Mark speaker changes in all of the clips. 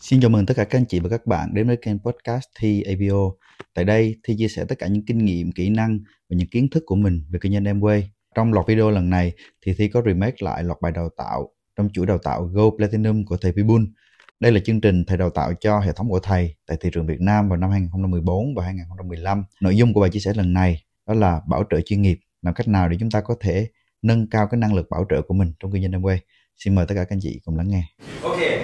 Speaker 1: Xin chào mừng tất cả các anh chị và các bạn đến với kênh podcast Thi APO. Tại đây, Thi chia sẻ tất cả những kinh nghiệm, kỹ năng và những kiến thức của mình về kinh doanh Amway. Trong loạt video lần này, thì Thi có remake lại loạt bài đào tạo trong chuỗi đào tạo Go Platinum của thầy Vibun. Đây là chương trình thầy đào tạo cho hệ thống của thầy tại thị trường Việt Nam vào năm 2014 và 2015. Nội dung của bài chia sẻ lần này đó là bảo trợ chuyên nghiệp, làm cách nào để chúng ta có thể nâng cao cái năng lực bảo trợ của mình trong kinh doanh Amway. Xin mời tất cả các anh chị cùng lắng nghe.
Speaker 2: Okay,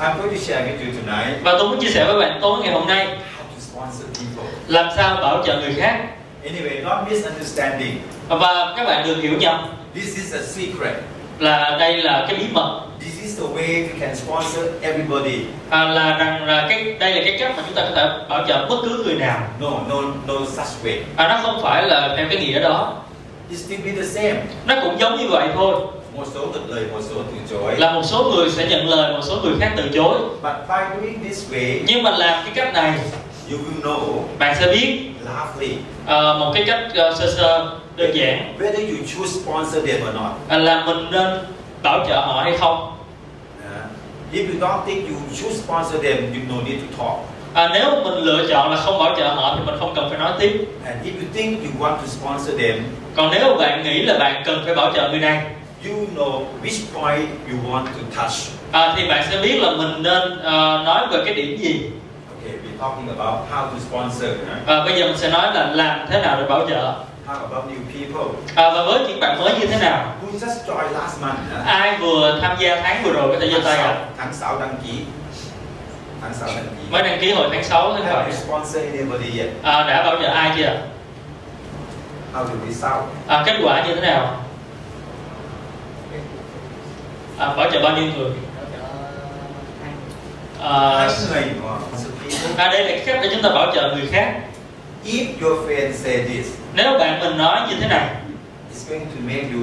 Speaker 2: I'm going to share with you tonight
Speaker 3: Và tôi muốn chia sẻ với bạn tối ngày hôm nay
Speaker 2: how to sponsor people.
Speaker 3: làm sao bảo trợ người khác
Speaker 2: Anyway, not misunderstanding.
Speaker 3: và các bạn đừng hiểu nhầm
Speaker 2: This is a secret.
Speaker 3: là đây là cái bí mật
Speaker 2: This is the way we can sponsor everybody.
Speaker 3: à, là rằng là cái đây là cái cách mà chúng ta có thể bảo trợ bất cứ người nào
Speaker 2: No, no, no such way.
Speaker 3: à, nó không phải là theo cái nghĩa đó
Speaker 2: It still be the same.
Speaker 3: nó cũng giống như vậy thôi
Speaker 2: Một số được lời, một số từ chối.
Speaker 3: là một số người sẽ nhận lời một số người khác từ chối
Speaker 2: But by doing this way,
Speaker 3: nhưng mà làm cái cách này
Speaker 2: you will know
Speaker 3: bạn sẽ biết
Speaker 2: lovely
Speaker 3: à, một cái cách à, sơ sơ đơn giản
Speaker 2: whether you choose sponsor them or not.
Speaker 3: à, là mình nên bảo trợ họ hay không
Speaker 2: Uh, if you don't think you should sponsor them, you no need to talk.
Speaker 3: à, nếu mình lựa chọn là không bảo trợ họ thì mình không cần phải nói tiếp
Speaker 2: And if you think you want to sponsor them,
Speaker 3: Còn nếu bạn nghĩ là bạn cần phải bảo trợ người này
Speaker 2: you know which point you want to touch.
Speaker 3: à, thì bạn sẽ biết là mình nên ờ, nói về cái điểm gì.
Speaker 2: Okay, we're talking about how to sponsor. huh?
Speaker 3: À, bây giờ mình sẽ nói là làm thế nào để bảo trợ
Speaker 2: How about new people
Speaker 3: à, và với những bạn mới như thế nào.
Speaker 2: who just joined last month? huh?
Speaker 3: Ai vừa tham gia tháng vừa rồi có thể giơ
Speaker 2: Tháng
Speaker 3: tay
Speaker 2: sáu-
Speaker 3: ạ.
Speaker 2: Tháng 6 đăng ký. Tháng 6 đăng ký.
Speaker 3: Mới đăng ký hồi tháng 6 tháng
Speaker 2: Have
Speaker 3: vậy.
Speaker 2: you sponsored anybody yet?
Speaker 3: À, đã bảo trợ ai chưa? ạ?
Speaker 2: How the result?
Speaker 3: À, kết quả như thế nào? À, bảo trợ bao nhiêu người? À,
Speaker 2: Hai người mà sponsor people.
Speaker 3: à, đây là cái cách để chúng ta bảo trợ người khác.
Speaker 2: If your friend say this,
Speaker 3: Nếu bạn mình nói như thế này
Speaker 2: it's going to make you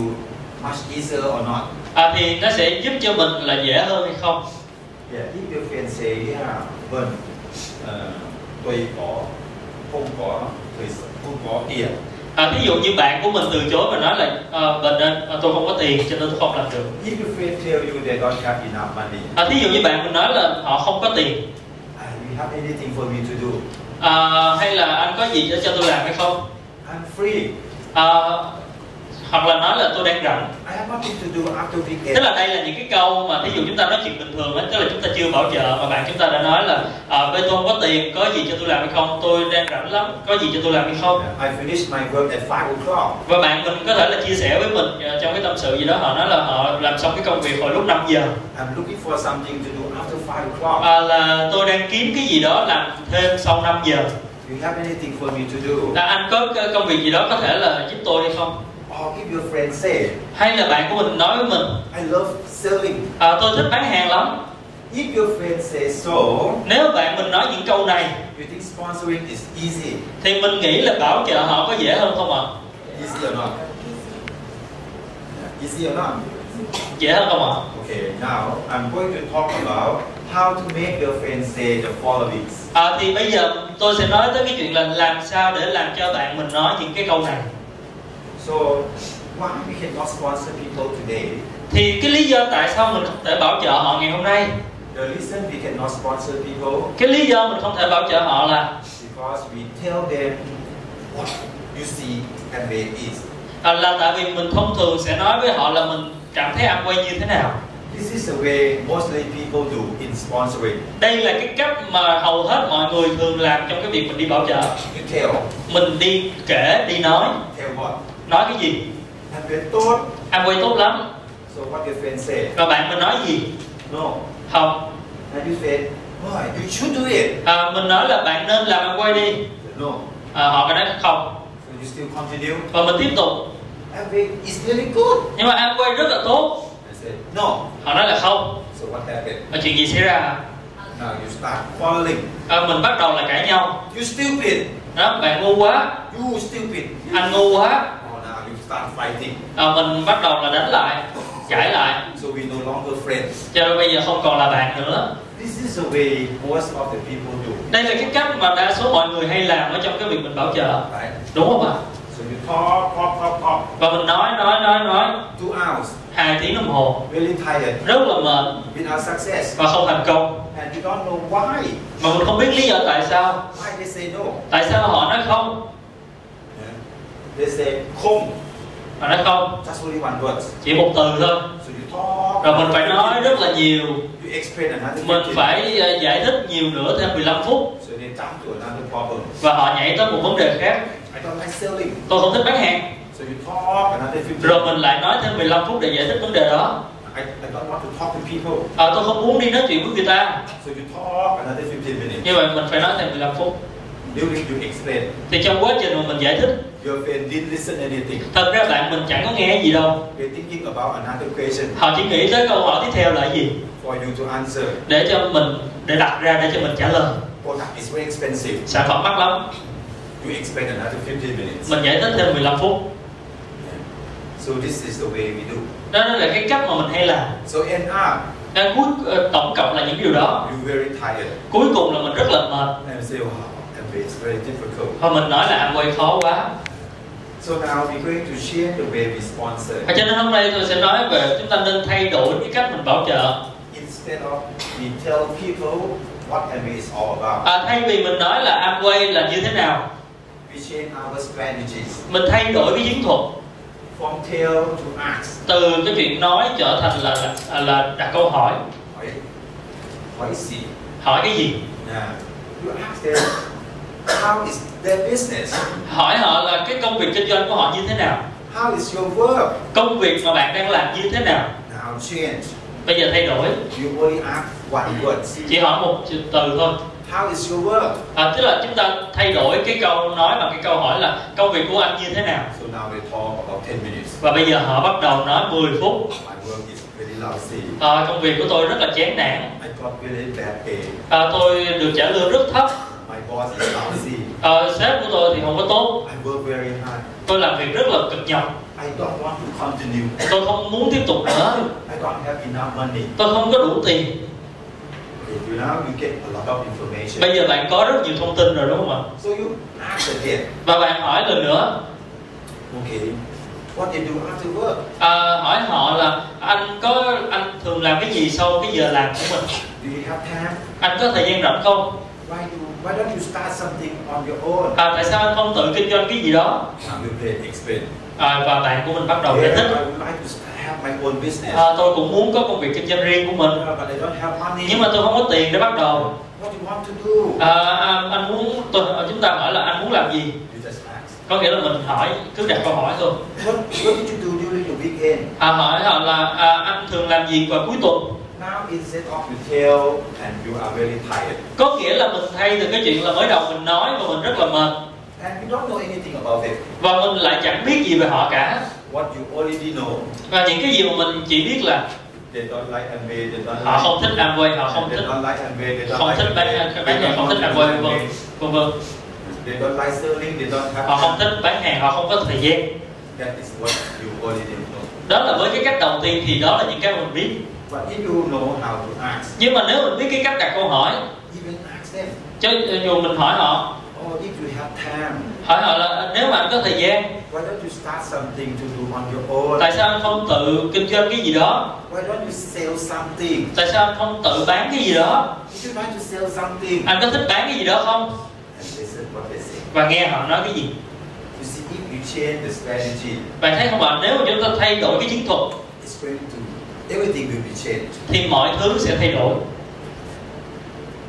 Speaker 2: much easier or not?
Speaker 3: à, thì nó sẽ giúp cho mình là dễ hơn hay không?
Speaker 2: Yeah. If your friend say, yeah, uh, vâng, ờ, tôi có không có tôi không có tiền
Speaker 3: À, ví dụ như bạn của mình từ chối và nói là ờ, bệnh nên ờ, tôi không có tiền cho nên tôi không làm được.
Speaker 2: If your friend tell you they don't have enough money,
Speaker 3: À, thí dụ như bạn mình nói là họ không có tiền
Speaker 2: uh, you have anything for me to do?
Speaker 3: à, hay là anh có gì để cho tôi làm hay không?
Speaker 2: I'm free.
Speaker 3: À, hoặc là nói là tôi đang rảnh.
Speaker 2: I have nothing to do after
Speaker 3: Tức
Speaker 2: weekend.
Speaker 3: là đây là những cái câu mà thí dụ chúng ta nói chuyện bình thường á, tức là chúng ta chưa bảo trợ mà bạn chúng ta đã nói là ờ, bên tôi không có tiền, có gì cho tôi làm hay không? Tôi đang rảnh lắm, có gì cho tôi làm hay không?
Speaker 2: I finish my work at 5 o'clock.
Speaker 3: Và bạn mình có thể là chia sẻ với mình ờ, trong cái tâm sự gì đó họ nói là họ làm xong cái công việc hồi lúc 5 giờ.
Speaker 2: I'm looking for something to do after 5 o'clock.
Speaker 3: À, là tôi đang kiếm cái gì đó làm thêm sau 5 giờ
Speaker 2: Do you have anything for me to do?
Speaker 3: là anh có c- công việc gì đó có thể là giúp tôi hay không
Speaker 2: Or if your friend say,
Speaker 3: hay là bạn của mình nói với mình
Speaker 2: I love selling.
Speaker 3: à, tôi thích bán hàng lắm
Speaker 2: If your friend say so,
Speaker 3: nếu bạn mình nói những câu này
Speaker 2: you think sponsoring is easy.
Speaker 3: thì mình nghĩ là bảo trợ họ có dễ hơn không ạ
Speaker 2: Easy or not? Yeah, Easy or not?
Speaker 3: dễ hơn không ạ
Speaker 2: Okay, now I'm going to talk about how to make your friend say the following.
Speaker 3: à, thì bây giờ tôi sẽ nói tới cái chuyện là làm sao để làm cho bạn mình nói những cái câu này
Speaker 2: So why we cannot sponsor people today?
Speaker 3: thì cái lý do tại sao mình không thể bảo trợ họ ngày hôm nay
Speaker 2: The reason we cannot sponsor people
Speaker 3: cái lý do mình không thể bảo trợ họ là
Speaker 2: is because we tell them what you see and they is.
Speaker 3: à, là tại vì mình thông thường sẽ nói với họ là mình cảm thấy ăn quay như thế nào
Speaker 2: This is the way mostly people do in sponsoring.
Speaker 3: đây là cái cách mà hầu hết mọi người thường làm trong cái việc mình đi bảo trợ
Speaker 2: You tell,
Speaker 3: mình đi kể đi nói
Speaker 2: tell what?
Speaker 3: nói cái gì
Speaker 2: And they thought.
Speaker 3: ăn quay tốt lắm
Speaker 2: So what your friend say?
Speaker 3: và bạn mình nói gì
Speaker 2: No.
Speaker 3: không
Speaker 2: And you say, why? You should do it.
Speaker 3: à, mình nói là bạn nên làm ăn quay đi
Speaker 2: No.
Speaker 3: à, họ có nói không
Speaker 2: So you still continue.
Speaker 3: và mình tiếp tục
Speaker 2: And they is really good.
Speaker 3: nhưng mà ăn quay rất là tốt
Speaker 2: I say, no.
Speaker 3: họ nói là không
Speaker 2: So what happened?
Speaker 3: và chuyện gì xảy ra
Speaker 2: Now you start quarreling.
Speaker 3: à, mình bắt đầu là cãi nhau
Speaker 2: You stupid.
Speaker 3: đó bạn ngu quá
Speaker 2: You stupid.
Speaker 3: anh ngu quá
Speaker 2: Oh, now you start fighting.
Speaker 3: à, mình bắt đầu là đánh lại cãi lại
Speaker 2: So we no longer friends.
Speaker 3: cho nên bây giờ không còn là bạn nữa
Speaker 2: This is the way most of the people do,
Speaker 3: đây là cái cách mà đa số mọi người hay làm ở trong cái việc mình bảo trợ
Speaker 2: right?
Speaker 3: đúng không ạ
Speaker 2: So you talk, talk, talk, talk.
Speaker 3: và mình nói nói nói nói
Speaker 2: Two hours,
Speaker 3: hai tiếng đồng hồ
Speaker 2: really tired,
Speaker 3: rất là mệt
Speaker 2: without success.
Speaker 3: và không thành công
Speaker 2: And don't know why
Speaker 3: mà mình không biết lý do tại sao
Speaker 2: why they say no.
Speaker 3: tại sao họ nói không
Speaker 2: Yeah. They say không,
Speaker 3: họ nói không
Speaker 2: just only one word.
Speaker 3: chỉ một từ thôi
Speaker 2: So you talk.
Speaker 3: rồi mình phải nói rất là nhiều
Speaker 2: You explain another.
Speaker 3: mình
Speaker 2: 15.
Speaker 3: phải ờ, giải thích nhiều nữa thêm 15 phút
Speaker 2: So they jump to another problem.
Speaker 3: và họ nhảy tới một vấn đề khác
Speaker 2: I don't like selling.
Speaker 3: tôi không thích bán hàng
Speaker 2: So you talk another 15.
Speaker 3: rồi mình lại nói thêm 15 phút để giải thích vấn đề đó
Speaker 2: I, I don't want to talk to people.
Speaker 3: Ờ, tôi không muốn đi nói chuyện với người ta
Speaker 2: So you talk another 15 minutes.
Speaker 3: như vậy mình phải nói thêm 15 phút
Speaker 2: During you explain,
Speaker 3: thì trong quá trình mà mình giải thích
Speaker 2: your friend didn't listen anything.
Speaker 3: thật ra bạn mình chẳng có nghe gì đâu
Speaker 2: They're thinking about another question
Speaker 3: họ chỉ nghĩ tới câu hỏi tiếp theo là gì
Speaker 2: for you to answer.
Speaker 3: để cho mình để đặt ra để cho mình trả lời
Speaker 2: Product is very expensive.
Speaker 3: sản phẩm mắc lắm
Speaker 2: You explain another 15 minutes.
Speaker 3: mình giải thích thêm 15 phút
Speaker 2: So this is the way we do.
Speaker 3: đó là cái cách mà mình hay làm
Speaker 2: So end up,
Speaker 3: Nên cuối ờ, tổng cộng là những điều đó
Speaker 2: you're very tired.
Speaker 3: cuối cùng là mình rất là mệt
Speaker 2: And you say, wow, and it's very difficult.
Speaker 3: và mình nói là quay khó quá
Speaker 2: So now we're going to share the way we sponsor.
Speaker 3: và cho nên hôm nay tôi sẽ nói về chúng ta nên thay đổi cái cách mình bảo trợ
Speaker 2: Instead of we tell people what MBA is all about,
Speaker 3: à, thay vì mình nói là Amway là như thế nào
Speaker 2: we change our strategies
Speaker 3: mình thay đổi cái chiến thuật
Speaker 2: from tell to ask.
Speaker 3: từ cái chuyện nói trở thành là là, à, là đặt câu hỏi
Speaker 2: Hỏi, hỏi gì?
Speaker 3: hỏi cái gì
Speaker 2: Now, you ask them, how is their business?
Speaker 3: hỏi họ là cái công việc kinh doanh của họ như thế nào
Speaker 2: How is your work?
Speaker 3: công việc mà bạn đang làm như thế nào
Speaker 2: Now change.
Speaker 3: bây giờ thay đổi
Speaker 2: You only ask one word.
Speaker 3: chỉ hỏi một chữ- từ thôi
Speaker 2: How is your work?
Speaker 3: à, tức là chúng ta thay đổi cái câu nói bằng cái câu hỏi là công việc của anh như thế nào
Speaker 2: So now they talk about 10 minutes.
Speaker 3: và bây giờ họ bắt đầu nói 10 phút
Speaker 2: My work is very lousy.
Speaker 3: Ờ, công việc của tôi rất là chán nản
Speaker 2: I got really bad pay.
Speaker 3: Ờ, tôi được trả lương rất thấp
Speaker 2: My boss is lousy.
Speaker 3: Ờ, sếp của tôi thì không có tốt
Speaker 2: I work very hard.
Speaker 3: tôi làm việc rất là cực nhọc
Speaker 2: I don't want to continue.
Speaker 3: tôi không muốn tiếp tục nữa
Speaker 2: I don't have enough money.
Speaker 3: tôi không có đủ tiền
Speaker 2: Okay, you now you get a lot of information.
Speaker 3: bây giờ bạn có rất nhiều thông tin rồi đúng không ạ
Speaker 2: So you ask again.
Speaker 3: và bạn hỏi lần nữa
Speaker 2: Okay, what they do after work?
Speaker 3: ờ, hỏi họ là anh có anh thường làm cái gì sau cái giờ làm của mình
Speaker 2: Do you have time?
Speaker 3: anh có thời gian rảnh không
Speaker 2: Why you Why don't you start something on your own?
Speaker 3: Ờ, tại sao anh không tự kinh doanh cái gì đó
Speaker 2: Now you play explain.
Speaker 3: Ờ, và bạn của mình bắt đầu giải
Speaker 2: Yeah,
Speaker 3: thích
Speaker 2: I would like to start- have my own business.
Speaker 3: Ờ, tôi cũng muốn có công việc kinh doanh riêng của mình
Speaker 2: Uh, but I don't have money.
Speaker 3: nhưng mà tôi không có tiền để bắt đầu
Speaker 2: What do you want to do?
Speaker 3: À, à, anh muốn tôi chúng ta hỏi là anh muốn làm gì
Speaker 2: You just ask.
Speaker 3: có nghĩa là mình hỏi cứ đặt câu hỏi thôi
Speaker 2: What What did you do during the weekend?
Speaker 3: à, hỏi họ là à, anh thường làm gì vào cuối tuần
Speaker 2: Now instead of you tell and you are very tired
Speaker 3: có nghĩa là mình thay từ cái chuyện là mới đầu mình nói mà mình rất là mệt
Speaker 2: and you don't know anything about it.
Speaker 3: và mình lại chẳng biết gì về họ cả
Speaker 2: What you already know,
Speaker 3: và những cái gì mà mình chỉ biết là
Speaker 2: they don't like and they don't like.
Speaker 3: họ không thích Amway họ không
Speaker 2: They
Speaker 3: thích
Speaker 2: don't like and they don't
Speaker 3: không
Speaker 2: like.
Speaker 3: thích bán
Speaker 2: Amway.
Speaker 3: bán hàng không thích
Speaker 2: They don't
Speaker 3: Amway vân
Speaker 2: like
Speaker 3: vân vân vân
Speaker 2: Amway. They don't like selling. They don't have.
Speaker 3: họ không thích bán hàng họ không có thời gian
Speaker 2: That is what you already know.
Speaker 3: đó là với cái cách đầu tiên thì đó là những cái mà mình biết
Speaker 2: But if you know how to ask,
Speaker 3: nhưng mà nếu mình biết cái cách đặt câu hỏi
Speaker 2: even ask them.
Speaker 3: chứ dù mình hỏi họ
Speaker 2: Or if you have time,
Speaker 3: hỏi họ là nếu mà anh có thời gian
Speaker 2: why don't you start something to do on your own?
Speaker 3: tại sao anh không tự kinh doanh cái gì đó
Speaker 2: Why don't you sell something?
Speaker 3: tại sao anh không tự bán cái gì đó
Speaker 2: Would you like to sell something?
Speaker 3: anh có thích bán cái gì đó không
Speaker 2: And listen what they say.
Speaker 3: và nghe họ nói cái gì
Speaker 2: You see, if you change the strategy,
Speaker 3: bạn thấy không ạ nếu mà chúng ta thay đổi cái chiến thuật
Speaker 2: it's going to everything will be changed.
Speaker 3: thì mọi thứ sẽ thay đổi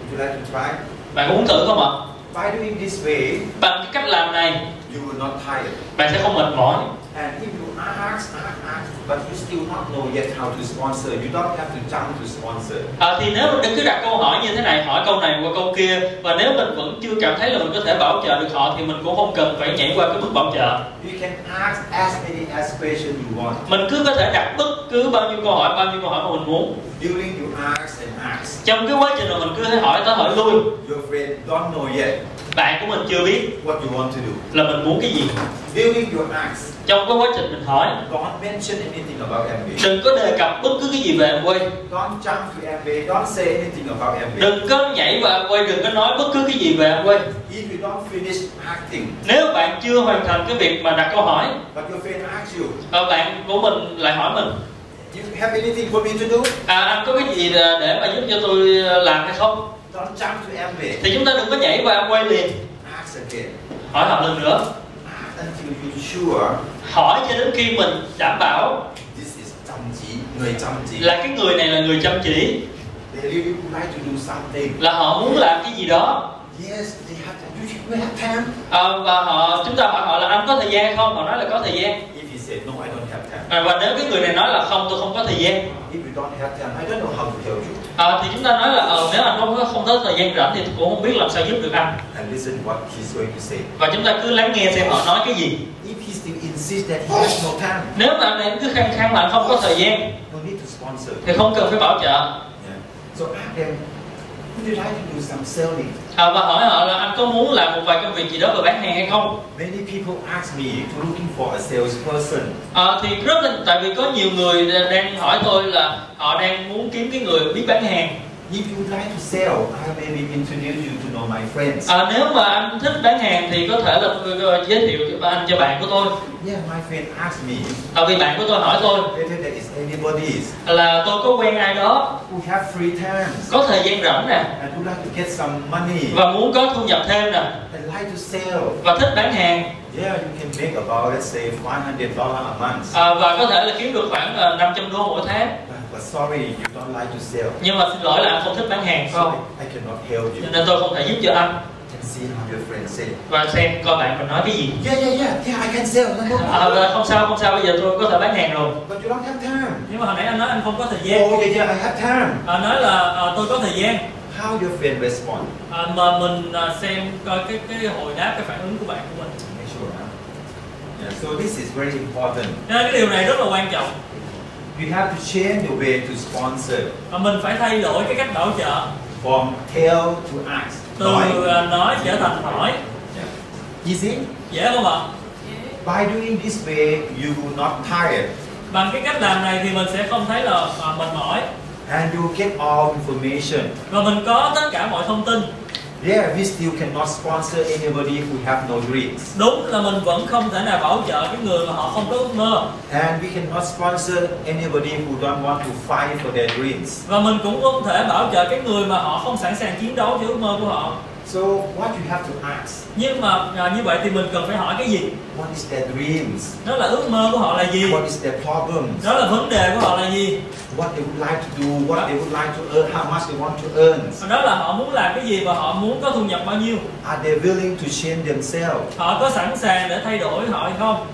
Speaker 2: Would you like to try?
Speaker 3: bạn có muốn thử không ạ
Speaker 2: By doing this way,
Speaker 3: bằng cái cách làm này
Speaker 2: you will not tire.
Speaker 3: bạn sẽ không mệt mỏi
Speaker 2: And if you ask, ask, ask, but you still not know yet how to sponsor, you don't have to jump to sponsor.
Speaker 3: Ờ, thì nếu mình đừng cứ đặt câu hỏi như thế này hỏi câu này qua câu kia và nếu mình vẫn chưa cảm thấy là mình có thể bảo trợ được họ thì mình cũng không cần phải nhảy qua cái bước bảo trợ
Speaker 2: You can ask as many as questions you want.
Speaker 3: mình cứ có thể đặt bất cứ bao nhiêu câu hỏi bao nhiêu câu hỏi mà mình muốn
Speaker 2: During you ask and ask,
Speaker 3: trong cái quá trình mà mình cứ hỏi tới hỏi lui
Speaker 2: your friend don't know yet
Speaker 3: bạn của mình chưa biết
Speaker 2: what you want to do.
Speaker 3: là mình muốn cái gì
Speaker 2: During your ask,
Speaker 3: trong cái quá trình mình hỏi
Speaker 2: don't mention anything about MBA.
Speaker 3: đừng có đề cập bất cứ cái gì về Amway
Speaker 2: Don't jump to MBA. Don't say anything about MBA.
Speaker 3: đừng có nhảy vào Amway đừng có nói bất cứ cái gì về Amway
Speaker 2: If you don't finish acting,
Speaker 3: nếu bạn chưa hoàn thành cái việc mà đặt câu hỏi Ờ,
Speaker 2: but your friend asks you,
Speaker 3: và bạn của mình lại hỏi mình
Speaker 2: You have anything for me to do?
Speaker 3: à, anh có cái gì để để mà giúp cho tôi ờ, làm hay không
Speaker 2: Don't jump to Amway.
Speaker 3: thì chúng ta đừng có nhảy qua quay liền
Speaker 2: Ask again.
Speaker 3: hỏi họ lần nữa
Speaker 2: Ask until you're sure
Speaker 3: hỏi cho đến khi mình đảm bảo
Speaker 2: this is chăm chỉ, người chăm chỉ.
Speaker 3: là cái người này là người chăm chỉ
Speaker 2: They really would like to do something.
Speaker 3: là họ muốn làm cái gì đó
Speaker 2: Yes, they have time. You should we have time.
Speaker 3: à, và họ chúng ta hỏi họ là anh có thời gian không họ nói là có thời gian
Speaker 2: If he said no, I don't have time.
Speaker 3: à, và nếu cái người này nói là không tôi không có thời gian
Speaker 2: If you don't have time, I don't know how to help you.
Speaker 3: à, thì chúng ta nói là ờ, nếu anh không có không có thời gian rảnh thì tôi cũng không biết làm sao giúp được anh
Speaker 2: And listen what he's going to say.
Speaker 3: và chúng ta cứ lắng nghe xem họ nói cái gì
Speaker 2: If he still insists that he has no time,
Speaker 3: nếu mà anh em cứ khăng khăng mà anh không có thời gian
Speaker 2: no need to sponsor.
Speaker 3: thì không cần phải bảo trợ
Speaker 2: Yeah. So ask them, would you like to do some selling?
Speaker 3: à, và hỏi họ là anh có muốn làm một vài công việc gì đó về bán hàng hay không
Speaker 2: Many people ask me to looking for a salesperson.
Speaker 3: à, thì rất là tại vì có nhiều người đang hỏi tôi là họ đang muốn kiếm cái người biết bán hàng
Speaker 2: If you would like to sell, I maybe introduce you to know my friends.
Speaker 3: à, nếu mà anh thích bán hàng thì có thể là tôi, ờ, giới thiệu cho anh cho bạn của tôi
Speaker 2: Yeah, my friend asked me
Speaker 3: à, vì bạn của tôi hỏi tôi
Speaker 2: whether there is anybody
Speaker 3: là tôi có quen ai đó
Speaker 2: who have free times
Speaker 3: có thời gian rảnh nè
Speaker 2: and would like to get some money
Speaker 3: và muốn có thu nhập thêm nè
Speaker 2: and like to sell.
Speaker 3: và thích bán hàng
Speaker 2: Yeah, you can make about let's say $100 a month.
Speaker 3: à, và có thể là kiếm được khoảng ờ, 500 đô mỗi tháng
Speaker 2: But, but sorry, you don't like to sell.
Speaker 3: nhưng mà xin lỗi là anh không thích bán hàng
Speaker 2: So
Speaker 3: không
Speaker 2: I cannot help you.
Speaker 3: cho nên tôi không thể giúp cho anh
Speaker 2: And see how your friends say.
Speaker 3: và xem coi bạn mình nói cái gì
Speaker 2: Yeah, yeah, yeah, yeah, I can sell. No, no,
Speaker 3: à, và không sao không sao bây giờ tôi có thể bán hàng rồi
Speaker 2: But you don't have time.
Speaker 3: nhưng mà hồi nãy anh nói anh không có thời
Speaker 2: Oh, yeah, yeah, I have time.
Speaker 3: à, nói là à, tôi có thời gian
Speaker 2: How your friend respond?
Speaker 3: à, mà mình à, xem coi cái cái hồi đáp cái phản ứng của bạn của mình
Speaker 2: Make sure. huh? Yeah, so this is very important.
Speaker 3: Cho nên cái điều này rất là quan trọng
Speaker 2: You have to change the way to sponsor
Speaker 3: và À, mình phải thay đổi cái cách bảo trợ
Speaker 2: from tell to ask.
Speaker 3: từ
Speaker 2: Nói.
Speaker 3: à, nói trở thành hỏi
Speaker 2: Yeah. Easy.
Speaker 3: dễ không ạ
Speaker 2: By doing this way, you will not tire
Speaker 3: bằng cái cách làm này thì mình sẽ không thấy là à, mệt mỏi
Speaker 2: and you get all information.
Speaker 3: và mình có tất cả mọi thông tin
Speaker 2: Yeah, we still cannot sponsor anybody who have no dreams.
Speaker 3: đúng là mình vẫn không thể nào bảo trợ cái người mà họ không có ước mơ
Speaker 2: And we cannot sponsor anybody who don't want to fight for their dreams.
Speaker 3: và mình cũng không thể bảo trợ cái người mà họ không sẵn sàng chiến đấu cho ước mơ của họ
Speaker 2: So what you have to ask,
Speaker 3: nhưng mà à, như vậy thì mình cần phải hỏi cái gì
Speaker 2: what is their dreams?
Speaker 3: đó là ước mơ của họ là gì
Speaker 2: What is their problems?
Speaker 3: đó là vấn đề của họ là gì
Speaker 2: What they would like to do, what they would like to earn, how much they want to earn.
Speaker 3: Và đó là họ muốn làm cái gì và họ muốn có thu nhập bao nhiêu
Speaker 2: Are they willing to change themselves?
Speaker 3: họ có sẵn sàng để thay đổi họ hay không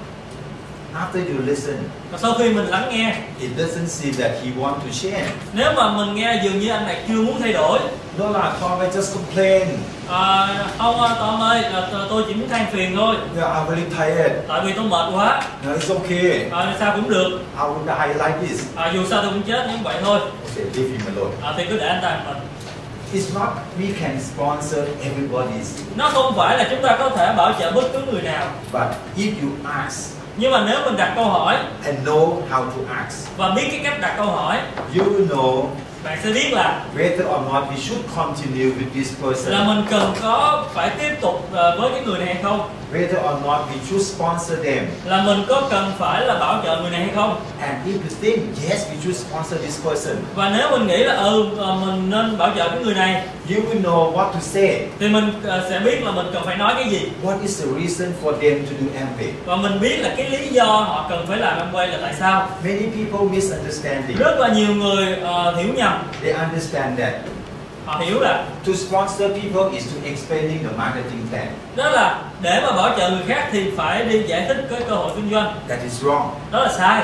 Speaker 2: After you listen,
Speaker 3: và sau khi mình lắng nghe
Speaker 2: it doesn't seem that he want to change.
Speaker 3: nếu mà mình nghe dường như anh này chưa muốn thay đổi
Speaker 2: No lah, Tom, I just complain.
Speaker 3: à, không à, Tom ơi à, t- tôi chỉ muốn than phiền thôi
Speaker 2: Yeah, I'm really tired.
Speaker 3: tại vì tôi mệt quá
Speaker 2: No, it's okay.
Speaker 3: à, sao cũng được
Speaker 2: I would die like this.
Speaker 3: à, dù sao tôi cũng chết nhưng vậy thôi
Speaker 2: Okay, leave him alone.
Speaker 3: à, thì cứ để anh ta một mình
Speaker 2: It's not we can sponsor everybody's,
Speaker 3: nó không phải là chúng ta có thể bảo trợ bất cứ người nào
Speaker 2: but if you ask
Speaker 3: nhưng mà nếu mình đặt câu hỏi
Speaker 2: and know how to ask,
Speaker 3: và biết cái cách đặt câu hỏi
Speaker 2: you will know
Speaker 3: bạn sẽ biết là
Speaker 2: whether or not we should continue with this
Speaker 3: là
Speaker 2: person,
Speaker 3: mình cần có phải tiếp tục ờ, với cái người này hay không
Speaker 2: whether or not we should sponsor them.
Speaker 3: là mình có cần phải là bảo trợ người này hay không
Speaker 2: And if you think yes, we should sponsor this person,
Speaker 3: và nếu mình nghĩ là ừ ờ, mình nên bảo trợ cái người này
Speaker 2: you will know what to say.
Speaker 3: thì mình ờ, sẽ biết là mình cần phải nói cái gì
Speaker 2: What is the reason for them to do empty?
Speaker 3: và mình biết là cái lý do họ cần phải làm em quay là tại sao
Speaker 2: Many people misunderstanding.
Speaker 3: rất là nhiều người ờ, hiểu nhầm
Speaker 2: They understand that
Speaker 3: họ hiểu là
Speaker 2: to sponsor people is to explaining the marketing plan.
Speaker 3: đó là để mà bảo trợ người khác thì phải đi giải thích cái cơ hội kinh doanh
Speaker 2: That is wrong.
Speaker 3: đó là sai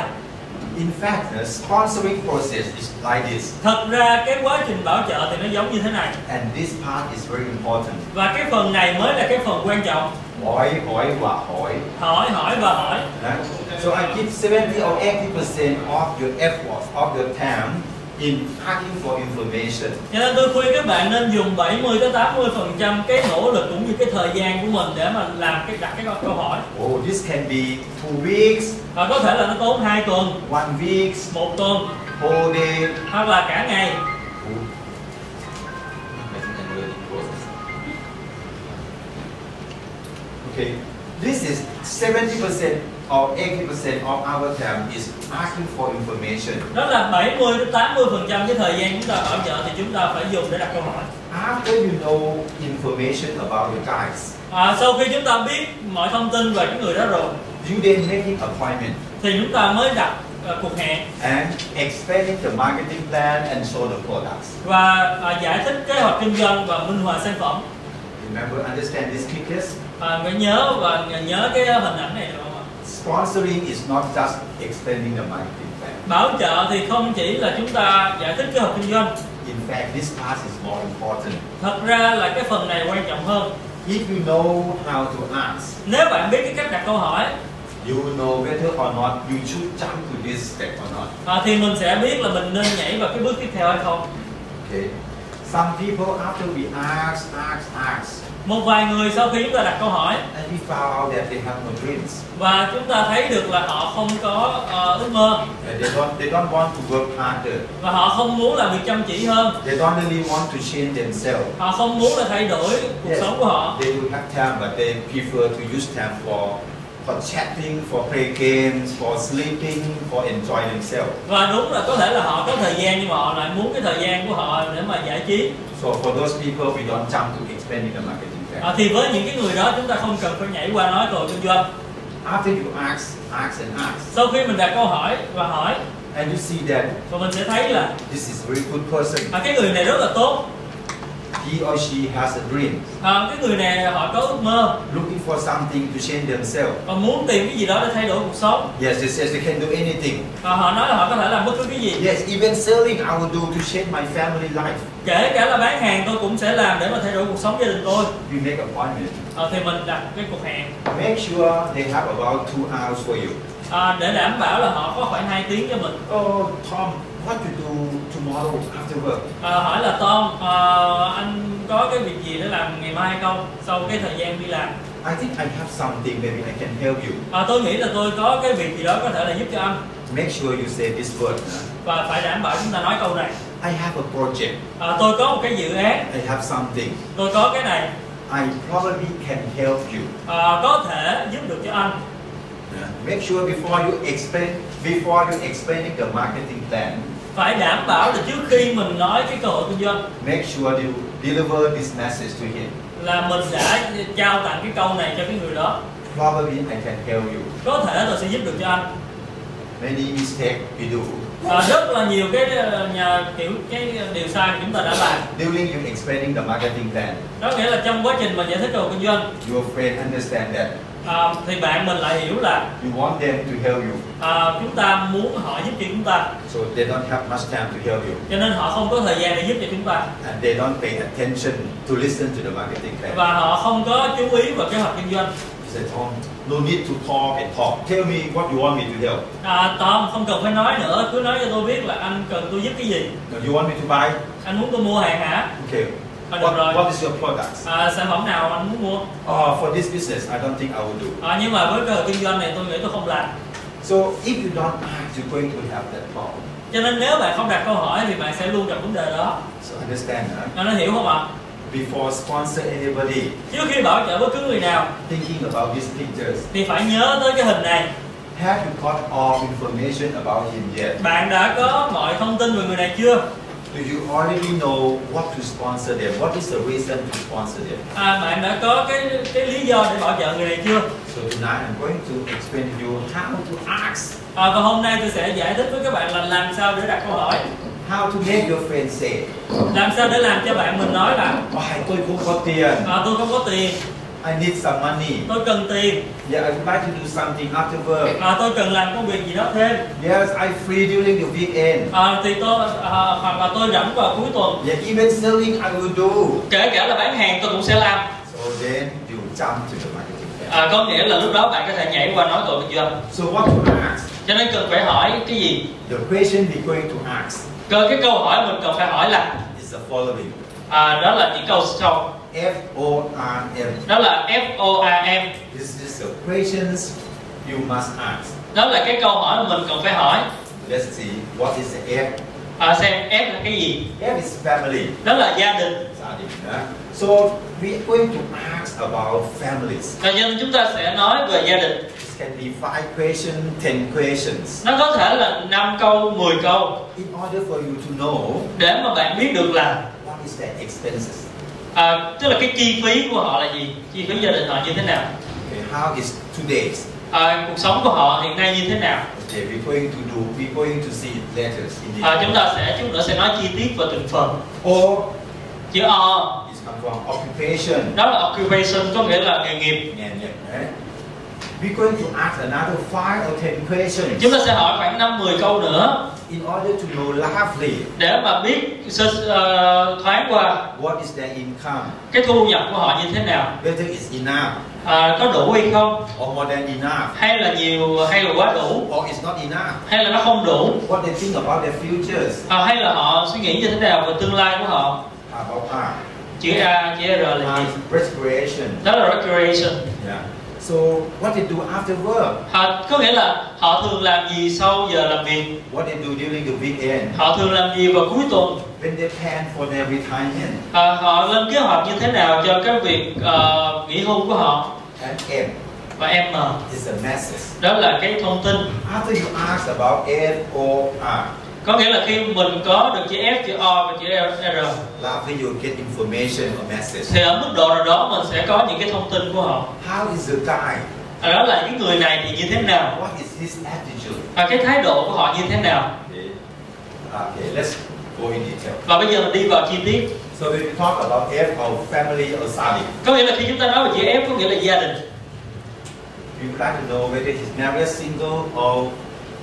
Speaker 2: In fact, the sponsoring process is like this,
Speaker 3: thật ra cái quá trình bảo trợ thì nó giống như thế này
Speaker 2: and this part is very important.
Speaker 3: và cái phần này mới là cái phần quan trọng
Speaker 2: Hỏi, hỏi và hỏi.
Speaker 3: hỏi hỏi và hỏi
Speaker 2: Right? So I give 70 or 80 percent of your effort, of your time in asking for information.
Speaker 3: Cho nên tôi khuyên các bạn nên dùng 70 tới 80 phần trăm cái nỗ lực cũng như cái thời gian của mình để mà làm cái đặt cái câu- câu hỏi
Speaker 2: Oh, this can be two weeks,
Speaker 3: và có thể là nó tốn 2 tuần
Speaker 2: one week,
Speaker 3: một tuần
Speaker 2: whole day.
Speaker 3: hoặc là cả ngày
Speaker 2: Oh. I think I know the process. Okay, this is 70 percent or 80% of our time is asking for information.
Speaker 3: đó là 70 đến 80 phần trăm cái thời gian chúng ta bảo trợ thì chúng ta phải dùng để đặt câu hỏi
Speaker 2: After you know information about the guys,
Speaker 3: à, sau khi chúng ta biết mọi thông tin về những người đó rồi
Speaker 2: you then make an appointment
Speaker 3: thì chúng ta mới đặt à, cuộc hẹn
Speaker 2: and explain the marketing plan and show the products.
Speaker 3: và à, giải thích kế hoạch kinh doanh và minh họa sản phẩm
Speaker 2: Remember, understand this because
Speaker 3: à, phải nhớ và nhớ cái hình ảnh này được không ạ
Speaker 2: sponsoring is not just explaining the marketing plan.
Speaker 3: bảo trợ thì không chỉ là chúng ta giải thích kế hoạch kinh doanh
Speaker 2: In fact, this part is more important.
Speaker 3: thật ra là cái phần này quan trọng hơn
Speaker 2: If you know how to ask,
Speaker 3: nếu bạn biết cái cách đặt câu hỏi
Speaker 2: you will know whether or not you should jump to this step or not.
Speaker 3: à, thì mình sẽ biết là mình nên nhảy vào cái bước tiếp theo hay không
Speaker 2: Okay. Some people after we ask, ask, ask,
Speaker 3: một vài người sau khi chúng ta đặt câu hỏi
Speaker 2: and we found out that they have no dreams.
Speaker 3: và chúng ta thấy được là họ không có ờ, ước mơ
Speaker 2: That they don't they don't want to work harder.
Speaker 3: và họ không muốn làm việc chăm chỉ hơn
Speaker 2: They don't really want to change themselves.
Speaker 3: họ không muốn là thay đổi cuộc
Speaker 2: Yes.
Speaker 3: sống của họ
Speaker 2: They do have time but they prefer to use time for for chatting, for play games, for sleeping, for enjoy themselves.
Speaker 3: và đúng là có thể là họ có thời gian nhưng mà họ lại muốn cái thời gian của họ để mà giải trí
Speaker 2: So for those people we don't jump to expanding the marketing plan.
Speaker 3: Ờ, thì với những cái người đó chúng ta không cần phải nhảy qua nói cầu kinh doanh
Speaker 2: After you ask, ask and ask,
Speaker 3: sau khi mình đặt câu hỏi và hỏi
Speaker 2: and you see that
Speaker 3: và mình sẽ thấy là
Speaker 2: this is a very good person.
Speaker 3: à, cái người này rất là tốt
Speaker 2: He or she has a dream,
Speaker 3: à, cái người này họ có ước mơ
Speaker 2: looking for something to change themselves.
Speaker 3: và muốn tìm cái gì đó để thay đổi cuộc sống
Speaker 2: Yes, they says they can do anything.
Speaker 3: và họ nói là họ có thể làm bất cứ cái gì
Speaker 2: Yes, even selling I will do to change my family life.
Speaker 3: kể cả là bán hàng tôi cũng sẽ làm để mà thay đổi cuộc sống gia đình tôi
Speaker 2: You make appointment.
Speaker 3: Ờ, thì mình đặt cái cuộc hẹn
Speaker 2: Make sure they have about two hours for you.
Speaker 3: à, để đảm bảo là họ có khoảng 2 tiếng cho mình
Speaker 2: Oh, Tom, what you do tomorrow after work?
Speaker 3: à, hỏi là Tom ờ, anh có cái việc gì để làm ngày mai hay không sau cái thời gian đi làm
Speaker 2: I think I have something. Maybe I can help you.
Speaker 3: Ờ, tôi nghĩ là tôi có cái việc gì đó có thể là giúp cho anh
Speaker 2: Make sure you say this word.
Speaker 3: và phải đảm bảo chúng ta nói câu này
Speaker 2: I have a project.
Speaker 3: Ờ, tôi có một cái dự án
Speaker 2: I have something.
Speaker 3: tôi có cái này
Speaker 2: I probably can help you.
Speaker 3: Ờ, có thể giúp được cho anh
Speaker 2: Make sure before you explain before you explaining the marketing plan.
Speaker 3: phải đảm bảo là trước khi mình nói cái cơ hội kinh doanh
Speaker 2: Make sure you deliver this message to him.
Speaker 3: là mình đã trao tặng cái câu này cho cái người đó
Speaker 2: Probably I can help you.
Speaker 3: có thể tôi sẽ giúp được cho anh
Speaker 2: Many mistake we do.
Speaker 3: Ờ, rất là nhiều cái ờ, nhà, kiểu cái điều sai mà chúng ta đã làm
Speaker 2: During you explaining the marketing plan,
Speaker 3: đó nghĩa là trong quá trình mà giải thích cơ hội kinh doanh
Speaker 2: your friend understand that
Speaker 3: ờ, thì bạn mình lại hiểu là
Speaker 2: you want them to help you,
Speaker 3: ờ, chúng ta muốn họ giúp cho chúng ta
Speaker 2: so they don't have much time to help you,
Speaker 3: cho nên họ không có thời gian để giúp cho chúng ta
Speaker 2: and they don't pay attention to listen to the marketing plan.
Speaker 3: và họ không có chú ý vào kế hoạch kinh doanh
Speaker 2: You say, Tom, no need to talk and talk. Tell me what you want me to help.
Speaker 3: à, Tom không cần phải nói nữa cứ nói cho tôi biết là anh cần tôi giúp cái gì
Speaker 2: No, you want me to buy?
Speaker 3: anh muốn tôi mua hàng hả
Speaker 2: Okay.
Speaker 3: À, được
Speaker 2: What,
Speaker 3: rồi.
Speaker 2: what is your product?
Speaker 3: à, sản phẩm nào anh muốn mua
Speaker 2: Oh, for this business, I don't think I will do.
Speaker 3: à, nhưng mà với cơ hội kinh doanh này tôi nghĩ tôi không làm
Speaker 2: So if you don't ask, you're going to have that problem.
Speaker 3: cho nên nếu bạn không đặt câu hỏi thì bạn sẽ luôn gặp vấn đề đó
Speaker 2: So understand, huh?
Speaker 3: anh nói hiểu không ạ
Speaker 2: before sponsor anybody,
Speaker 3: trước khi bảo trợ bất cứ người nào
Speaker 2: thinking about these pictures,
Speaker 3: thì phải nhớ tới cái hình này
Speaker 2: have you got all information about him yet?
Speaker 3: bạn đã có mọi thông tin về người này chưa
Speaker 2: Do you already know what to sponsor them? What is the reason to sponsor them?
Speaker 3: à, bạn đã có cái cái lý do để bảo trợ người này chưa
Speaker 2: So tonight I'm going to explain to you how to ask,
Speaker 3: à, và hôm nay tôi sẽ giải thích với các bạn là làm sao để đặt câu hỏi
Speaker 2: how to make your friend say, "Oh,
Speaker 3: làm sao để làm cho bạn mình nói là
Speaker 2: Why tôi không có tiền,
Speaker 3: à, tôi không có tiền
Speaker 2: I need some money.
Speaker 3: tôi cần tiền
Speaker 2: Yeah, I would like to do something after work.
Speaker 3: à, tôi cần làm công việc gì đó thêm
Speaker 2: Yes, I free during the weekend.
Speaker 3: à, thì tôi à, hoặc là tôi rảnh vào cuối tuần
Speaker 2: Yeah, even selling I will do.
Speaker 3: kể cả là bán hàng tôi cũng sẽ làm
Speaker 2: So then you jump to the marketing plan.
Speaker 3: à, có nghĩa là lúc đó bạn có thể nhảy qua nói tội kinh doanh
Speaker 2: So what to ask?
Speaker 3: cho nên cần phải hỏi cái gì
Speaker 2: The question we're going to ask
Speaker 3: cơ cái câu hỏi mình cần phải hỏi là
Speaker 2: is the following.
Speaker 3: à, đó là những câu sau
Speaker 2: F O R M.
Speaker 3: đó là F O A M
Speaker 2: This is the questions you must ask.
Speaker 3: đó là cái câu hỏi mà mình cần phải hỏi
Speaker 2: Let's see what is the F.
Speaker 3: à, xem F là cái gì
Speaker 2: F is family.
Speaker 3: đó là gia đình
Speaker 2: Sadina. So we're going to ask about families.
Speaker 3: cho nên chúng ta sẽ nói về gia đình
Speaker 2: It's can be five questions, ten questions.
Speaker 3: nó có thể là 5 câu 10 câu
Speaker 2: In order for you to know
Speaker 3: để mà bạn biết được là
Speaker 2: what is their expenses,
Speaker 3: à, tức là cái chi phí của họ là gì chi phí gia đình họ như thế nào
Speaker 2: okay, how is today's.
Speaker 3: à, cuộc sống của họ hiện nay như thế nào
Speaker 2: Okay, we're going to do, we're going to see it later in the
Speaker 3: à, chúng ta sẽ chút nữa sẽ nói chi tiết vào từng phần
Speaker 2: Or
Speaker 3: chữ O
Speaker 2: it's come from occupation.
Speaker 3: đó là occupation có nghĩa là nghề nghiệp
Speaker 2: And, eh, We're going to ask another five or ten questions
Speaker 3: chúng ta sẽ hỏi khoảng 5 10 câu nữa
Speaker 2: in order to know roughly
Speaker 3: để mà biết sơ- ờ, thoáng qua
Speaker 2: what is their income,
Speaker 3: cái thu nhập của họ như thế nào
Speaker 2: whether it's enough
Speaker 3: à, có đủ hay không
Speaker 2: or more than enough,
Speaker 3: hay là nhiều hay là quá đủ
Speaker 2: or it's not enough,
Speaker 3: hay là nó không đủ
Speaker 2: what they think about their futures,
Speaker 3: à, hay là họ suy nghĩ như thế nào về tương lai của họ
Speaker 2: about art,
Speaker 3: chữ A chữ R là gì
Speaker 2: and respiration.
Speaker 3: đó là recreation
Speaker 2: Yeah. So what they do after work,
Speaker 3: họ, Ờ, có nghĩa là họ thường làm gì sau giờ làm việc
Speaker 2: what they do during the weekend,
Speaker 3: họ thường làm gì vào cuối tuần
Speaker 2: when they plan for their retirement,
Speaker 3: à, họ lên kế hoạch như thế nào cho cái việc ờ, nghỉ hưu của họ
Speaker 2: and M
Speaker 3: và em mà
Speaker 2: is the message.
Speaker 3: đó là cái thông tin
Speaker 2: After you ask about F O R,
Speaker 3: có nghĩa là khi mình có được chữ F chữ O và chữ R
Speaker 2: After you get information or message.
Speaker 3: thì ở mức độ nào đó mình sẽ có những cái thông tin của họ
Speaker 2: How is the guy?
Speaker 3: À, đó là những người này thì như thế nào
Speaker 2: What is his attitude?
Speaker 3: và cái thái độ của họ như thế nào
Speaker 2: Okay. Okay, let's go in detail.
Speaker 3: và bây giờ mình đi vào chi tiết
Speaker 2: So when we talk about F or family or sali,
Speaker 3: có nghĩa là khi chúng ta nói về chữ F có nghĩa là gia đình
Speaker 2: we would like to know whether he's married, single or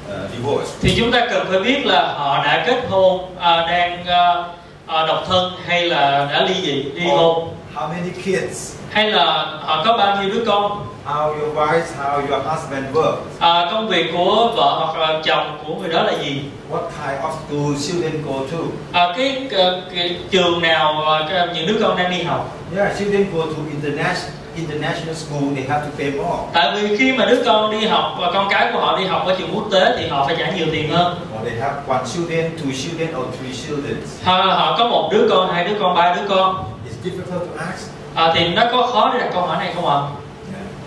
Speaker 2: uh, divorced.
Speaker 3: thì chúng ta cần phải biết là họ đã kết hôn à, đang à, à, độc thân hay là đã ly dị ly hôn
Speaker 2: Or how many kids?
Speaker 3: hay là họ có bao nhiêu đứa con
Speaker 2: How your wife, how your husband work?
Speaker 3: à, công việc của vợ hoặc là chồng của người đó là gì
Speaker 2: What kind of school children go to?
Speaker 3: à, cái, cái, cái trường nào à, cái, những đứa con đang đi học
Speaker 2: Yeah, children go to international international school. They have to pay more,
Speaker 3: tại vì khi mà đứa con đi học và con cái của họ đi học ở trường quốc tế thì họ phải trả nhiều tiền hơn
Speaker 2: or they have one children, two children, or three children.
Speaker 3: họ, họ có một đứa con hai đứa con ba đứa con
Speaker 2: It's difficult to ask.
Speaker 3: à, thì nó có khó để đặt câu hỏi này không ạ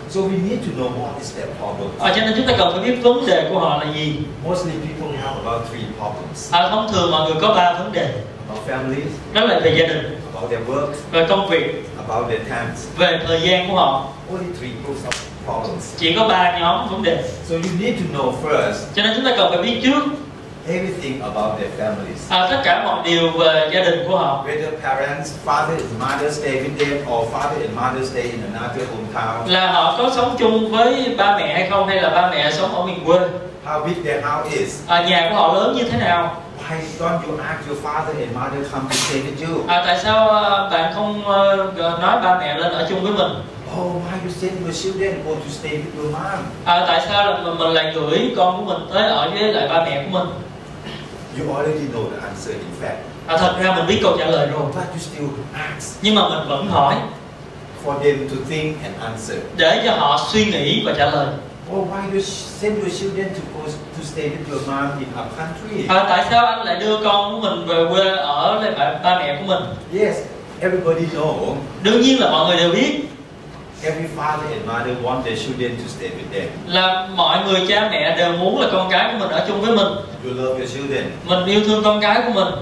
Speaker 2: So we need to know what is their problem.
Speaker 3: à, cho nên chúng ta cần phải biết vấn đề của họ là gì
Speaker 2: Mostly people have about three problems.
Speaker 3: à, thông thường mọi người có ba vấn đề
Speaker 2: About families,
Speaker 3: đó là về gia đình
Speaker 2: about their work,
Speaker 3: về công việc
Speaker 2: about their times.
Speaker 3: về thời gian của họ
Speaker 2: Only three groups of problems.
Speaker 3: chỉ có ba nhóm vấn đề
Speaker 2: So you need to know first
Speaker 3: cho nên chúng ta cần phải biết trước
Speaker 2: everything about their families.
Speaker 3: à, tất cả mọi điều về gia đình của họ
Speaker 2: Whether parents, father and mother stay with them or father and mother stay in another hometown.
Speaker 3: là họ có sống chung với ba mẹ hay không hay là ba mẹ sống ở miền quê
Speaker 2: How big their house is.
Speaker 3: à, nhà của họ lớn như thế nào
Speaker 2: Why don't you ask your father and mother come to stay with you?
Speaker 3: à, tại sao à, bạn không à, nói ba mẹ lên ở chung với mình
Speaker 2: Oh, why you send your children go to stay with your mom?
Speaker 3: À, tại sao là mình, mình lại gửi con của mình tới ở với lại ba mẹ của mình?
Speaker 2: You already know the answer in fact.
Speaker 3: À, thật ra mình biết câu trả lời rồi,
Speaker 2: But you still ask
Speaker 3: nhưng mà mình vẫn hỏi
Speaker 2: for them to think and answer.
Speaker 3: để cho họ suy nghĩ và trả lời.
Speaker 2: Or why you send your children to go to stay with your mom in our country?
Speaker 3: À, tại sao anh lại đưa con của mình về quê ở lại ba, ba mẹ của mình?
Speaker 2: Yes, everybody know.
Speaker 3: Đương nhiên là mọi người đều biết
Speaker 2: Every father and mother want their children to stay with them.
Speaker 3: là mọi người cha mẹ đều muốn là con cái của mình ở chung với mình.
Speaker 2: You love your children.
Speaker 3: Mình yêu thương con cái của mình,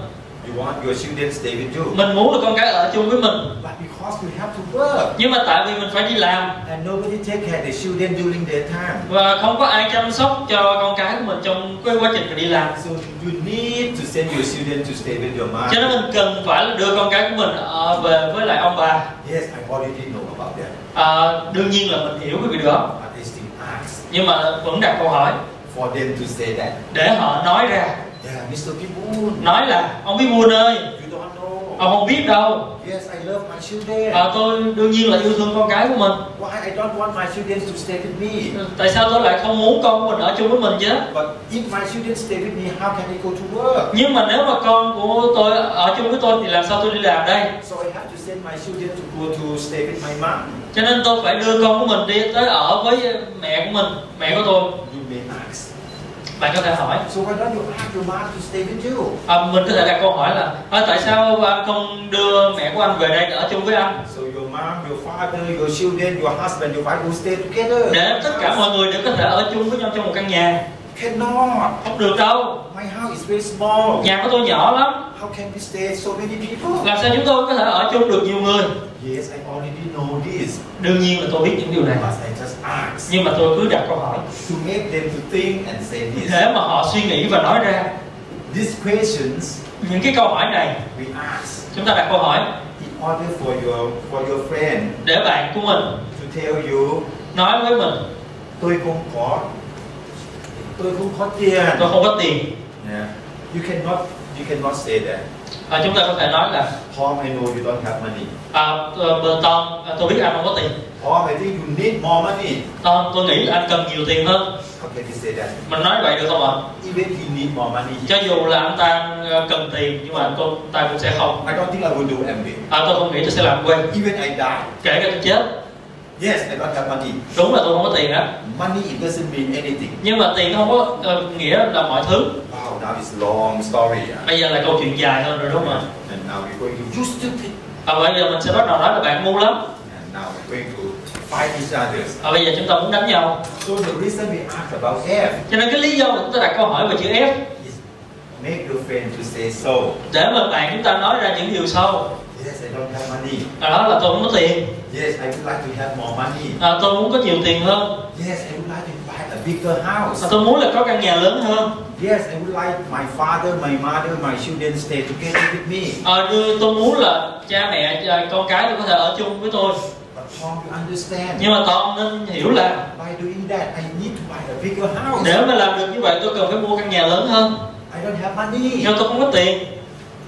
Speaker 2: You want your children to stay with you.
Speaker 3: mình muốn là con cái ở chung với mình.
Speaker 2: But because you have to work
Speaker 3: Nhưng mà tại vì mình phải đi làm
Speaker 2: and nobody take care of the children during their time.
Speaker 3: và không có ai chăm sóc cho con cái của mình trong cái quá trình mà đi làm.
Speaker 2: So you need to send your children to stay with your mom.
Speaker 3: cho nên mình cần phải là đưa con cái của mình ờ, về với lại ông bà
Speaker 2: Yes, I already know about that.
Speaker 3: Ờ, đương nhiên là mình hiểu cái việc đó
Speaker 2: But I still ask
Speaker 3: nhưng mà vẫn đặt câu hỏi
Speaker 2: for them to say that.
Speaker 3: để họ nói ra
Speaker 2: Yeah, Mr. Kipun,
Speaker 3: nói là ông biết buôn ơi
Speaker 2: you don't know.
Speaker 3: ông không biết đâu
Speaker 2: Yes, I love my children.
Speaker 3: Ờ, tôi đương nhiên là yêu thương con cái của mình
Speaker 2: Why I don't want my children to stay with me?
Speaker 3: tại sao tôi lại không muốn con của mình ở chung với mình chứ
Speaker 2: But if my children stay with me, how can they go to work?
Speaker 3: nhưng mà nếu mà con của tôi ở chung với tôi thì làm sao tôi đi làm đây
Speaker 2: So I have to send my children to go to stay with my mom.
Speaker 3: cho nên tôi phải đưa con của mình đi tới ở với mẹ của mình mẹ của tôi
Speaker 2: You may ask.
Speaker 3: bạn có thể hỏi
Speaker 2: So why don't you ask your mom to stay with you?
Speaker 3: À, mình có thể đặt câu hỏi là "Ờ, tại sao anh không đưa mẹ của anh về đây để ở chung với anh
Speaker 2: So your mom mom, your father, your children, your husband, your wife will stay together.
Speaker 3: để tất cả mọi người đều có thể ở chung với nhau trong một căn nhà
Speaker 2: Cannot.
Speaker 3: không được đâu
Speaker 2: My house is very small.
Speaker 3: nhà của tôi nhỏ lắm
Speaker 2: How can we stay so many people?
Speaker 3: làm sao chúng tôi có thể ở chung được nhiều người
Speaker 2: Yes, I already know this,
Speaker 3: đương nhiên là tôi biết những điều này
Speaker 2: but I just ask
Speaker 3: nhưng mà tôi cứ đặt câu hỏi
Speaker 2: to make them to think and say this.
Speaker 3: để mà họ suy nghĩ và nói ra
Speaker 2: These questions
Speaker 3: những cái câu hỏi này
Speaker 2: we ask
Speaker 3: chúng ta đặt câu hỏi
Speaker 2: in order for your for your friend
Speaker 3: để bạn của mình
Speaker 2: to tell you
Speaker 3: nói với mình
Speaker 2: tôi không có tôi không có tiền.
Speaker 3: tôi không có tiền
Speaker 2: Yeah. You cannot you cannot say that.
Speaker 3: và chúng ta có thể nói là
Speaker 2: Paul, I know you don't have money.
Speaker 3: à, bờ Tom à, tôi biết anh không có tiền
Speaker 2: Paul, I think you need more money.
Speaker 3: Tom tôi nghĩ là anh cần nhiều tiền hơn
Speaker 2: How can you say that?
Speaker 3: mình nói vậy được không ạ
Speaker 2: Even he need more money. he-
Speaker 3: cho dù là anh ta ờ, cần tiền nhưng mà anh tôi ta cũng sẽ không
Speaker 2: I don't think I will do MBA.
Speaker 3: à, tôi không nghĩ tôi sẽ làm quen
Speaker 2: Even I die.
Speaker 3: kể cả tôi chết
Speaker 2: Yes, I don't have money.
Speaker 3: đúng là tôi không có tiền á
Speaker 2: Money it doesn't mean anything.
Speaker 3: nhưng mà tiền không có ờ, nghĩa là mọi thứ
Speaker 2: Wow, now it's long story. ah.
Speaker 3: bây giờ là câu chuyện dài hơn rồi đúng không ạ
Speaker 2: And now we're going to use stupid.
Speaker 3: à, bây giờ mình sẽ bắt đầu nói là bạn ngu lắm
Speaker 2: And now we're going to fight each other.
Speaker 3: à, bây giờ chúng ta muốn đánh nhau
Speaker 2: So the reason we ask about F
Speaker 3: cho nên cái lý do mà chúng ta đặt câu hỏi về chữ F
Speaker 2: is make your friend to say so.
Speaker 3: để mà bạn chúng ta nói ra những điều sau
Speaker 2: Yes, I don't have money.
Speaker 3: à, đó là tôi không có tiền
Speaker 2: Yes, I would like to have more money.
Speaker 3: à, tôi muốn có nhiều tiền hơn
Speaker 2: Yes, I would like to buy a bigger house.
Speaker 3: à, tôi muốn là có căn nhà lớn hơn
Speaker 2: Yes, I would like my father, my mother, my children stay together with me.
Speaker 3: à, đưa- tôi muốn là cha mẹ cha- con cái tôi có thể ở chung với tôi
Speaker 2: But Tom, you understand.
Speaker 3: nhưng mà Tom nên hiểu là
Speaker 2: By doing that, I need to buy a bigger house.
Speaker 3: Để mà làm được như vậy tôi cần phải mua căn nhà lớn hơn
Speaker 2: I don't have money.
Speaker 3: Do tôi không có tiền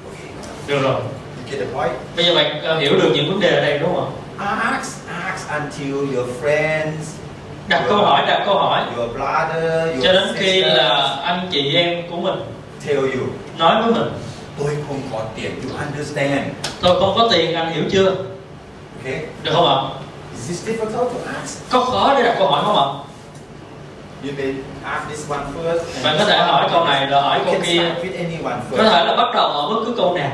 Speaker 2: Okay,
Speaker 3: Được rồi
Speaker 2: you get the point.
Speaker 3: Bây giờ bạn ờ, hiểu được những vấn đề ở đây đúng không
Speaker 2: Ask, ask until your friends,
Speaker 3: ạ? Đặt câu hỏi, đặt câu hỏi
Speaker 2: your brother, your
Speaker 3: Cho đến khi
Speaker 2: sister
Speaker 3: là anh chị em của mình
Speaker 2: tell you,
Speaker 3: nói với mình
Speaker 2: tôi không có tiền. You understand?
Speaker 3: Tôi không có tiền anh hiểu chưa
Speaker 2: Okay.
Speaker 3: Được không ạ
Speaker 2: Is this difficult to ask?
Speaker 3: Có khó để đặt câu hỏi không ạ
Speaker 2: You may ask this one first. and
Speaker 3: Bạn có thể
Speaker 2: this one
Speaker 3: hỏi câu này rồi hỏi
Speaker 2: You
Speaker 3: câu
Speaker 2: can
Speaker 3: kia.
Speaker 2: start with anyone
Speaker 3: Có
Speaker 2: first.
Speaker 3: thể là bắt đầu ở bất cứ câu nào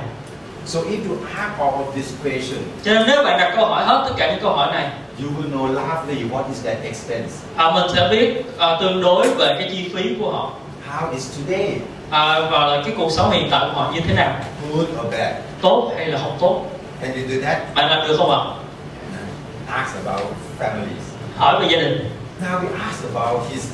Speaker 2: So if you ask all of this question,
Speaker 3: Cho nên nếu bạn đặt câu hỏi hết tất cả những câu hỏi này
Speaker 2: you will know roughly what is that expense.
Speaker 3: à, Mình sẽ biết ờ, tương đối về cái chi phí của họ
Speaker 2: How is today?
Speaker 3: à, Và là cái cuộc sống hiện tại của họ như thế nào
Speaker 2: Good or bad?
Speaker 3: Tốt hay là không tốt
Speaker 2: Can you do that?
Speaker 3: Bạn làm được không ạ
Speaker 2: Ask about families.
Speaker 3: Hỏi về gia đình
Speaker 2: Now we ask about his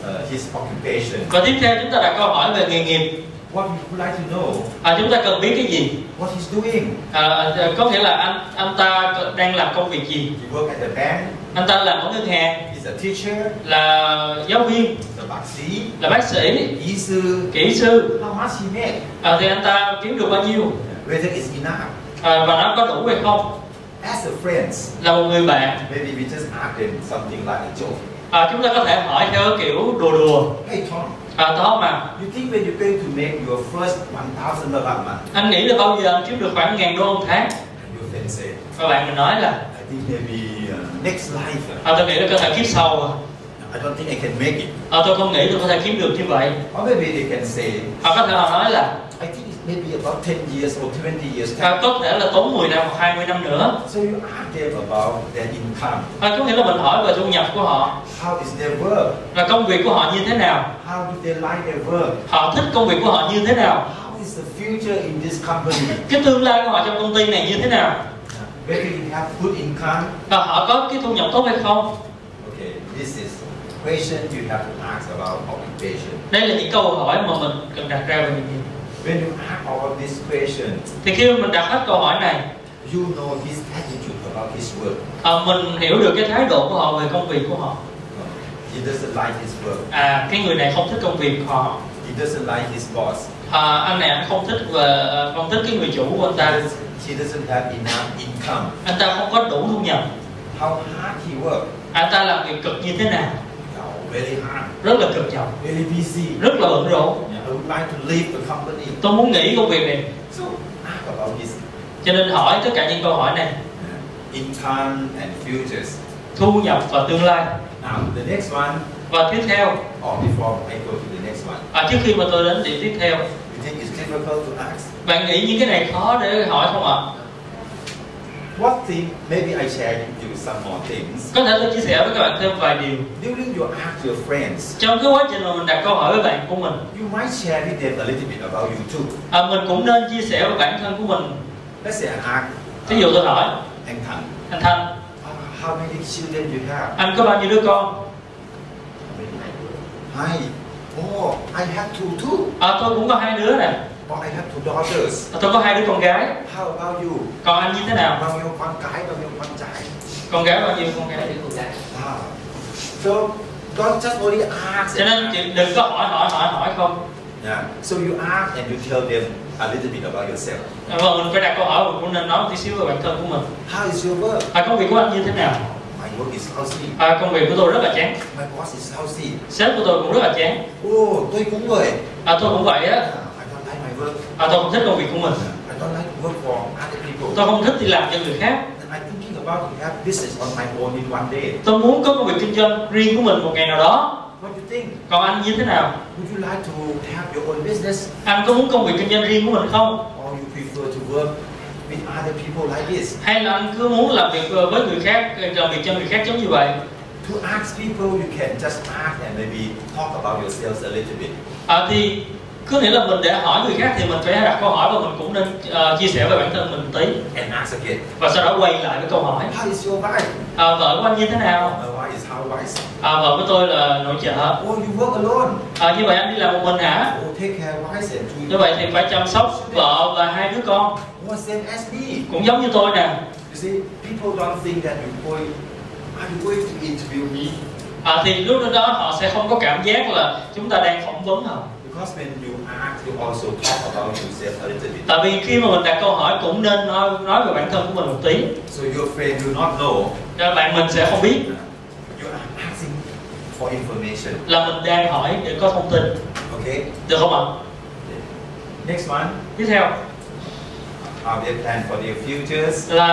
Speaker 2: uh, his occupation.
Speaker 3: Và tiếp theo chúng ta đặt câu hỏi về nghề nghiệp
Speaker 2: What we would like to know,
Speaker 3: à, Chúng ta cần biết cái gì
Speaker 2: what he's doing.
Speaker 3: à, à, Có nghĩa là anh anh ta co- đang làm công việc gì
Speaker 2: He work at the bank.
Speaker 3: Anh ta làm ở ngân hàng
Speaker 2: He's a teacher.
Speaker 3: Là giáo viên
Speaker 2: The vaccine.
Speaker 3: Là bác sĩ
Speaker 2: He's
Speaker 3: Kỹ sư
Speaker 2: how much he make.
Speaker 3: à, Thì anh ta kiếm được bao nhiêu
Speaker 2: Whether it's enough.
Speaker 3: à, Và nó có đủ hay không
Speaker 2: As a friends,
Speaker 3: Là một người bạn
Speaker 2: maybe we just ask them something like a joke.
Speaker 3: à, Chúng ta có thể hỏi theo kiểu đùa đùa
Speaker 2: Hey Tom,
Speaker 3: à, Đó mà
Speaker 2: you think when you're going to make your first one thousand dollar a month?
Speaker 3: anh nghĩ là bao giờ anh kiếm được khoảng ngàn đô một tháng
Speaker 2: And your friend say,
Speaker 3: Và bạn mình nói là
Speaker 2: I think maybe uh, next life. uh,
Speaker 3: à, Tôi nghĩ là có thể kiếp sau à.
Speaker 2: I don't think I can make it.
Speaker 3: à, Tôi không nghĩ tôi có thể kiếm được như vậy
Speaker 2: Or maybe they can say,
Speaker 3: Họ có thể họ nói là
Speaker 2: I think it's maybe about 10 years or 20 years
Speaker 3: À,
Speaker 2: time.
Speaker 3: có thể là tốn 10 năm hoặc 20 năm nữa
Speaker 2: So you ask them about their income.
Speaker 3: à, có nghĩa là mình hỏi về thu nhập của họ
Speaker 2: How is their work?
Speaker 3: là công việc của họ như thế nào
Speaker 2: How do they like their work?
Speaker 3: họ thích công việc của họ như thế nào
Speaker 2: How is the future in this company?
Speaker 3: cái tương lai của họ trong công ty này như thế nào
Speaker 2: Whether you have good income?
Speaker 3: và họ có cái thu nhập tốt hay không
Speaker 2: Okay, this is question you have to ask about occupation.
Speaker 3: đây là những câu hỏi mà mình cần đặt ra về nghề nghiệp
Speaker 2: When you ask all of these questions,
Speaker 3: thì khi mình đặt hết câu hỏi này
Speaker 2: you know his attitude about his work.
Speaker 3: à, mình hiểu được cái thái độ của họ về công việc của họ
Speaker 2: He doesn't like his work.
Speaker 3: à cái người này không thích công việc của họ
Speaker 2: He doesn't like his boss.
Speaker 3: à, anh này anh không thích và à, không thích cái người chủ của anh
Speaker 2: He
Speaker 3: ta
Speaker 2: doesn't- He doesn't have enough income.
Speaker 3: anh ta không có đủ thu nhập
Speaker 2: How hard he work?
Speaker 3: anh ta làm việc cực như thế nào
Speaker 2: No, very hard.
Speaker 3: rất là cực nhọc
Speaker 2: Very busy.
Speaker 3: rất là bận rộn
Speaker 2: I would like to leave the company.
Speaker 3: tôi muốn nghỉ công việc này
Speaker 2: So ask about his uh,
Speaker 3: cho nên hỏi tất cả những câu hỏi này
Speaker 2: income and futures.
Speaker 3: thu nhập và tương lai
Speaker 2: Now the next one,
Speaker 3: và tiếp theo
Speaker 2: or before I go to the next one,
Speaker 3: à, trước khi mà tôi đến điểm tiếp theo
Speaker 2: you think it's difficult to ask?
Speaker 3: bạn nghĩ những cái này khó để hỏi không ạ
Speaker 2: What thing? Maybe I share with you some more things.
Speaker 3: có thể tôi chia sẻ với các bạn thêm vài điều
Speaker 2: During your ask your friends,
Speaker 3: trong cái quá trình mà mình đặt câu hỏi với bạn của mình
Speaker 2: you might share with them a little bit about you too.
Speaker 3: à, mình cũng nên chia sẻ với bản thân của mình
Speaker 2: Let's say I ask.
Speaker 3: thí dụ tôi hỏi
Speaker 2: anh Thành,
Speaker 3: anh Thanh
Speaker 2: uh, how many children you have?
Speaker 3: anh có bao nhiêu đứa con
Speaker 2: Hi. Oh, I have two too.
Speaker 3: à, tôi cũng có hai đứa nè
Speaker 2: Or I have two daughters.
Speaker 3: à, tôi có hai đứa con gái
Speaker 2: How about you?
Speaker 3: còn anh như thế nào
Speaker 2: Bao nhiêu con cái, bao nhiêu con trai?
Speaker 3: con gái bao nhiêu con gái
Speaker 2: Ah. So don't just only ask.
Speaker 3: cho nên chị đừng có hỏi hỏi hỏi hỏi không
Speaker 2: Yeah. So you ask and you tell them a little bit about yourself.
Speaker 3: à, và mình phải đặt câu hỏi mình cũng nên nói một tí xíu về bản thân của mình
Speaker 2: How is your work?
Speaker 3: à, công việc của anh như thế nào
Speaker 2: My work is lousy.
Speaker 3: à, công việc của tôi rất là chán
Speaker 2: My boss is lousy.
Speaker 3: sếp của tôi cũng rất là chán
Speaker 2: Oh, tôi cũng vậy.
Speaker 3: à, tôi cũng vậy á
Speaker 2: Ah, I don't like my work.
Speaker 3: à, tôi không thích công việc của mình
Speaker 2: I don't like to work for other people.
Speaker 3: tôi không thích đi làm cho người khác
Speaker 2: And I'm thinking about to have business on my own in one day.
Speaker 3: tôi muốn có công việc kinh doanh riêng của mình một ngày nào đó
Speaker 2: What do you think?
Speaker 3: còn anh như thế nào
Speaker 2: Would you like to have your own business
Speaker 3: anh có muốn công việc kinh doanh riêng của mình không
Speaker 2: or you prefer to work with other people like this?
Speaker 3: hay là anh cứ muốn làm việc ờ, với người khác ờ, làm việc cho người khác giống như vậy
Speaker 2: To ask people, you can just ask and maybe talk about yourselves a little bit.
Speaker 3: à, thì có nghĩa là mình để hỏi người khác thì mình phải đặt câu hỏi và mình cũng nên ờ, chia sẻ về bản thân mình tí
Speaker 2: And ask again,
Speaker 3: và sau đó quay lại với câu hỏi
Speaker 2: how is your wife?
Speaker 3: à, vợ của anh như thế nào
Speaker 2: My wife is how wise.
Speaker 3: à, vợ của tôi là nội trợ
Speaker 2: Oh, you work alone.
Speaker 3: à, như vậy anh đi làm một mình hả
Speaker 2: Oh, take care wife and
Speaker 3: như
Speaker 2: two.
Speaker 3: vậy thì phải chăm sóc vợ và hai đứa con
Speaker 2: Oh, same as me.
Speaker 3: cũng giống như tôi nè
Speaker 2: You see, people don't think that you're going, are you going to interview me?
Speaker 3: à, thì lúc đó họ sẽ không có cảm giác là chúng ta đang phỏng vấn họ
Speaker 2: Because when you ask, you also talk about yourself a little bit.
Speaker 3: tại vì khi mà mình đặt câu hỏi cũng nên nói, nói về bản thân của mình một tí
Speaker 2: So your friend do not know.
Speaker 3: Cho bạn mình sẽ không biết
Speaker 2: You are asking for information.
Speaker 3: là mình đang hỏi để có thông tin
Speaker 2: Okay.
Speaker 3: được không ạ
Speaker 2: Next one,
Speaker 3: tiếp theo
Speaker 2: are they plan for their futures?
Speaker 3: là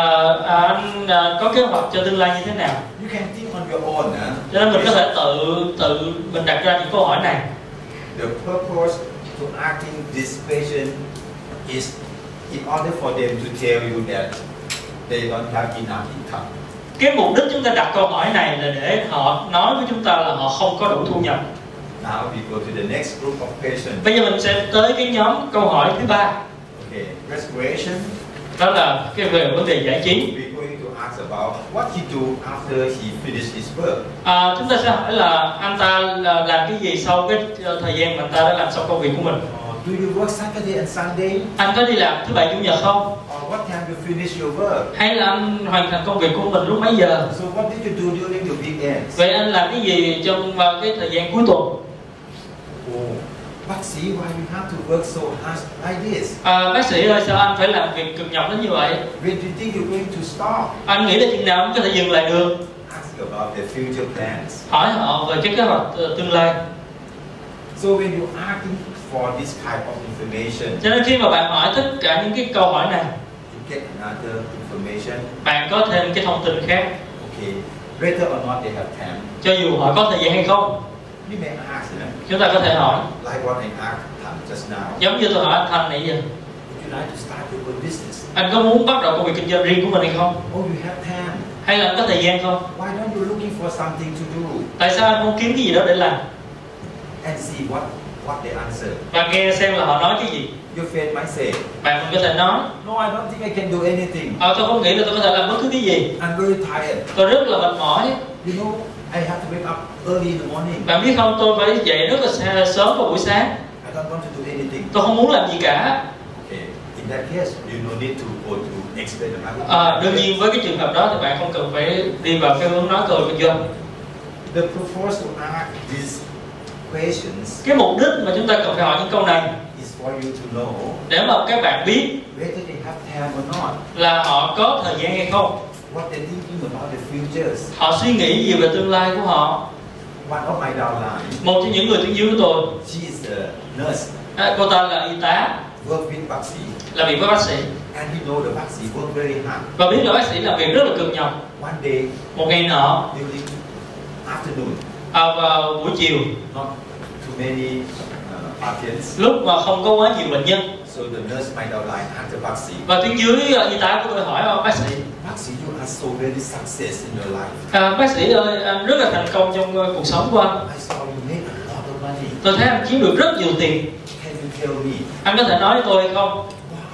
Speaker 3: à, anh à, có kế hoạch cho tương lai như thế nào
Speaker 2: You can think on your own. Huh?
Speaker 3: cho nên mình có thể tự tự mình đặt ra những câu hỏi này
Speaker 2: The purpose to asking this question is in order for them to tell you that they don't have enough income.
Speaker 3: cái mục đích chúng ta đặt câu hỏi này là để họ nói với chúng ta là họ không có đủ thu nhập
Speaker 2: Now we go to the next group of questions.
Speaker 3: bây giờ mình sẽ tới cái nhóm câu hỏi thứ ba
Speaker 2: Okay, recreation.
Speaker 3: đó là cái về vấn đề giải trí
Speaker 2: We're going to ask about what he do after he finished his work.
Speaker 3: À, chúng ta sẽ hỏi là anh ta là làm cái gì sau cái ờ, thời gian mà anh ta đã làm xong công việc của mình
Speaker 2: Or Uh, do you work Saturday and Sunday?
Speaker 3: anh có đi làm thứ bảy chủ nhật không
Speaker 2: Or what time you finish your work?
Speaker 3: hay là anh hoàn thành công việc của mình lúc mấy giờ
Speaker 2: So what did you do during the weekends?
Speaker 3: vậy anh làm cái gì trong ờ, cái thời gian cuối tuần
Speaker 2: Oh, but see why you have to work so hard like this?
Speaker 3: à, bác sĩ ơi sao anh phải làm việc cực nhọc đến như vậy
Speaker 2: When do you think you're going to stop?
Speaker 3: anh nghĩ đến chừng nào anh có thể dừng lại được
Speaker 2: Ask about their future plans.
Speaker 3: hỏi họ về cái kế hoạch ờ, tương lai
Speaker 2: So when you ask them for this type of information,
Speaker 3: cho nên khi mà bạn hỏi tất cả những cái câu hỏi này
Speaker 2: you get another information.
Speaker 3: bạn có thêm cái thông tin khác
Speaker 2: Okay, whether or not they have time,
Speaker 3: cho dù họ có thời gian hay không
Speaker 2: you may ask them.
Speaker 3: chúng ta có thể hỏi
Speaker 2: Like what I asked Tam just now.
Speaker 3: giống như tôi hỏi anh thanh nãy giờ
Speaker 2: Would you like to start your own business?
Speaker 3: anh có muốn bắt đầu công việc kinh doanh riêng của mình hay không
Speaker 2: Oh, you have time.
Speaker 3: hay là anh có thời gian không
Speaker 2: Why don't you looking for something to do
Speaker 3: tại sao anh không kiếm cái gì đó để làm
Speaker 2: and see what what they answer?
Speaker 3: và nghe xem là họ nói cái gì
Speaker 2: Your friend might say,
Speaker 3: bạn mình có thể nói
Speaker 2: No, I don't think I can do anything.
Speaker 3: ờ tôi không nghĩ là tôi có thể làm bất cứ cái gì
Speaker 2: I'm very tired.
Speaker 3: tôi rất là mệt mỏi
Speaker 2: You know, I have to wake up early in the morning.
Speaker 3: bạn biết không tôi phải dậy rất là xa- sớm vào buổi sáng
Speaker 2: I don't want to do anything.
Speaker 3: tôi không muốn làm gì cả
Speaker 2: Okay. In that case, you no need to go to experiment.
Speaker 3: à, đương nhiên với cái trường hợp đó thì bạn không cần phải đi vào cái hướng nói cười kinh doanh
Speaker 2: The purpose to ask these questions
Speaker 3: cái mục đích mà chúng ta cần phải hỏi những câu này
Speaker 2: is for you to know
Speaker 3: để mà các bạn biết
Speaker 2: whether they have time or not,
Speaker 3: là họ có thời gian hay không
Speaker 2: what they're thinking about the futures.
Speaker 3: họ suy nghĩ gì về tương lai của họ
Speaker 2: One of my downline,
Speaker 3: một trong những người tuyển dưới của tôi
Speaker 2: she is a nurse,
Speaker 3: À, cô ta là y tá
Speaker 2: work with Baxi,
Speaker 3: làm việc với bác sĩ
Speaker 2: and he know the Baxi work very hard.
Speaker 3: và biết là bác sĩ làm việc rất là cực nhọc
Speaker 2: One day
Speaker 3: một ngày nọ
Speaker 2: during afternoon,
Speaker 3: à, vào buổi chiều
Speaker 2: not too many uh, patients.
Speaker 3: lúc mà không có quá nhiều bệnh nhân
Speaker 2: So the nurse might outline asked the Baxi,
Speaker 3: và tuyến dưới à, y tá của tôi hỏi à, bác sĩ
Speaker 2: Actually, you are so very success in your life.
Speaker 3: à, bác sĩ ơi anh rất là thành công trong ờ, cuộc sống của anh
Speaker 2: I saw you make a lot of money.
Speaker 3: tôi thấy anh kiếm được rất nhiều tiền
Speaker 2: Can you tell me
Speaker 3: anh có thể nói với tôi hay không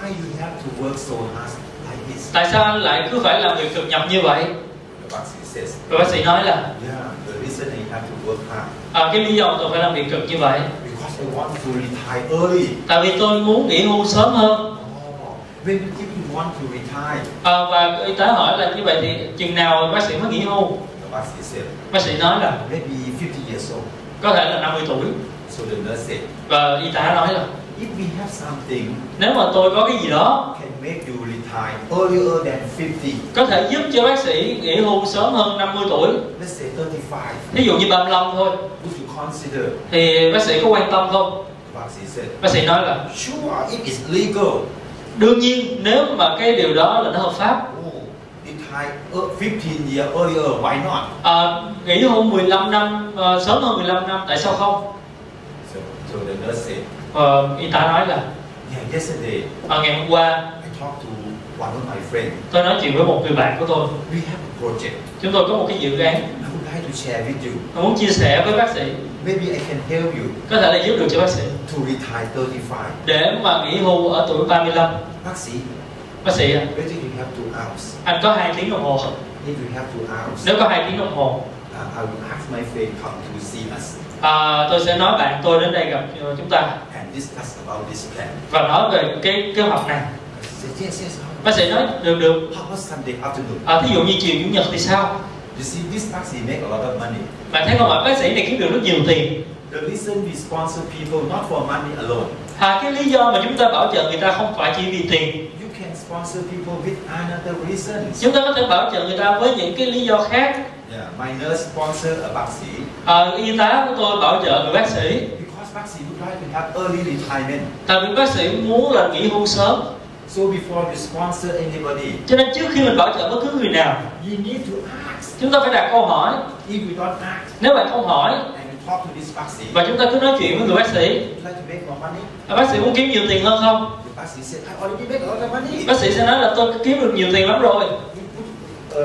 Speaker 2: why you have to work so hard like this?
Speaker 3: tại sao anh lại cứ phải làm việc cực nhọc như vậy
Speaker 2: The vaccine says,
Speaker 3: rồi bác sĩ nói là
Speaker 2: yeah, the reason I have to work hard
Speaker 3: à, cái lý do tôi phải làm việc cực như vậy
Speaker 2: because I want to retire early.
Speaker 3: tại vì tôi muốn nghỉ hưu sớm hơn
Speaker 2: Oh, when do you want to retire?
Speaker 3: à, và y tế hỏi là như vậy thì chừng nào bác sĩ mới nghỉ hưu
Speaker 2: The vaccine said,
Speaker 3: bác sĩ nói là
Speaker 2: maybe 50 years old.
Speaker 3: có thể là 50 tuổi
Speaker 2: So the nurse said,
Speaker 3: và y tá nói là
Speaker 2: if we have something
Speaker 3: nếu mà tôi có cái gì đó
Speaker 2: can make you retire earlier than 50,
Speaker 3: có thể giúp cho bác sĩ nghỉ hưu sớm hơn 50 tuổi
Speaker 2: let's say 35,
Speaker 3: ví dụ như 35 thôi
Speaker 2: would you consider?
Speaker 3: thì bác sĩ có quan tâm không
Speaker 2: The vaccine said,
Speaker 3: bác sĩ nói là
Speaker 2: sure, if it's legal,
Speaker 3: đương nhiên nếu mà cái điều đó là nó hợp pháp
Speaker 2: oh, retire ear- 15 year earlier, why not?
Speaker 3: à, nghỉ hôn 15 năm ờ, sớm hơn 15 năm tại sao không
Speaker 2: So, so the nurse said,
Speaker 3: Ờ, y tá nói là
Speaker 2: yeah, yesterday
Speaker 3: "Ờ, ngày hôm qua
Speaker 2: I talked to one of my friends.
Speaker 3: tôi nói chuyện với một người bạn của tôi
Speaker 2: We have a project.
Speaker 3: chúng tôi có một cái dự án
Speaker 2: I would like to share with you.
Speaker 3: tôi muốn chia sẻ với bác sĩ
Speaker 2: Maybe I can help you
Speaker 3: có thể là giúp được cho bác sĩ
Speaker 2: to retire 35.
Speaker 3: để mà nghỉ hưu ở tuổi 35
Speaker 2: Bác sĩ,
Speaker 3: bác sĩ ạ,
Speaker 2: whether you have two hours,
Speaker 3: anh có hai tiếng đồng hồ
Speaker 2: if you have two hours,
Speaker 3: nếu có hai tiếng đồng hồ
Speaker 2: uh, I will ask my friend come to see us
Speaker 3: à, tôi sẽ nói bạn tôi đến đây gặp ờ, chúng ta
Speaker 2: and discuss about this plan.
Speaker 3: và nói về cái kế hoạch này
Speaker 2: I said, yes, yes.
Speaker 3: bác sĩ nói được được
Speaker 2: How about Sunday afternoon?
Speaker 3: à, thí dụ như chiều chủ nhật thì sao
Speaker 2: You see, this taxi make a lot of money.
Speaker 3: bạn thấy không ạ bác sĩ này kiếm được rất nhiều tiền
Speaker 2: The reason we sponsor people not for money alone.
Speaker 3: à, cái lý do mà chúng ta bảo trợ người ta không phải chỉ vì tiền
Speaker 2: You can sponsor people with another reasons.
Speaker 3: chúng ta có thể bảo trợ người ta với những cái lý do khác
Speaker 2: Yeah, my nurse sponsor a taxi
Speaker 3: à, y tá của tôi bảo trợ người bác sĩ
Speaker 2: because taxi would like to have early retirement.
Speaker 3: tại vì bác sĩ muốn là nghỉ hưu sớm
Speaker 2: So before you sponsor anybody,
Speaker 3: cho nên trước khi mình bảo trợ bất cứ người nào
Speaker 2: you need to ask.
Speaker 3: chúng ta phải đặt câu hỏi
Speaker 2: If you don't ask
Speaker 3: nếu bạn không hỏi
Speaker 2: and you talk to this taxi,
Speaker 3: và chúng ta cứ nói chuyện với người bác sĩ
Speaker 2: would like to make more money.
Speaker 3: "À, bác sĩ muốn kiếm nhiều tiền hơn không
Speaker 2: The taxi said, I already make a lot of money.
Speaker 3: bác sĩ sẽ nói là tôi kiếm được nhiều tiền lắm rồi
Speaker 2: Uh,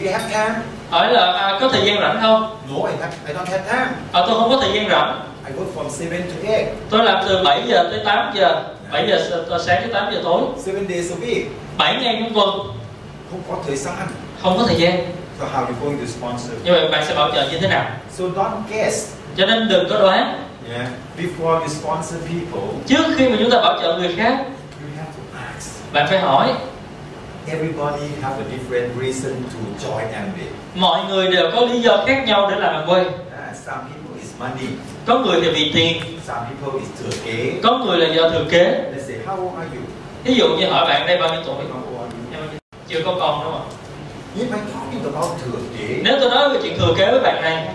Speaker 2: do you have time?
Speaker 3: hỏi là à, có thời gian rảnh không
Speaker 2: No, I, have, I don't have time.
Speaker 3: à, tôi không có thời gian rảnh
Speaker 2: I work from 7 to 8,
Speaker 3: tôi làm từ 7 giờ tới 8 giờ 7 giờ s- ờ, sáng tới 8 giờ tối
Speaker 2: 7 days a week.
Speaker 3: 7 ngày trong tuần
Speaker 2: Không có thời gian.
Speaker 3: không có thời gian
Speaker 2: So how you going to sponsor?
Speaker 3: như vậy bạn sẽ bảo trợ như thế nào
Speaker 2: So don't guess.
Speaker 3: cho nên đừng có đoán
Speaker 2: Yeah. Before you sponsor people,
Speaker 3: trước khi mà chúng ta bảo trợ người khác
Speaker 2: you have to ask.
Speaker 3: bạn phải hỏi
Speaker 2: Everybody have a different reason to join Amway.
Speaker 3: mọi người đều có lý do khác nhau để làm quê
Speaker 2: Yeah, Ah, some people is money.
Speaker 3: có người thì vì tiền
Speaker 2: Some people is thừa kế.
Speaker 3: có người là do thừa kế
Speaker 2: Let's say, how old are you?
Speaker 3: ví dụ như hỏi bạn đây bao nhiêu tuổi
Speaker 2: How old are you?
Speaker 3: Em chưa có con đúng không
Speaker 2: If I talking about thừa kế,
Speaker 3: nếu tôi nói về chuyện thừa kế với bạn này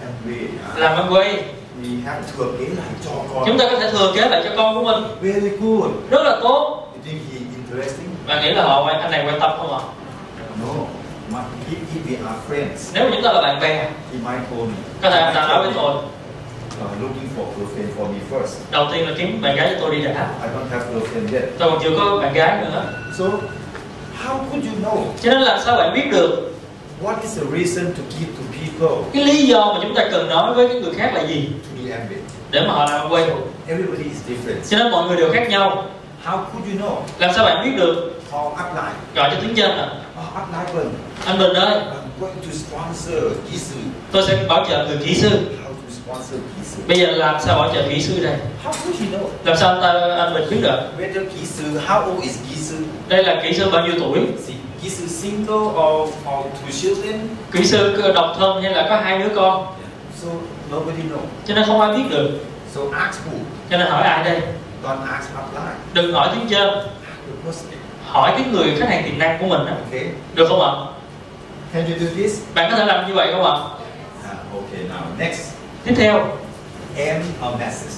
Speaker 2: làm Amway, à,
Speaker 3: làm ăn quê
Speaker 2: we have thừa kế lại cho con.
Speaker 3: chúng ta có thể thừa kế lại cho con của mình
Speaker 2: Very good.
Speaker 3: rất là tốt
Speaker 2: You think he interesting?
Speaker 3: bạn nghĩ là họ quan- anh này quan tâm không ạ
Speaker 2: No. But if, if we are friends,
Speaker 3: nếu mà chúng ta là bạn bè
Speaker 2: he might call me.
Speaker 3: có thể anh ta nói với tôi
Speaker 2: Uh, looking for girlfriend for me first.
Speaker 3: đầu tiên là kiếm bạn gái cho tôi đi đã
Speaker 2: I don't have girlfriend yet.
Speaker 3: tôi còn chưa có bạn gái nữa
Speaker 2: So, how could you know
Speaker 3: cho nên làm sao bạn biết được
Speaker 2: what is the reason to give to people
Speaker 3: cái lý do mà chúng ta cần nói với cái người khác là gì
Speaker 2: to be ambit?
Speaker 3: để mà họ làm ăn quê
Speaker 2: Everybody is different.
Speaker 3: cho nên mọi người đều khác nhau
Speaker 2: How could you know?
Speaker 3: làm sao bạn biết được
Speaker 2: Call upline.
Speaker 3: gọi cho tiếng dân à
Speaker 2: Oh, upline, Bern,
Speaker 3: anh bình ơi
Speaker 2: I'm going to sponsor Gisu.
Speaker 3: tôi sẽ bảo trợ người kỹ sư
Speaker 2: How to sponsor Gisu?
Speaker 3: bây giờ làm sao bảo trợ kỹ sư đây
Speaker 2: How could you know?
Speaker 3: làm sao anh ta anh bình biết được
Speaker 2: Whether Gisu, how old is Gisu?
Speaker 3: đây là kỹ sư bao nhiêu tuổi
Speaker 2: Is he- Gisu single or, or two children?
Speaker 3: kỹ sư độc thân hay là có hai đứa con
Speaker 2: So, nobody know.
Speaker 3: cho nên không ai biết được
Speaker 2: So, ask who?
Speaker 3: cho nên hỏi ai đây
Speaker 2: Don't ask upline.
Speaker 3: đừng hỏi tiếng trên
Speaker 2: Ask the prospect.
Speaker 3: hỏi cái người khách hàng tiềm năng của mình á
Speaker 2: Okay?
Speaker 3: được không ạ
Speaker 2: Can you do this?
Speaker 3: bạn có thể làm như vậy không ạ
Speaker 2: Ah, okay, now next
Speaker 3: tiếp theo
Speaker 2: M a message.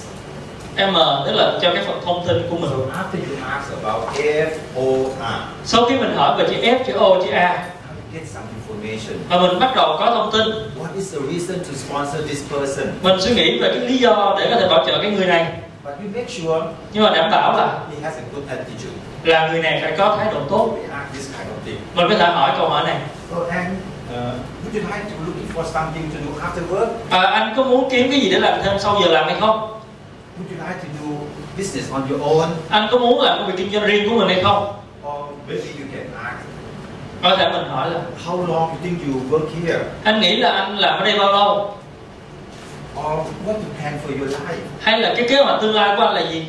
Speaker 3: em tức là cho cái phần thông tin của mình
Speaker 2: So after you ask about F O R,
Speaker 3: sau khi mình hỏi về chữ F chữ O chữ A
Speaker 2: now you get some information.
Speaker 3: và mình bắt đầu có thông tin
Speaker 2: What is the reason to sponsor this person?
Speaker 3: mình suy nghĩ về cái lý do để có thể bảo trợ cái người này
Speaker 2: But you make sure
Speaker 3: nhưng mà đảm bảo là
Speaker 2: he has a good attitude.
Speaker 3: là người này phải có thái độ tốt
Speaker 2: We ask this kind of thing.
Speaker 3: mình có thể hỏi câu hỏi này
Speaker 2: So, and uh, would you like to looking for something to do after work?
Speaker 3: "Ờ, anh có muốn kiếm cái gì để làm thêm sau giờ làm hay không
Speaker 2: Would you like to do business on your own?
Speaker 3: anh có muốn làm công việc kinh doanh riêng của mình hay không
Speaker 2: Or maybe you can ask,
Speaker 3: có thể mình hỏi là
Speaker 2: how long you think you work here?
Speaker 3: anh nghĩ là anh làm ở đây bao lâu
Speaker 2: Or what you plan for your life?
Speaker 3: hay là cái kế hoạch tương lai của anh là gì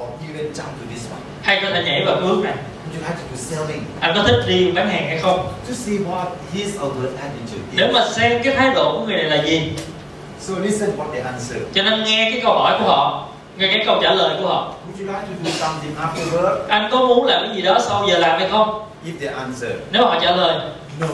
Speaker 2: Or even jump to this one.
Speaker 3: hay có thể nhảy vào cái bước này
Speaker 2: Would you like to do selling?
Speaker 3: anh có thích đi bán hàng hay không
Speaker 2: To see what his or her attitude is.
Speaker 3: để mà xem cái thái độ của người này là gì
Speaker 2: So listen what they answer.
Speaker 3: cho nên nghe cái câu hỏi của họ nghe cái câu trả lời của họ
Speaker 2: Would you like to do something after work?
Speaker 3: anh có muốn làm cái gì đó sau giờ làm hay không
Speaker 2: If they answer,
Speaker 3: nếu họ trả lời
Speaker 2: no,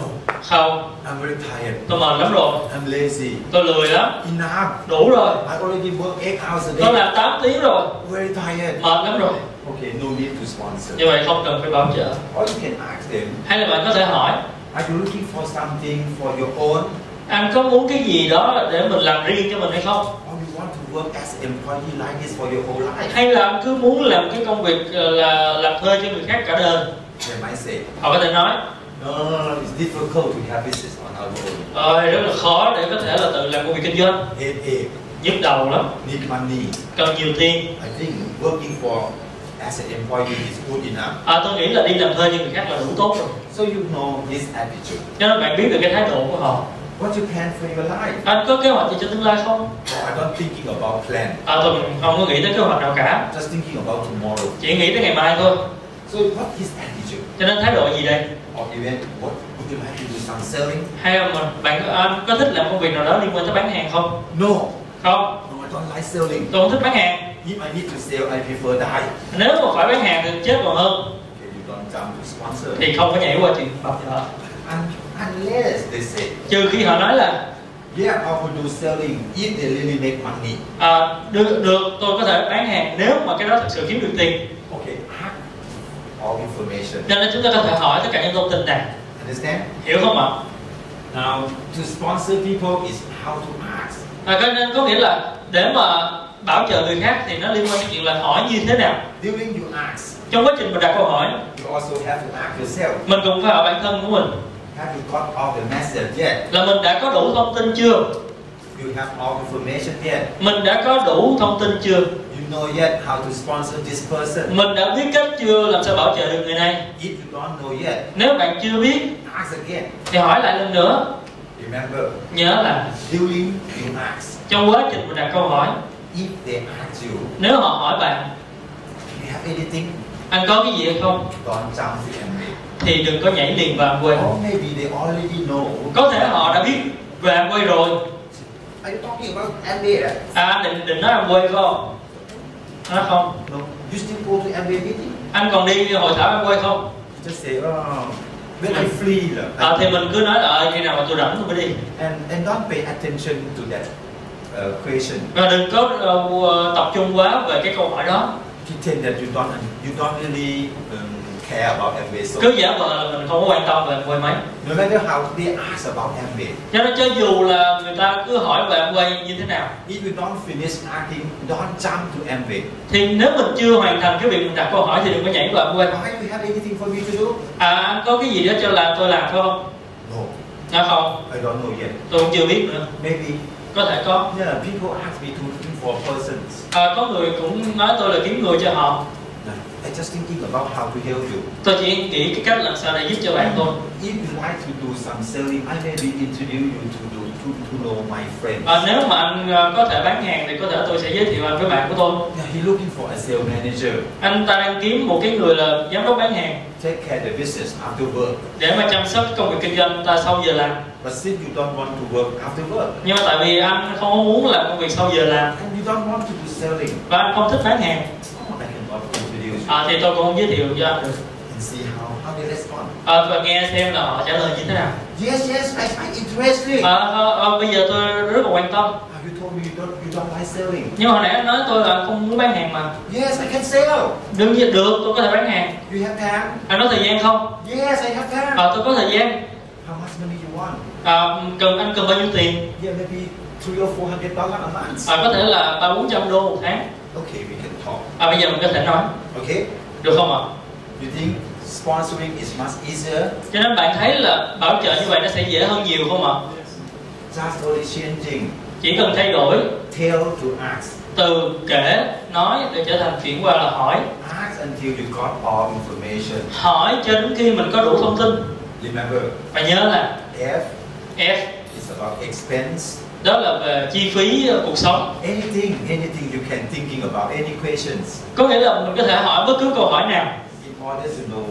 Speaker 3: không
Speaker 2: I'm very tired.
Speaker 3: tôi mệt lắm rồi
Speaker 2: I'm lazy.
Speaker 3: tôi lười lắm
Speaker 2: Enough.
Speaker 3: đủ rồi
Speaker 2: I already work eight hours a day.
Speaker 3: tôi làm 8 tiếng rồi
Speaker 2: Very tired.
Speaker 3: mệt lắm rồi
Speaker 2: Okay, no need to sponsor.
Speaker 3: như vậy không cần phải bảo trợ
Speaker 2: Or you can ask them,
Speaker 3: hay là bạn có thể hỏi
Speaker 2: are you looking for something for your own?
Speaker 3: anh có muốn cái gì đó để mình làm riêng cho mình hay không
Speaker 2: Or you want to work as employee like this for your whole life?
Speaker 3: hay là anh cứ muốn làm cái công việc ờ, là làm thuê cho người khác cả đời
Speaker 2: They might say,
Speaker 3: họ có thể nói
Speaker 2: no, no, no, no, it's difficult to have business on our own.
Speaker 3: ơi rất là khó để có thể là tự làm công việc kinh doanh
Speaker 2: Headache,
Speaker 3: nhức đầu lắm
Speaker 2: need money.
Speaker 3: cần nhiều tiền
Speaker 2: I think working for as an employee is good enough.
Speaker 3: à, tôi nghĩ là đi làm thuê cho người khác là đủ tốt rồi
Speaker 2: So you know his attitude.
Speaker 3: cho nên bạn biết được cái thái độ của họ
Speaker 2: What you plan for your life?
Speaker 3: anh có kế hoạch gì cho tương lai không
Speaker 2: Oh, I'm not thinking about plan.
Speaker 3: à, tôi không có nghĩ tới kế hoạch nào cả
Speaker 2: Just thinking about tomorrow.
Speaker 3: chỉ nghĩ tới ngày mai thôi
Speaker 2: So what is attitude?
Speaker 3: cho nên thái độ gì đây
Speaker 2: Or even what would you like to do some selling?
Speaker 3: hay là mình bạn anh có thích làm công việc nào đó liên quan tới bán hàng không
Speaker 2: No,
Speaker 3: không
Speaker 2: no, I don't like selling.
Speaker 3: tôi không thích bán hàng
Speaker 2: If I need to sell, I prefer die.
Speaker 3: nếu mà phải bán hàng thì chết còn hơn
Speaker 2: Okay, you don't jump to sponsor.
Speaker 3: thì không có nhảy qua chuyện bảo trợ
Speaker 2: Un- unless they say,
Speaker 3: trừ khi họ nói là
Speaker 2: yeah, I will do selling if they really make money.
Speaker 3: à, được được tôi có thể bán hàng nếu mà cái đó thật sự kiếm được tiền
Speaker 2: Okay, ask all information.
Speaker 3: cho nên chúng ta có thể hỏi tất cả những thông tin này
Speaker 2: Understand?
Speaker 3: hiểu không ạ
Speaker 2: Now, to sponsor people is how to ask.
Speaker 3: à, cho nên có nghĩa là để mà bảo trợ người khác thì nó liên quan đến chuyện là hỏi như thế nào
Speaker 2: During you ask,
Speaker 3: trong quá trình mình đặt câu hỏi
Speaker 2: you also have to ask yourself.
Speaker 3: mình cũng phải hỏi bản thân của mình
Speaker 2: Have you got all the message yet?
Speaker 3: là mình đã có đủ thông tin chưa
Speaker 2: You have all information yet?
Speaker 3: mình đã có đủ thông tin chưa
Speaker 2: You know yet how to sponsor this person?
Speaker 3: mình đã biết cách chưa làm sao bảo trợ được người này
Speaker 2: If you don't know yet,
Speaker 3: nếu bạn chưa biết
Speaker 2: ask again.
Speaker 3: thì hỏi lại lần nữa
Speaker 2: Remember,
Speaker 3: nhớ là
Speaker 2: during you ask,
Speaker 3: trong quá trình mình đặt câu hỏi
Speaker 2: if they ask you,
Speaker 3: nếu họ hỏi bạn
Speaker 2: do you have anything?
Speaker 3: anh có cái gì hay không
Speaker 2: Don't jump to angry.
Speaker 3: thì đừng có nhảy liền vào quê
Speaker 2: Or maybe they already know.
Speaker 3: có thể họ đã biết về quê rồi
Speaker 2: Are you talking about MBA?
Speaker 3: À định định nói ăn quê phải không? Nó không.
Speaker 2: No. You still go to MBA meeting?
Speaker 3: Anh còn đi hội thảo ăn quê không?
Speaker 2: You just say, oh, when I flee, lah,
Speaker 3: À, thì
Speaker 2: I-
Speaker 3: mình cứ nói là "Ờ, khi nào mà tôi rảnh tôi mới đi.
Speaker 2: and and don't pay attention to that uh, question.
Speaker 3: Và đừng có ờ, ờ, tập trung quá về cái câu hỏi đó.
Speaker 2: pretend that you don't you don't really um, care about MBA. So
Speaker 3: Cứ giả vờ là mình không có quan tâm về quê mấy.
Speaker 2: no matter how they ask about MBA,
Speaker 3: Cho nên cho dù là người ta cứ hỏi về ăn quê như thế nào,
Speaker 2: if you don't finish acting, don't jump to MBA.
Speaker 3: thì nếu mình chưa hoàn thành cái việc mình đặt câu hỏi thì đừng có nhảy vào ăn quê.
Speaker 2: Why do you have anything for me to do?
Speaker 3: À anh có cái gì đó cho làm tôi làm phải không?
Speaker 2: No,
Speaker 3: Nó Dạ không.
Speaker 2: I don't know yet.
Speaker 3: Tôi cũng chưa biết nữa.
Speaker 2: Maybe
Speaker 3: Có thể có.
Speaker 2: yeah, people ask me to looking for persons.
Speaker 3: À, có người cũng nói tôi là kiếm người cho họ.
Speaker 2: I just thinking about how to help you.
Speaker 3: Tôi chỉ nghĩ cái cách làm sao để giúp cho bạn thôi.
Speaker 2: If you like to do some selling, I maybe introduce you to do to, to know my friend.
Speaker 3: Ờ, nếu mà anh ờ, có thể bán hàng thì có thể tôi sẽ giới thiệu anh với bạn của tôi
Speaker 2: Yeah, he looking for a sales manager.
Speaker 3: anh ta đang kiếm một cái người là giám đốc bán hàng
Speaker 2: Take care the business after work.
Speaker 3: để mà chăm sóc công việc kinh doanh ta sau giờ làm
Speaker 2: But since you don't want to work after work,
Speaker 3: nhưng mà tại vì anh không có muốn làm công việc sau giờ làm
Speaker 2: And you don't want to do selling.
Speaker 3: và anh không thích bán hàng
Speaker 2: Oh, I can not introduce you
Speaker 3: Ờ, thì tôi cũng không giới thiệu cho anh được
Speaker 2: and see how, how they respond.
Speaker 3: Ờ, và nghe xem là họ trả lời như thế nào
Speaker 2: Yes, yes, I find interesting.
Speaker 3: Ờ, ờ, ờ, bây giờ tôi rất là quan tâm
Speaker 2: Have you told me you don't, you don't like selling?
Speaker 3: nhưng mà hồi nãy anh nói tôi là không muốn bán hàng mà
Speaker 2: Yes, I can sell.
Speaker 3: đương nhiên được tôi có thể bán hàng
Speaker 2: You have time?
Speaker 3: anh có thời gian không
Speaker 2: Yes, I have time.
Speaker 3: Ờ, tôi có thời gian
Speaker 2: how much money you want?
Speaker 3: Ờ, cần anh cần bao nhiêu tiền
Speaker 2: Yeah, maybe three or four hundred dollars a month.
Speaker 3: Ờ, có thể là ba bốn trăm đô một tháng
Speaker 2: okay, we can talk.
Speaker 3: À bây giờ mình có thể nói
Speaker 2: Okay?
Speaker 3: được không ạ?
Speaker 2: You think sponsoring is much easier?
Speaker 3: cho nên bạn thấy là bảo trợ như vậy nó sẽ dễ hơn nhiều không ạ
Speaker 2: Just only changing
Speaker 3: chỉ cần thay đổi
Speaker 2: tell to ask.
Speaker 3: từ kể nói để trở thành chuyển qua là hỏi
Speaker 2: Ask until you got all information.
Speaker 3: hỏi cho đến khi mình có đủ thông tin
Speaker 2: Remember,
Speaker 3: và nhớ là
Speaker 2: F
Speaker 3: F
Speaker 2: is about expense.
Speaker 3: đó là về chi phí ờ, cuộc sống
Speaker 2: Anything, anything you can thinking about, any questions,
Speaker 3: có nghĩa là mình có thể hỏi bất cứ câu hỏi nào
Speaker 2: in order to know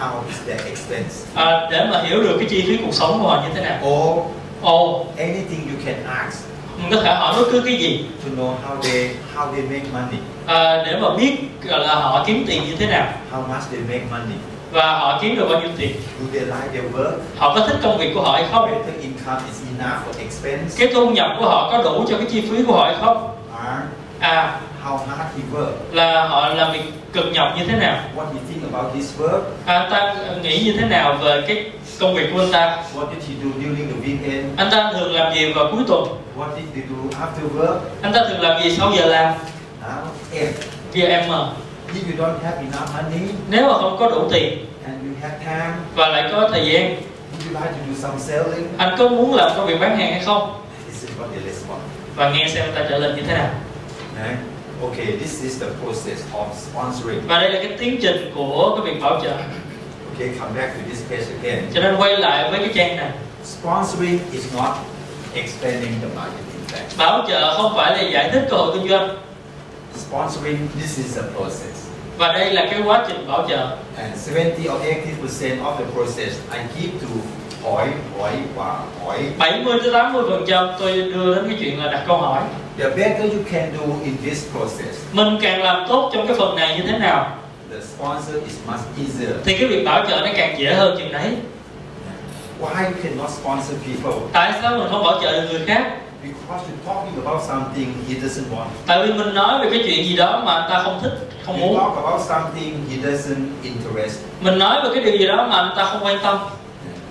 Speaker 2: how is their expense.
Speaker 3: à, để mà hiểu được cái chi phí cuộc sống của họ như thế nào
Speaker 2: Or
Speaker 3: ồ
Speaker 2: anything you can ask
Speaker 3: mình có thể hỏi bất cứ cái gì
Speaker 2: to know how they how they make money,
Speaker 3: à, để mà biết ờ, là họ kiếm tiền như thế nào
Speaker 2: how much they make money.
Speaker 3: và họ kiếm được bao nhiêu tiền
Speaker 2: Do they like their work?
Speaker 3: họ có thích công việc của họ hay không
Speaker 2: Whether income is enough for expense?
Speaker 3: cái thu nhập của họ có đủ cho cái chi phí của họ hay không
Speaker 2: Or
Speaker 3: à
Speaker 2: how hard he work?
Speaker 3: là họ làm việc cực nhọc như thế nào
Speaker 2: What he think about his work?
Speaker 3: à, ta nghĩ như thế nào về cái công việc của anh ta
Speaker 2: What did he do during the weekend?
Speaker 3: anh ta thường làm gì vào cuối tuần
Speaker 2: What did he do after work?
Speaker 3: anh ta thường làm gì sau giờ làm
Speaker 2: Now, if
Speaker 3: Giờ em mà
Speaker 2: if you don't have enough money
Speaker 3: nếu mà không có đủ tiền
Speaker 2: and you have time,
Speaker 3: và lại có thời gian
Speaker 2: would you like to do some selling?
Speaker 3: anh có muốn làm công việc bán hàng hay không
Speaker 2: This is what they respond.
Speaker 3: và nghe xem anh ta trả lời như thế nào
Speaker 2: Eh? Okay, this is the process of sponsoring.
Speaker 3: và đây là cái tiến trình của cái việc bảo trợ
Speaker 2: Okay, come back to this page again.
Speaker 3: cho nên quay lại với cái trang này
Speaker 2: Sponsoring is not expanding the market impact.
Speaker 3: bảo trợ không phải là giải thích cơ hội kinh doanh
Speaker 2: Sponsoring, this is a process.
Speaker 3: và đây là cái quá trình bảo trợ
Speaker 2: And 70 or 80% of the process I give to Hoi, Hoi, Wa, Hoi.
Speaker 3: 70 tới 80 phần trăm tôi đưa đến cái chuyện là đặt câu hỏi
Speaker 2: The better you can do in this process,
Speaker 3: mình càng làm tốt trong cái phần này như thế nào
Speaker 2: the sponsor is much easier.
Speaker 3: thì cái việc bảo trợ nó càng dễ hơn chừng đấy
Speaker 2: Why you cannot sponsor people?
Speaker 3: tại sao mình không bảo trợ được người khác
Speaker 2: Because you're talking about something he doesn't want.
Speaker 3: tại vì mình nói về cái chuyện gì đó mà anh ta không thích không
Speaker 2: You
Speaker 3: muốn
Speaker 2: talk about something he doesn't interest.
Speaker 3: mình nói về cái điều gì đó mà anh ta không quan tâm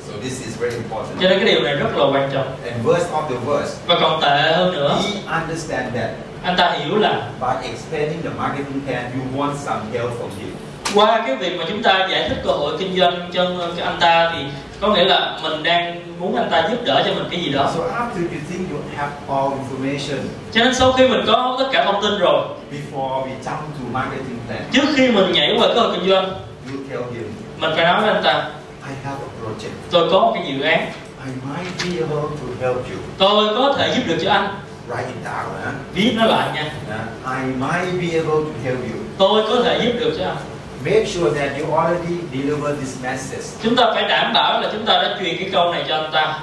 Speaker 2: So this is very important.
Speaker 3: cho nên cái điều này rất là quan trọng
Speaker 2: And worst of the worst,
Speaker 3: và còn tệ hơn nữa
Speaker 2: he understand that
Speaker 3: anh ta hiểu là
Speaker 2: by expanding the marketing plan, you want some help from him.
Speaker 3: qua cái việc mà chúng ta giải thích cơ hội kinh doanh cho cho anh ta thì có nghĩa là mình đang muốn anh ta giúp đỡ cho mình cái gì đó
Speaker 2: So after you think you have all information,
Speaker 3: cho nên sau khi mình có tất cả thông tin rồi
Speaker 2: before we jump to marketing plan,
Speaker 3: trước khi mình nhảy qua cơ hội kinh doanh
Speaker 2: you tell him,
Speaker 3: mình phải nói với anh ta
Speaker 2: I have a project.
Speaker 3: tôi có một cái dự án
Speaker 2: I might be able to help you.
Speaker 3: tôi có thể giúp được cho anh
Speaker 2: Write it down. Huh?
Speaker 3: viết nó lại nha
Speaker 2: Huh? I might be able to help you.
Speaker 3: tôi có thể giúp được cho anh
Speaker 2: Make sure that you already deliver this message.
Speaker 3: chúng ta phải đảm bảo là chúng ta đã truyền cái câu này cho anh ta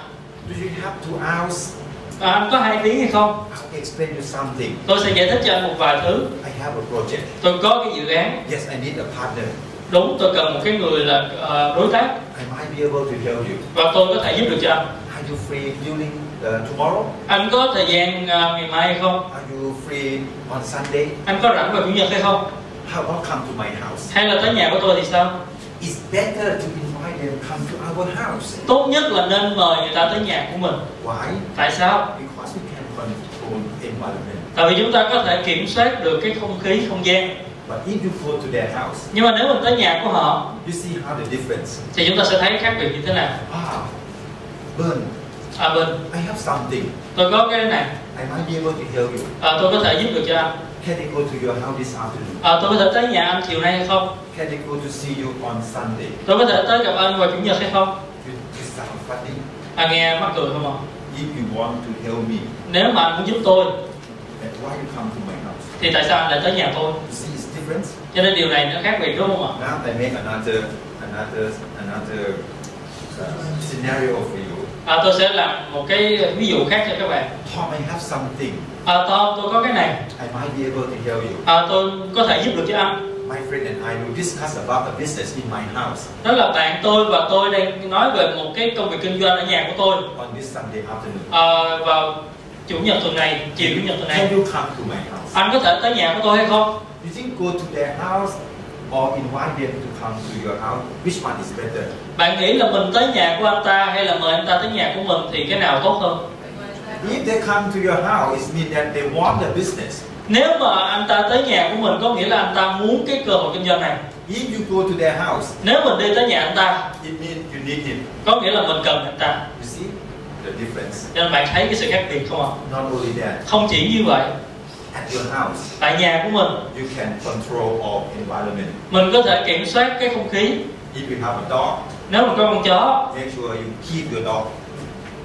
Speaker 2: Do you have two hours?
Speaker 3: à, anh có hai tiếng hay không
Speaker 2: I'll explain you something.
Speaker 3: tôi sẽ giải thích cho anh một vài thứ
Speaker 2: I have a project.
Speaker 3: tôi có cái dự án
Speaker 2: Yes, I need a partner.
Speaker 3: đúng tôi cần một cái người là ờ, đối tác
Speaker 2: I might be able to help you.
Speaker 3: và tôi có thể giúp được cho anh
Speaker 2: Are you free during uh, tomorrow?
Speaker 3: anh có thời gian ờ, ngày mai hay không
Speaker 2: Are you free on Sunday?
Speaker 3: anh có rảnh vào chủ nhật hay không
Speaker 2: How about come to my house?
Speaker 3: hay là tới nhà của tôi thì sao
Speaker 2: It's better to invite them come to our house.
Speaker 3: tốt nhất là nên mời người ta tới nhà của mình
Speaker 2: Why?
Speaker 3: tại sao
Speaker 2: Because we can control environment.
Speaker 3: tại vì chúng ta có thể kiểm soát được cái không khí không gian
Speaker 2: But if you go to their house,
Speaker 3: nhưng mà nếu mình tới nhà của họ
Speaker 2: you see how the difference.
Speaker 3: thì chúng ta sẽ thấy khác biệt như thế nào
Speaker 2: Ah, burn.
Speaker 3: à bên
Speaker 2: I have something.
Speaker 3: tôi có cái này
Speaker 2: I might be able to help you.
Speaker 3: à, tôi có thể giúp được cho anh
Speaker 2: Can I go to your house this afternoon?
Speaker 3: à, tôi có thể tới nhà anh chiều nay hay không
Speaker 2: Can I go to see you on Sunday?
Speaker 3: tôi có thể tới gặp anh vào chủ nhật hay không
Speaker 2: You, you sound funny.
Speaker 3: à, nghe mắc cười không ạ
Speaker 2: If you want to help me,
Speaker 3: nếu mà anh muốn giúp tôi
Speaker 2: then why you come to my house?
Speaker 3: thì tại sao anh lại tới nhà tôi
Speaker 2: You see, it's different.
Speaker 3: cho nên điều này nó khác biệt đúng không ạ
Speaker 2: Now I make another, another, another uh, scenario for you.
Speaker 3: à, tôi sẽ làm một cái ví dụ khác cho các bạn
Speaker 2: Tom, I have something.
Speaker 3: à, Tom tôi có cái này
Speaker 2: I might be able to help you.
Speaker 3: à, tôi có thể giúp được cho anh
Speaker 2: My friend and I will discuss about a business in my house
Speaker 3: đó là bạn tôi và tôi đang nói về một cái công việc kinh doanh ở nhà của tôi
Speaker 2: on this Sunday afternoon.
Speaker 3: à, vào chủ nhật tuần này chiều chủ nhật tuần này
Speaker 2: Can you come to my house?
Speaker 3: anh có thể tới nhà của tôi hay không
Speaker 2: You think go to their house or invite them to come to your house? Which one is better?
Speaker 3: bạn nghĩ là mình tới nhà của anh ta hay là mời anh ta tới nhà của mình thì cái nào tốt hơn
Speaker 2: If they come to your house, it means that they want the business.
Speaker 3: nếu mà anh ta tới nhà của mình có nghĩa là anh ta muốn cái cơ hội kinh doanh này
Speaker 2: If you go to their house,
Speaker 3: nếu mình đi tới nhà anh ta
Speaker 2: it means you need him.
Speaker 3: có nghĩa là mình cần anh ta
Speaker 2: You see the difference.
Speaker 3: cho nên bạn thấy cái sự khác biệt không ạ
Speaker 2: Not only that,
Speaker 3: không chỉ như vậy
Speaker 2: at your house,
Speaker 3: tại nhà của mình
Speaker 2: you can control all environment.
Speaker 3: mình có thể kiểm soát cái không khí
Speaker 2: If you have a dog,
Speaker 3: nếu mình có con chó
Speaker 2: make sure you keep your dog,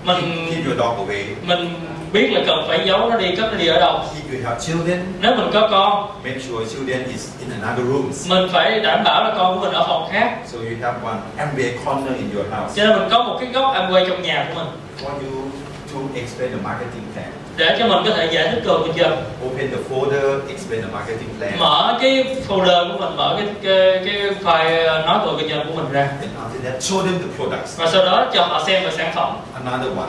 Speaker 3: mình
Speaker 2: keep your dog away.
Speaker 3: mình biết là cần phải giấu nó đi cất nó đi ở đâu
Speaker 2: If you have children,
Speaker 3: nếu mình có con
Speaker 2: make sure children is in another room.
Speaker 3: mình phải đảm bảo là con của mình ở phòng khác
Speaker 2: So you have one Amway corner in your house
Speaker 3: cho nên mình có một cái góc ăn quay trong nhà của mình
Speaker 2: for you to explain the marketing plan.
Speaker 3: để cho mình có thể giải thích cường kinh doanh
Speaker 2: Open the folder, explain the marketing plan.
Speaker 3: mở cái folder của mình mở cái cái, cái file ờ, nói cường kinh doanh của mình ra
Speaker 2: And after that, show them the products.
Speaker 3: và sau đó cho họ xem về sản phẩm
Speaker 2: Another one.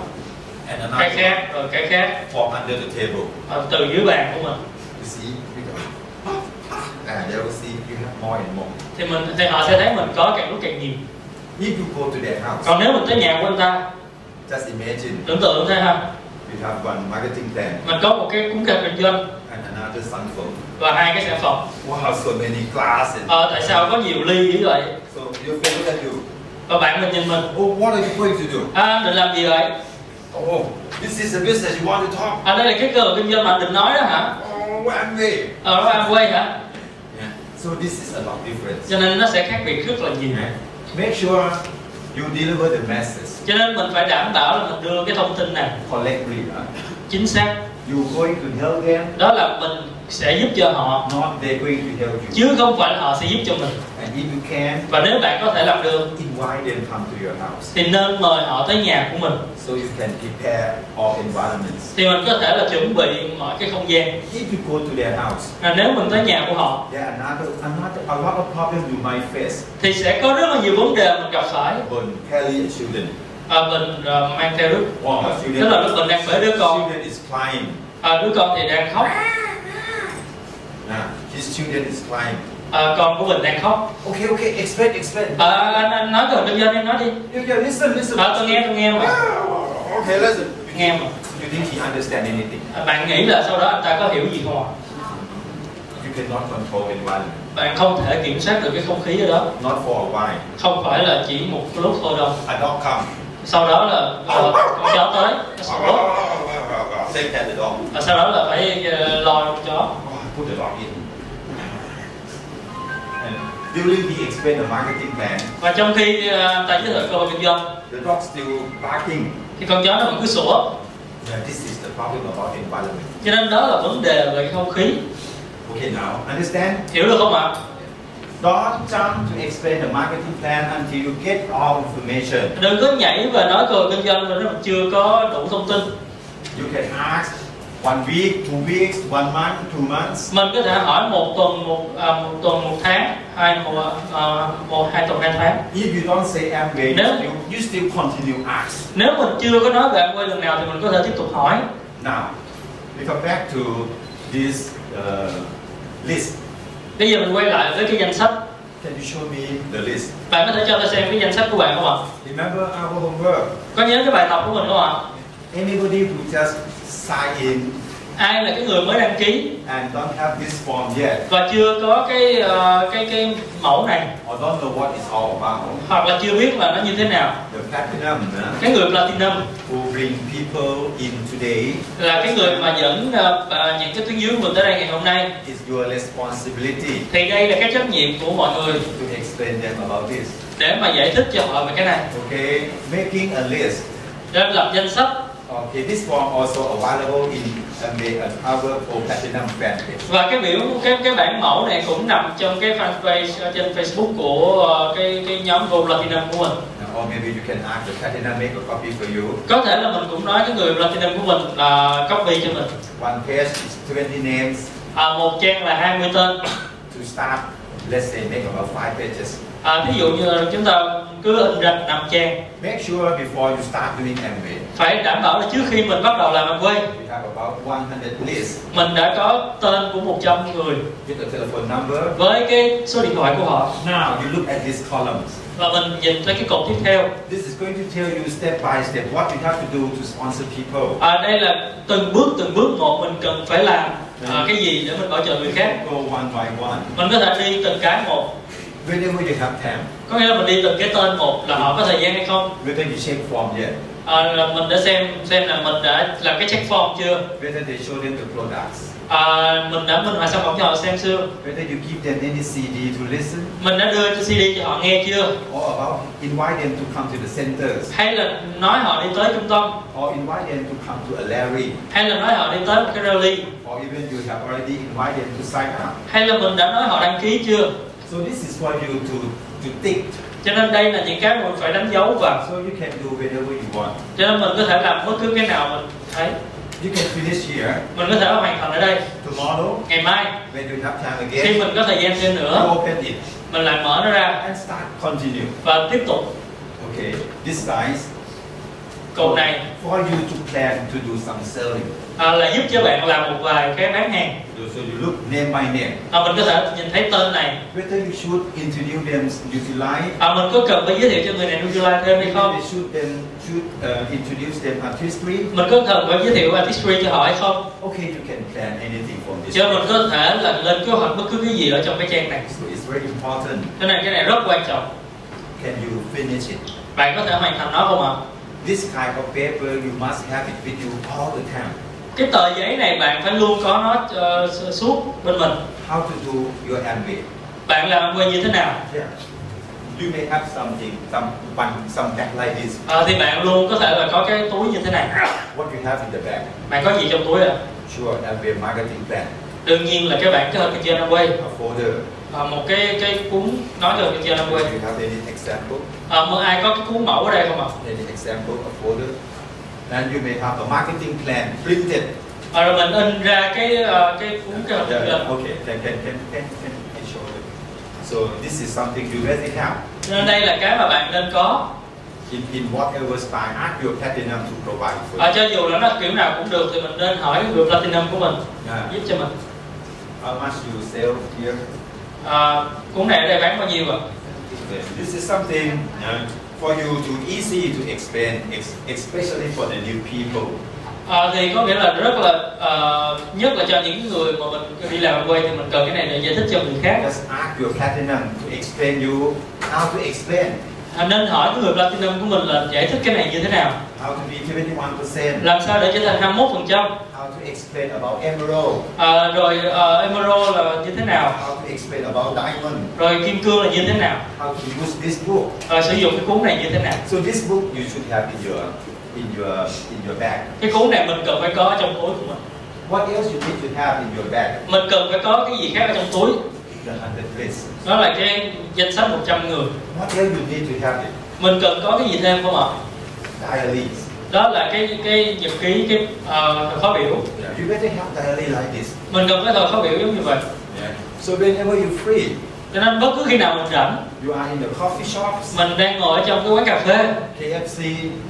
Speaker 2: And
Speaker 3: cái
Speaker 2: another
Speaker 3: khác rồi cái khác
Speaker 2: one. From under the table.
Speaker 3: ờ, từ dưới bàn của mình
Speaker 2: You see? You go, "Ah, and they will see you have more and more.
Speaker 3: thì mình thì họ sẽ thấy mình có càng lúc càng nhiều
Speaker 2: If you go to their house,
Speaker 3: còn nếu mình tới nhà của anh ta
Speaker 2: just imagine
Speaker 3: tưởng tượng thôi ha
Speaker 2: you have one marketing plan
Speaker 3: mình có một cái cuốn kế hoạch kinh doanh
Speaker 2: and another sun phone.
Speaker 3: và hai cái sản phẩm
Speaker 2: Wow, so many glass and
Speaker 3: ờ, tại sao có nhiều ly như vậy
Speaker 2: so your friend look at you.
Speaker 3: và bạn mình nhìn mình
Speaker 2: Oh, what are you going to do?
Speaker 3: à, anh định làm gì vậy
Speaker 2: Oh, this is the business you want to talk.
Speaker 3: à đây là cái cờ kinh doanh mà anh định nói đó hả
Speaker 2: Oh, Amway.
Speaker 3: ở đó anh quay hả
Speaker 2: Yeah. So this is a lot different.
Speaker 3: cho nên nó sẽ khác biệt rất là nhiều
Speaker 2: Make sure you deliver the message
Speaker 3: cho nên mình phải đảm bảo là mình đưa cái thông tin này
Speaker 2: correctly. huh?
Speaker 3: chính xác
Speaker 2: You going to help them,
Speaker 3: đó là mình sẽ giúp cho họ
Speaker 2: not they going to help you.
Speaker 3: chứ không phải là họ sẽ giúp cho mình
Speaker 2: And if you can,
Speaker 3: và nếu bạn có thể làm được
Speaker 2: invite them come to your house
Speaker 3: thì nên mời họ tới nhà của mình
Speaker 2: so you can prepare all environments.
Speaker 3: thì mình có thể là chuẩn bị mọi cái không gian
Speaker 2: If you go to their house,
Speaker 3: à, nếu mình tới nhà của họ
Speaker 2: there are another, another a lot of problems you might face.
Speaker 3: thì sẽ có rất là nhiều vấn đề mình gặp phải
Speaker 2: Burn, Kelly and children.
Speaker 3: à, mình à, mang theo đứa
Speaker 2: Wow,
Speaker 3: tức là lúc mình đang bế đứa con
Speaker 2: children is crying.
Speaker 3: à, đứa con thì đang khóc
Speaker 2: Nah, his children is crying.
Speaker 3: à, con của mình đang khóc
Speaker 2: Okay, okay, explain, explain.
Speaker 3: à, anh, anh nói cần kinh doanh em nói đi
Speaker 2: You, you listen, listen.
Speaker 3: à, tôi nghe tôi nghe mà
Speaker 2: Okay, listen. You
Speaker 3: nghe
Speaker 2: think,
Speaker 3: mà
Speaker 2: you think he understand anything?
Speaker 3: à, bạn nghĩ là sau đó anh ta có hiểu gì không ạ
Speaker 2: You cannot control environment.
Speaker 3: bạn không thể kiểm soát được cái không khí ở đó
Speaker 2: Not for a while.
Speaker 3: không phải là chỉ một lúc thôi đâu
Speaker 2: A dog come.
Speaker 3: sau đó là ờ, con chó tới nó sủa
Speaker 2: Take care of the dog.
Speaker 3: và sau đó là phải ờ, lo cho con chó
Speaker 2: Oh, put the dog in. And during he explained the marketing plan,
Speaker 3: và trong khi ờ, anh ta giới thiệu cơ hội kinh doanh
Speaker 2: the dog still barking.
Speaker 3: thì con chó nó vẫn cứ sủa
Speaker 2: Yeah, this is the problem about environment.
Speaker 3: cho nên đó là vấn đề về cái không khí
Speaker 2: Okay, now understand?
Speaker 3: hiểu được không ạ
Speaker 2: Don't jump to explain the marketing plan until you get all information.
Speaker 3: đừng có nhảy và nói cờ kinh doanh mà nó chưa có đủ thông tin
Speaker 2: You can ask one week, two weeks, one month, two months.
Speaker 3: mình có thể hỏi một tuần một à, một tuần một tháng hai một à, một hai tuần hai tháng
Speaker 2: If you don't say Amway,
Speaker 3: No.
Speaker 2: you, still, you still continue ask.
Speaker 3: nếu mình chưa có nói về ăn quay lần nào thì mình có thể tiếp tục hỏi
Speaker 2: Now, we come back to this uh, list.
Speaker 3: bây giờ mình quay lại với cái danh sách
Speaker 2: Can you show me the list?
Speaker 3: bạn có thể cho tôi xem cái danh sách của bạn không ạ
Speaker 2: Remember our homework.
Speaker 3: có nhớ cái bài tập của mình không ạ
Speaker 2: Anybody who just sign in
Speaker 3: ai là cái người mới đăng ký
Speaker 2: and don't have this form yet
Speaker 3: và chưa có cái ờ, cái cái mẫu này
Speaker 2: or don't know what it's all about,
Speaker 3: hoặc là chưa biết là nó như thế nào
Speaker 2: the platinum huh,
Speaker 3: cái người platinum
Speaker 2: who bring people in today
Speaker 3: là cái người mà dẫn ờ, ờ, những cái tuyến dưới của mình tới đây ngày hôm nay
Speaker 2: is your responsibility
Speaker 3: thì đây là cái trách nhiệm của mọi người
Speaker 2: to explain them about this.
Speaker 3: để mà giải thích cho họ về cái này
Speaker 2: Okay, making a list.
Speaker 3: nên lập danh sách
Speaker 2: Okay, this form also available in MBA and our for platinum fan page.
Speaker 3: và cái biểu cái cái bản mẫu này cũng nằm trong cái fanpage ở trên Facebook của ờ, cái cái nhóm Gold Platinum của mình
Speaker 2: Or maybe you can ask the platinum make a copy for you.
Speaker 3: có thể là mình cũng nói cái người Platinum của mình là copy cho mình
Speaker 2: One page is 20 names
Speaker 3: à, một trang là 20 tên
Speaker 2: to start. Let's say make about five pages.
Speaker 3: à, ví dụ như là chúng ta cứ in ra năm trang
Speaker 2: Make sure before you start doing MBA,
Speaker 3: phải đảm bảo là trước khi mình bắt đầu làm quay
Speaker 2: you have about 100 lists
Speaker 3: mình đã có tên của 100 người
Speaker 2: with a telephone number.
Speaker 3: với cái số điện thoại của họ
Speaker 2: Now you look at these columns.
Speaker 3: và mình nhìn tới cái cột tiếp theo
Speaker 2: This is going to tell you step by step what you have to do to sponsor people.
Speaker 3: À, đây là từng bước từng bước một mình cần phải làm à, cái gì để mình bảo trợ người khác
Speaker 2: Go one by one.
Speaker 3: mình có thể đi từng cái một
Speaker 2: whenever you have time,
Speaker 3: có nghĩa là mình đi từng cái tên một là họ có thời gian hay không
Speaker 2: whether you check form yet,
Speaker 3: à, là mình đã xem xem là mình đã làm cái check form chưa
Speaker 2: whether they show them the products,
Speaker 3: à, mình đã minh họa sản phẩm cho họ xem chưa
Speaker 2: whether you give them any CD to listen,
Speaker 3: mình đã đưa cho CD cho họ nghe chưa
Speaker 2: or about invite them to come to the centers,
Speaker 3: hay là nói họ đi tới trung tâm
Speaker 2: or invite them to come to a rally,
Speaker 3: hay là nói họ đi tới một cái rally
Speaker 2: or even you have already invited them to sign up.
Speaker 3: hay là mình đã nói họ đăng ký chưa
Speaker 2: So this is for you to to think.
Speaker 3: cho nên đây là những cái mình phải đánh dấu và
Speaker 2: So you can do whenever you want.
Speaker 3: cho nên mình có thể làm bất cứ cái nào mình thấy
Speaker 2: You can finish here
Speaker 3: mình có thể hoàn thành ở đây
Speaker 2: tomorrow
Speaker 3: ngày mai
Speaker 2: when you have time
Speaker 3: khi
Speaker 2: again.
Speaker 3: mình có thời gian thêm
Speaker 2: You
Speaker 3: nữa
Speaker 2: open it
Speaker 3: mình lại mở nó ra
Speaker 2: and start continue.
Speaker 3: và tiếp tục
Speaker 2: Okay, this size
Speaker 3: cột này
Speaker 2: for you to plan to do some selling.
Speaker 3: à, là giúp cho bạn làm một vài cái bán hàng
Speaker 2: So you look name by name.
Speaker 3: à, mình có thể nhìn thấy tên này
Speaker 2: Whether you should introduce them, utilize.
Speaker 3: à, mình có cần phải giới thiệu cho người này Nutrilite thêm hay
Speaker 2: Whether
Speaker 3: không
Speaker 2: you should them should uh, introduce them artistry.
Speaker 3: mình có cần phải giới thiệu artistry cho họ hay không
Speaker 2: Okay, you can plan anything from this.
Speaker 3: chứ mình có thể là lên kế hoạch bất cứ cái gì ở trong cái trang này
Speaker 2: So it's very important.
Speaker 3: cho nên cái này rất quan trọng
Speaker 2: Can you finish it?
Speaker 3: bạn có thể hoàn thành nó không ạ
Speaker 2: This kind of paper you must have it with you all the time.
Speaker 3: cái tờ giấy này bạn phải luôn có nó ờ, su- suốt bên mình
Speaker 2: How to do your handmade.
Speaker 3: bạn làm quay như thế nào
Speaker 2: Yeah. You may have something, some one, some bag like this.
Speaker 3: Ờ, thì bạn luôn có thể là có cái túi như thế này
Speaker 2: What you have in the bag?
Speaker 3: bạn có gì trong túi ạ
Speaker 2: Sure, that be a marketing plan,
Speaker 3: đương nhiên là các bạn kết hợp kinh doanh quay
Speaker 2: a folder.
Speaker 3: một cái cái cuốn nói về kinh doanh quay
Speaker 2: Do you have any example?
Speaker 3: Ờ, ai có cái cuốn mẫu ở đây không ạ
Speaker 2: Any example of folder? And you may have a marketing plan printed.
Speaker 3: Ờ, rồi mình in ra cái ờ, cái cuốn kế hoạch kinh
Speaker 2: Yeah,
Speaker 3: doanh
Speaker 2: okay, can can can can can can show it. So this is something you already have.
Speaker 3: Cho nên đây là cái mà bạn nên có
Speaker 2: In, in whatever style art your platinum to provide for
Speaker 3: Ờ, cho dù là nó kiểu nào cũng được thì mình nên hỏi người platinum của mình
Speaker 2: you. Yeah.
Speaker 3: giúp cho mình
Speaker 2: How much you sell here?
Speaker 3: Ờ, cuốn này ở đây bán bao nhiêu ạ
Speaker 2: This is something uh, for you to easy to explain, ex- especially for the new people.
Speaker 3: Ờ, thì có nghĩa là rất là ờ, nhất là cho những người mà mình đi làm quay thì mình cần cái này để giải thích cho người khác
Speaker 2: Just ask your platinum to explain you how to explain,
Speaker 3: à, nên hỏi cái người platinum của mình là giải thích cái này như thế nào
Speaker 2: how to be 21%,
Speaker 3: làm sao để trở thành 21 phần trăm
Speaker 2: how to explain about emerald,
Speaker 3: rồi ờ, emerald là như thế nào
Speaker 2: how to explain about diamond,
Speaker 3: rồi kim cương là như thế nào
Speaker 2: how to use this book.
Speaker 3: rồi Ờ, sử dụng cái cuốn này như thế nào
Speaker 2: So this book you should have in your in your in your bag.
Speaker 3: cái cuốn này mình cần phải có trong túi của mình
Speaker 2: What else you need to have in your bag?
Speaker 3: mình cần phải có cái gì khác ở trong túi
Speaker 2: The hundred list.
Speaker 3: đó là cái danh sách 100 người
Speaker 2: What else you need to have it?
Speaker 3: mình cần có cái gì thêm không ạ
Speaker 2: Diaries.
Speaker 3: đó là cái cái nhật ký cái uh, khóa biểu
Speaker 2: You better have diary like this.
Speaker 3: mình cần cái thời khóa biểu giống như vậy
Speaker 2: So whenever you're free,
Speaker 3: cho nên bất cứ khi nào mình rảnh
Speaker 2: you are in the coffee shops,
Speaker 3: mình đang ngồi ở trong cái quán cà phê
Speaker 2: KFC,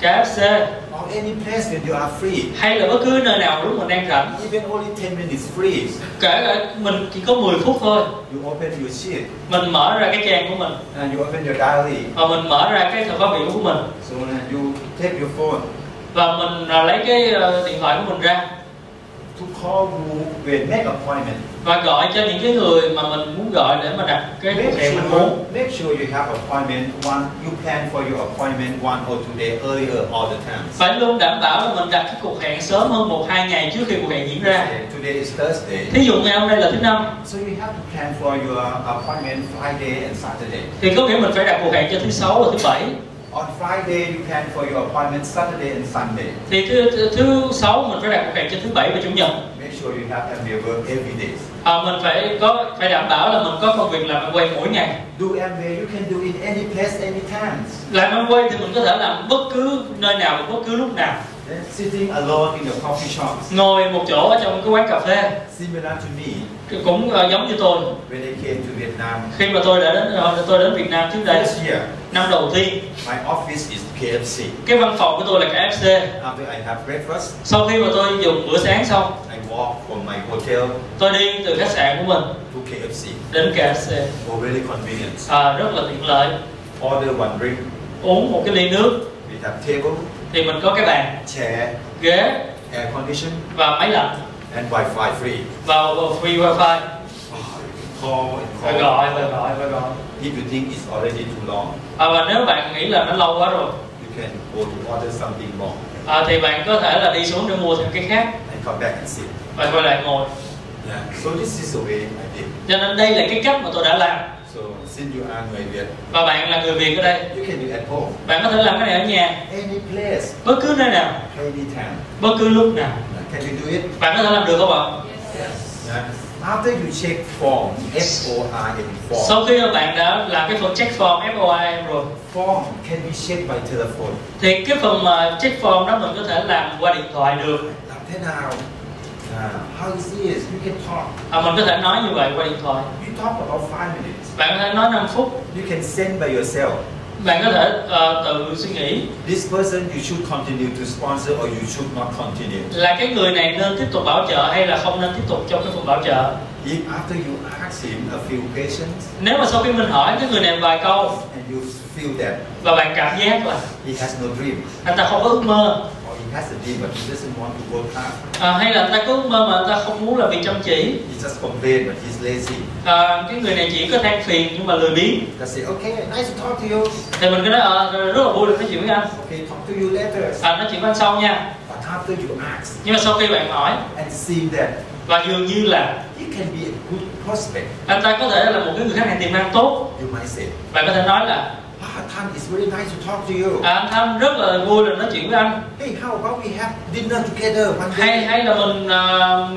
Speaker 3: KFC
Speaker 2: or any place when you are free,
Speaker 3: hay là bất cứ nơi nào lúc mình đang rảnh
Speaker 2: even only 10 minutes free,
Speaker 3: kể cả mình chỉ có 10 phút thôi
Speaker 2: you open your sheet
Speaker 3: mình mở ra cái trang của mình
Speaker 2: and you open your diary.
Speaker 3: và mình mở ra cái thời khóa biểu của mình
Speaker 2: So then you take your phone
Speaker 3: và mình à, lấy cái ờ, điện thoại của mình ra
Speaker 2: to call who will make appointment.
Speaker 3: và gọi cho những cái người mà mình muốn gọi để mà đặt cái
Speaker 2: Make
Speaker 3: hẹn mình muốn
Speaker 2: sure, make sure you have appointment one, you plan for your appointment one or two days earlier all the time.
Speaker 3: phải luôn đảm bảo là mình đặt cái cuộc hẹn sớm hơn một hai ngày trước khi cuộc hẹn diễn ra
Speaker 2: Today- Today is Thursday.
Speaker 3: thí dụ ngày hôm nay là thứ năm
Speaker 2: So you have to plan for your appointment Friday and Saturday.
Speaker 3: thì có nghĩa mình phải đặt cuộc hẹn cho thứ sáu và thứ bảy
Speaker 2: On Friday, you plan for your appointment Saturday and Sunday.
Speaker 3: thì thứ thứ- thứ sáu mình phải đặt cuộc hẹn cho thứ bảy và chủ nhật
Speaker 2: Make sure you have MBA work every day.
Speaker 3: à, mình phải có phải đảm bảo là mình có công việc làm ăn quay mỗi ngày
Speaker 2: Do MBA, you can do it any place, any time.
Speaker 3: làm ăn quay thì mình có thể làm bất cứ nơi nào bất cứ lúc nào
Speaker 2: Then sitting alone in the coffee shops,
Speaker 3: ngồi một chỗ ở trong cái quán cà phê
Speaker 2: similar to me
Speaker 3: cũng ờ, giống như tôi
Speaker 2: when I came to Vietnam.
Speaker 3: khi mà tôi đã đến ờ, tôi đến Việt Nam trước đây
Speaker 2: This year,
Speaker 3: năm đầu tiên
Speaker 2: my office is KFC.
Speaker 3: cái văn phòng của tôi là KFC
Speaker 2: After I have breakfast,
Speaker 3: sau khi mà tôi dùng bữa sáng xong
Speaker 2: I walk from my hotel
Speaker 3: tôi đi từ khách sạn của mình
Speaker 2: to KFC.
Speaker 3: đến KFC
Speaker 2: Oh, very convenient.
Speaker 3: à, rất là tiện lợi
Speaker 2: Order one drink.
Speaker 3: uống một cái ly nước
Speaker 2: We have table,
Speaker 3: thì mình có cái bàn
Speaker 2: chair,
Speaker 3: ghế
Speaker 2: air condition,
Speaker 3: và máy lạnh
Speaker 2: and Wi-Fi free.
Speaker 3: và free wifi
Speaker 2: Oh, you can call and
Speaker 3: và
Speaker 2: call.
Speaker 3: gọi và gọi và gọi
Speaker 2: If you think it's already too long,
Speaker 3: à, và nếu bạn nghĩ là nó lâu quá rồi
Speaker 2: you can go to order something more
Speaker 3: à, thì bạn có thể là đi xuống để mua thêm cái khác
Speaker 2: and come back and sit.
Speaker 3: và quay lại ngồi
Speaker 2: Yeah. So this is the way I did.
Speaker 3: cho nên đây là cái cách mà tôi đã làm
Speaker 2: So since you are người Việt,
Speaker 3: và bạn là người việt ở đây
Speaker 2: you can do at home,
Speaker 3: bạn có thể làm cái này ở nhà
Speaker 2: any place,
Speaker 3: bất cứ nơi nào
Speaker 2: any time.
Speaker 3: bất cứ lúc nào
Speaker 2: Can you do it?
Speaker 3: bạn có thể làm được không ạ
Speaker 2: Yeah. After you check form, F O R M form.
Speaker 3: sau khi mà bạn đã làm cái phần check form FOIM rồi
Speaker 2: Form can be checked by telephone.
Speaker 3: thì cái phần mà check form đó mình có thể làm qua điện thoại được
Speaker 2: Làm thế nào? À, uh, how is this? You can talk.
Speaker 3: à, mình có thể nói như vậy qua điện thoại
Speaker 2: You talk about five minutes.
Speaker 3: bạn có thể nói 5 phút
Speaker 2: You can send by yourself.
Speaker 3: bạn có thể ờ, tự suy nghĩ
Speaker 2: This person you should continue to sponsor or you should not continue.
Speaker 3: là cái người này nên tiếp tục bảo trợ hay là không nên tiếp tục trong cái phần bảo trợ
Speaker 2: If after you ask him a few questions
Speaker 3: nếu mà sau khi mình hỏi cái người này vài câu
Speaker 2: and you feel that
Speaker 3: và bạn cảm giác là
Speaker 2: he has no dream
Speaker 3: anh ta không có ước mơ
Speaker 2: or he has a dream but he doesn't want to work hard,
Speaker 3: à, hay là anh ta có ước mơ mà anh ta không muốn là bị chăm chỉ
Speaker 2: he just complain but he's lazy.
Speaker 3: à, cái người này chỉ có than phiền nhưng mà lười biếng
Speaker 2: Just say, okay, nice to talk to you.
Speaker 3: thì mình cứ nói "Ờ, rất là vui được nói chuyện với anh
Speaker 2: Okay, talk to you later.
Speaker 3: à, nói chuyện với anh sau nha
Speaker 2: But after you ask
Speaker 3: nhưng mà sau khi bạn hỏi
Speaker 2: and see that
Speaker 3: và dường như là
Speaker 2: he can be a good prospect,
Speaker 3: anh ta có thể là một cái người khách hàng tiềm năng tốt
Speaker 2: you might say,
Speaker 3: bạn có thể nói là
Speaker 2: Ah, Tan, it's very nice to talk to you.
Speaker 3: à, anh Thanh rất là vui được nói chuyện với anh
Speaker 2: Hey, how about we have dinner together one
Speaker 3: hay
Speaker 2: day?
Speaker 3: hay là mình à,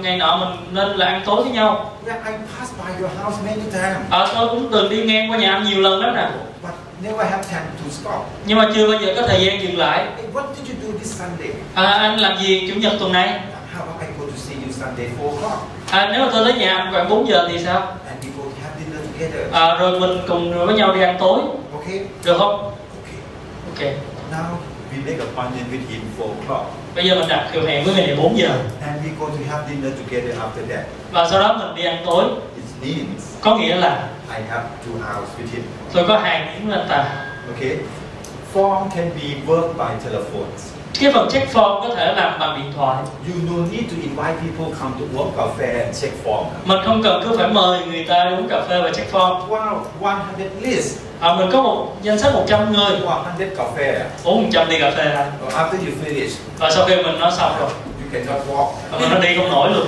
Speaker 3: ngày nọ mình nên là ăn tối với nhau
Speaker 2: Yeah, I passed by your house many times,
Speaker 3: Ờ, tôi cũng từng đi ngang qua nhà anh nhiều lần lắm nè
Speaker 2: but never have time to stop.
Speaker 3: nhưng mà chưa bao giờ có thời gian dừng lại
Speaker 2: Hey, what did you do this Sunday?
Speaker 3: à, anh làm gì chủ nhật tuần này
Speaker 2: How about I go to see you Sunday 4 o'clock
Speaker 3: à, nếu mà tôi tới nhà anh khoảng 4 giờ thì sao
Speaker 2: and we go to have dinner together?
Speaker 3: à, rồi mình cùng với nhau đi ăn tối
Speaker 2: Okay?
Speaker 3: được không
Speaker 2: Okay.
Speaker 3: ok
Speaker 2: Now we make appointment with him 4 o'clock
Speaker 3: bây giờ mình đặt kiểu hẹn với ngày này 4 giờ
Speaker 2: and we go to have dinner together after that.
Speaker 3: và sau đó mình đi ăn tối
Speaker 2: It means
Speaker 3: có nghĩa là
Speaker 2: I have two hours with him.
Speaker 3: tôi có hàng những anh ta
Speaker 2: Okay? Form can be worked by telephones.
Speaker 3: cái phần check form có thể làm bằng điện thoại
Speaker 2: You no need to invite people come to work cafe and check form.
Speaker 3: mình không cần cứ phải mời người ta uống cà phê và check form
Speaker 2: Wow, 100 list,
Speaker 3: à, mình có một danh sách 100 người
Speaker 2: 100 cafe.
Speaker 3: uống 100 ly cà phê thôi
Speaker 2: After you finish,
Speaker 3: và sau khi mình nói xong rồi
Speaker 2: you cannot walk.
Speaker 3: mà mình nó đi không nổi luôn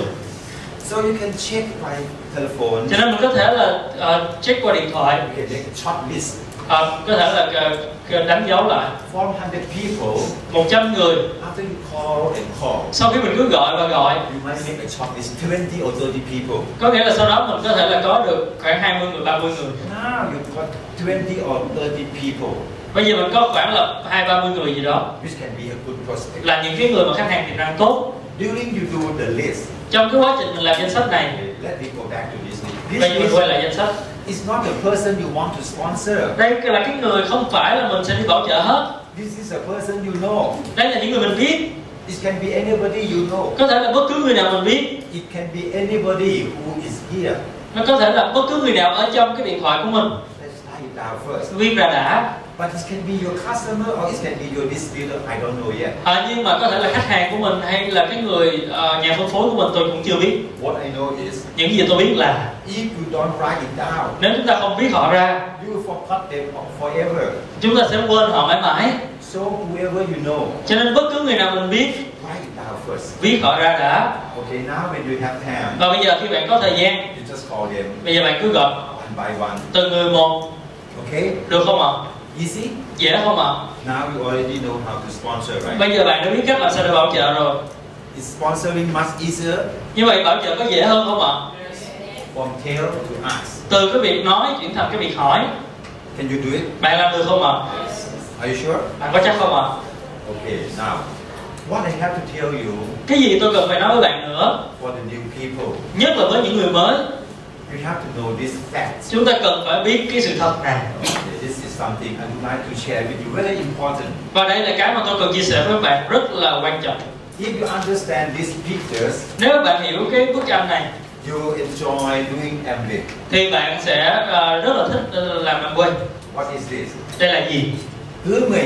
Speaker 2: So you can check by telephone.
Speaker 3: cho nên mình có thể là ờ, check qua điện thoại
Speaker 2: Okay, make a short list.
Speaker 3: ờ, có thể là ờ, ờ, đánh dấu lại
Speaker 2: 400 people.
Speaker 3: 100 người
Speaker 2: After you call and call,
Speaker 3: sau khi mình cứ gọi và gọi
Speaker 2: you might make a short list 20 or 30 people.
Speaker 3: có nghĩa là sau đó mình có thể là có được khoảng 20 người 30 người
Speaker 2: Now you've got 20 or 30 people,
Speaker 3: bây giờ mình có khoảng là hai ba mươi người gì đó
Speaker 2: which can be a good prospect.
Speaker 3: là những cái người mà khách hàng tiềm năng tốt
Speaker 2: During you do the list,
Speaker 3: trong cái quá trình mình làm danh sách này
Speaker 2: let me go back to this list.
Speaker 3: bây giờ mình
Speaker 2: This
Speaker 3: quay
Speaker 2: list
Speaker 3: lại danh sách
Speaker 2: is not the person you want to sponsor.
Speaker 3: đây là cái người không phải là mình sẽ đi bảo trợ hết
Speaker 2: This is a person you know.
Speaker 3: đây là những người mình biết
Speaker 2: It can be anybody you know.
Speaker 3: có thể là bất cứ người nào mình biết
Speaker 2: It can be anybody who is here.
Speaker 3: nó có thể là bất cứ người nào ở trong cái điện thoại của mình
Speaker 2: Let's write it down first.
Speaker 3: viêm ra đã
Speaker 2: But it can be your customer or it can be your distributor. I don't know yet.
Speaker 3: Ờ, nhưng mà có thể là khách hàng của mình hay là cái người ờ, nhà phân phối của mình tôi cũng chưa biết
Speaker 2: What I know is
Speaker 3: những gì tôi biết là
Speaker 2: if you don't write it down,
Speaker 3: nếu chúng ta không biết họ ra
Speaker 2: you forgot them forever.
Speaker 3: chúng ta sẽ quên họ mãi mãi
Speaker 2: So whoever you know,
Speaker 3: cho nên bất cứ người nào mình biết
Speaker 2: write it down first.
Speaker 3: viết họ ra đã
Speaker 2: Okay, now when you have time,
Speaker 3: và bây giờ khi bạn có thời gian
Speaker 2: you just call them
Speaker 3: bây giờ bạn cứ gọi
Speaker 2: one by one.
Speaker 3: từng người một
Speaker 2: Okay?
Speaker 3: được không ạ
Speaker 2: Easy?
Speaker 3: dễ không ạ
Speaker 2: Now you already know how to sponsor, right?
Speaker 3: bây giờ bạn đã biết cách làm sao để bảo trợ rồi
Speaker 2: Is sponsoring much easier
Speaker 3: như vậy bảo trợ có dễ hơn không ạ
Speaker 2: from tail to ask?
Speaker 3: từ cái việc nói chuyển thành cái việc hỏi
Speaker 2: Can you do it?
Speaker 3: bạn làm được không ạ
Speaker 2: Are you sure?
Speaker 3: bạn có chắc không ạ
Speaker 2: Okay, now, what I have to tell you
Speaker 3: cái gì tôi cần phải nói với bạn nữa
Speaker 2: for the new people,
Speaker 3: nhất là với những người mới
Speaker 2: you have to know this fact.
Speaker 3: chúng ta cần phải biết cái sự thật này
Speaker 2: Okay, this is something I would like to share with you, very important.
Speaker 3: và đây là cái mà tôi cần chia sẻ với bạn rất là quan trọng
Speaker 2: If you understand these pictures,
Speaker 3: nếu bạn hiểu cái bức tranh này
Speaker 2: you will enjoy doing MBIT.
Speaker 3: thì bạn sẽ à, rất là thích ờ, làm làm quên
Speaker 2: What is this?
Speaker 3: đây là gì
Speaker 2: Cứ 10 người,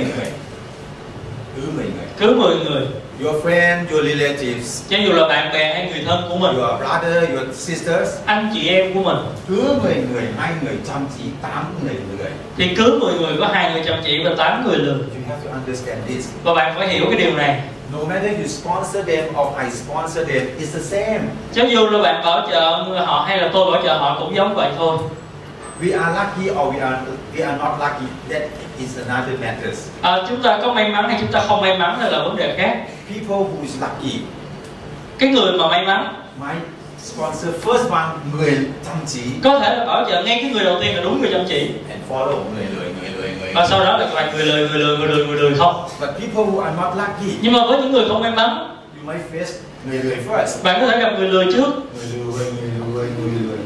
Speaker 2: cứ 10 người.
Speaker 3: cứ 10 người
Speaker 2: Your friend, your relatives,
Speaker 3: cho dù là bạn bè hay người thân của mình
Speaker 2: your brother, your sisters,
Speaker 3: anh chị em của mình
Speaker 2: cứ 10 người, hai người chăm chỉ, tám người người.
Speaker 3: thì cứ 10 người có hai người chăm chỉ và 8 người lừa
Speaker 2: You have to understand this.
Speaker 3: và bạn phải hiểu cái điều này
Speaker 2: No matter you sponsor them or I sponsor them, it's the same.
Speaker 3: cho dù là bạn bảo trợ họ hay là tôi bảo trợ họ cũng giống vậy thôi
Speaker 2: We are lucky or we are we are not lucky. That is another matter.
Speaker 3: Ờ, chúng ta có may mắn hay chúng ta không may mắn đó là vấn đề khác
Speaker 2: People who is lucky
Speaker 3: cái người mà may mắn
Speaker 2: might sponsor first one người chăm chỉ
Speaker 3: có thể là bảo trợ ngay cái người đầu tiên là đúng người chăm chỉ
Speaker 2: and follow người lười người lười người.
Speaker 3: và sau đó là toàn người lười người lười người lười người lười không
Speaker 2: But people who are not lucky,
Speaker 3: nhưng mà với những người không may mắn
Speaker 2: you might face người lười first.
Speaker 3: bạn có thể gặp người lười trước
Speaker 2: Người lười người lười người lười.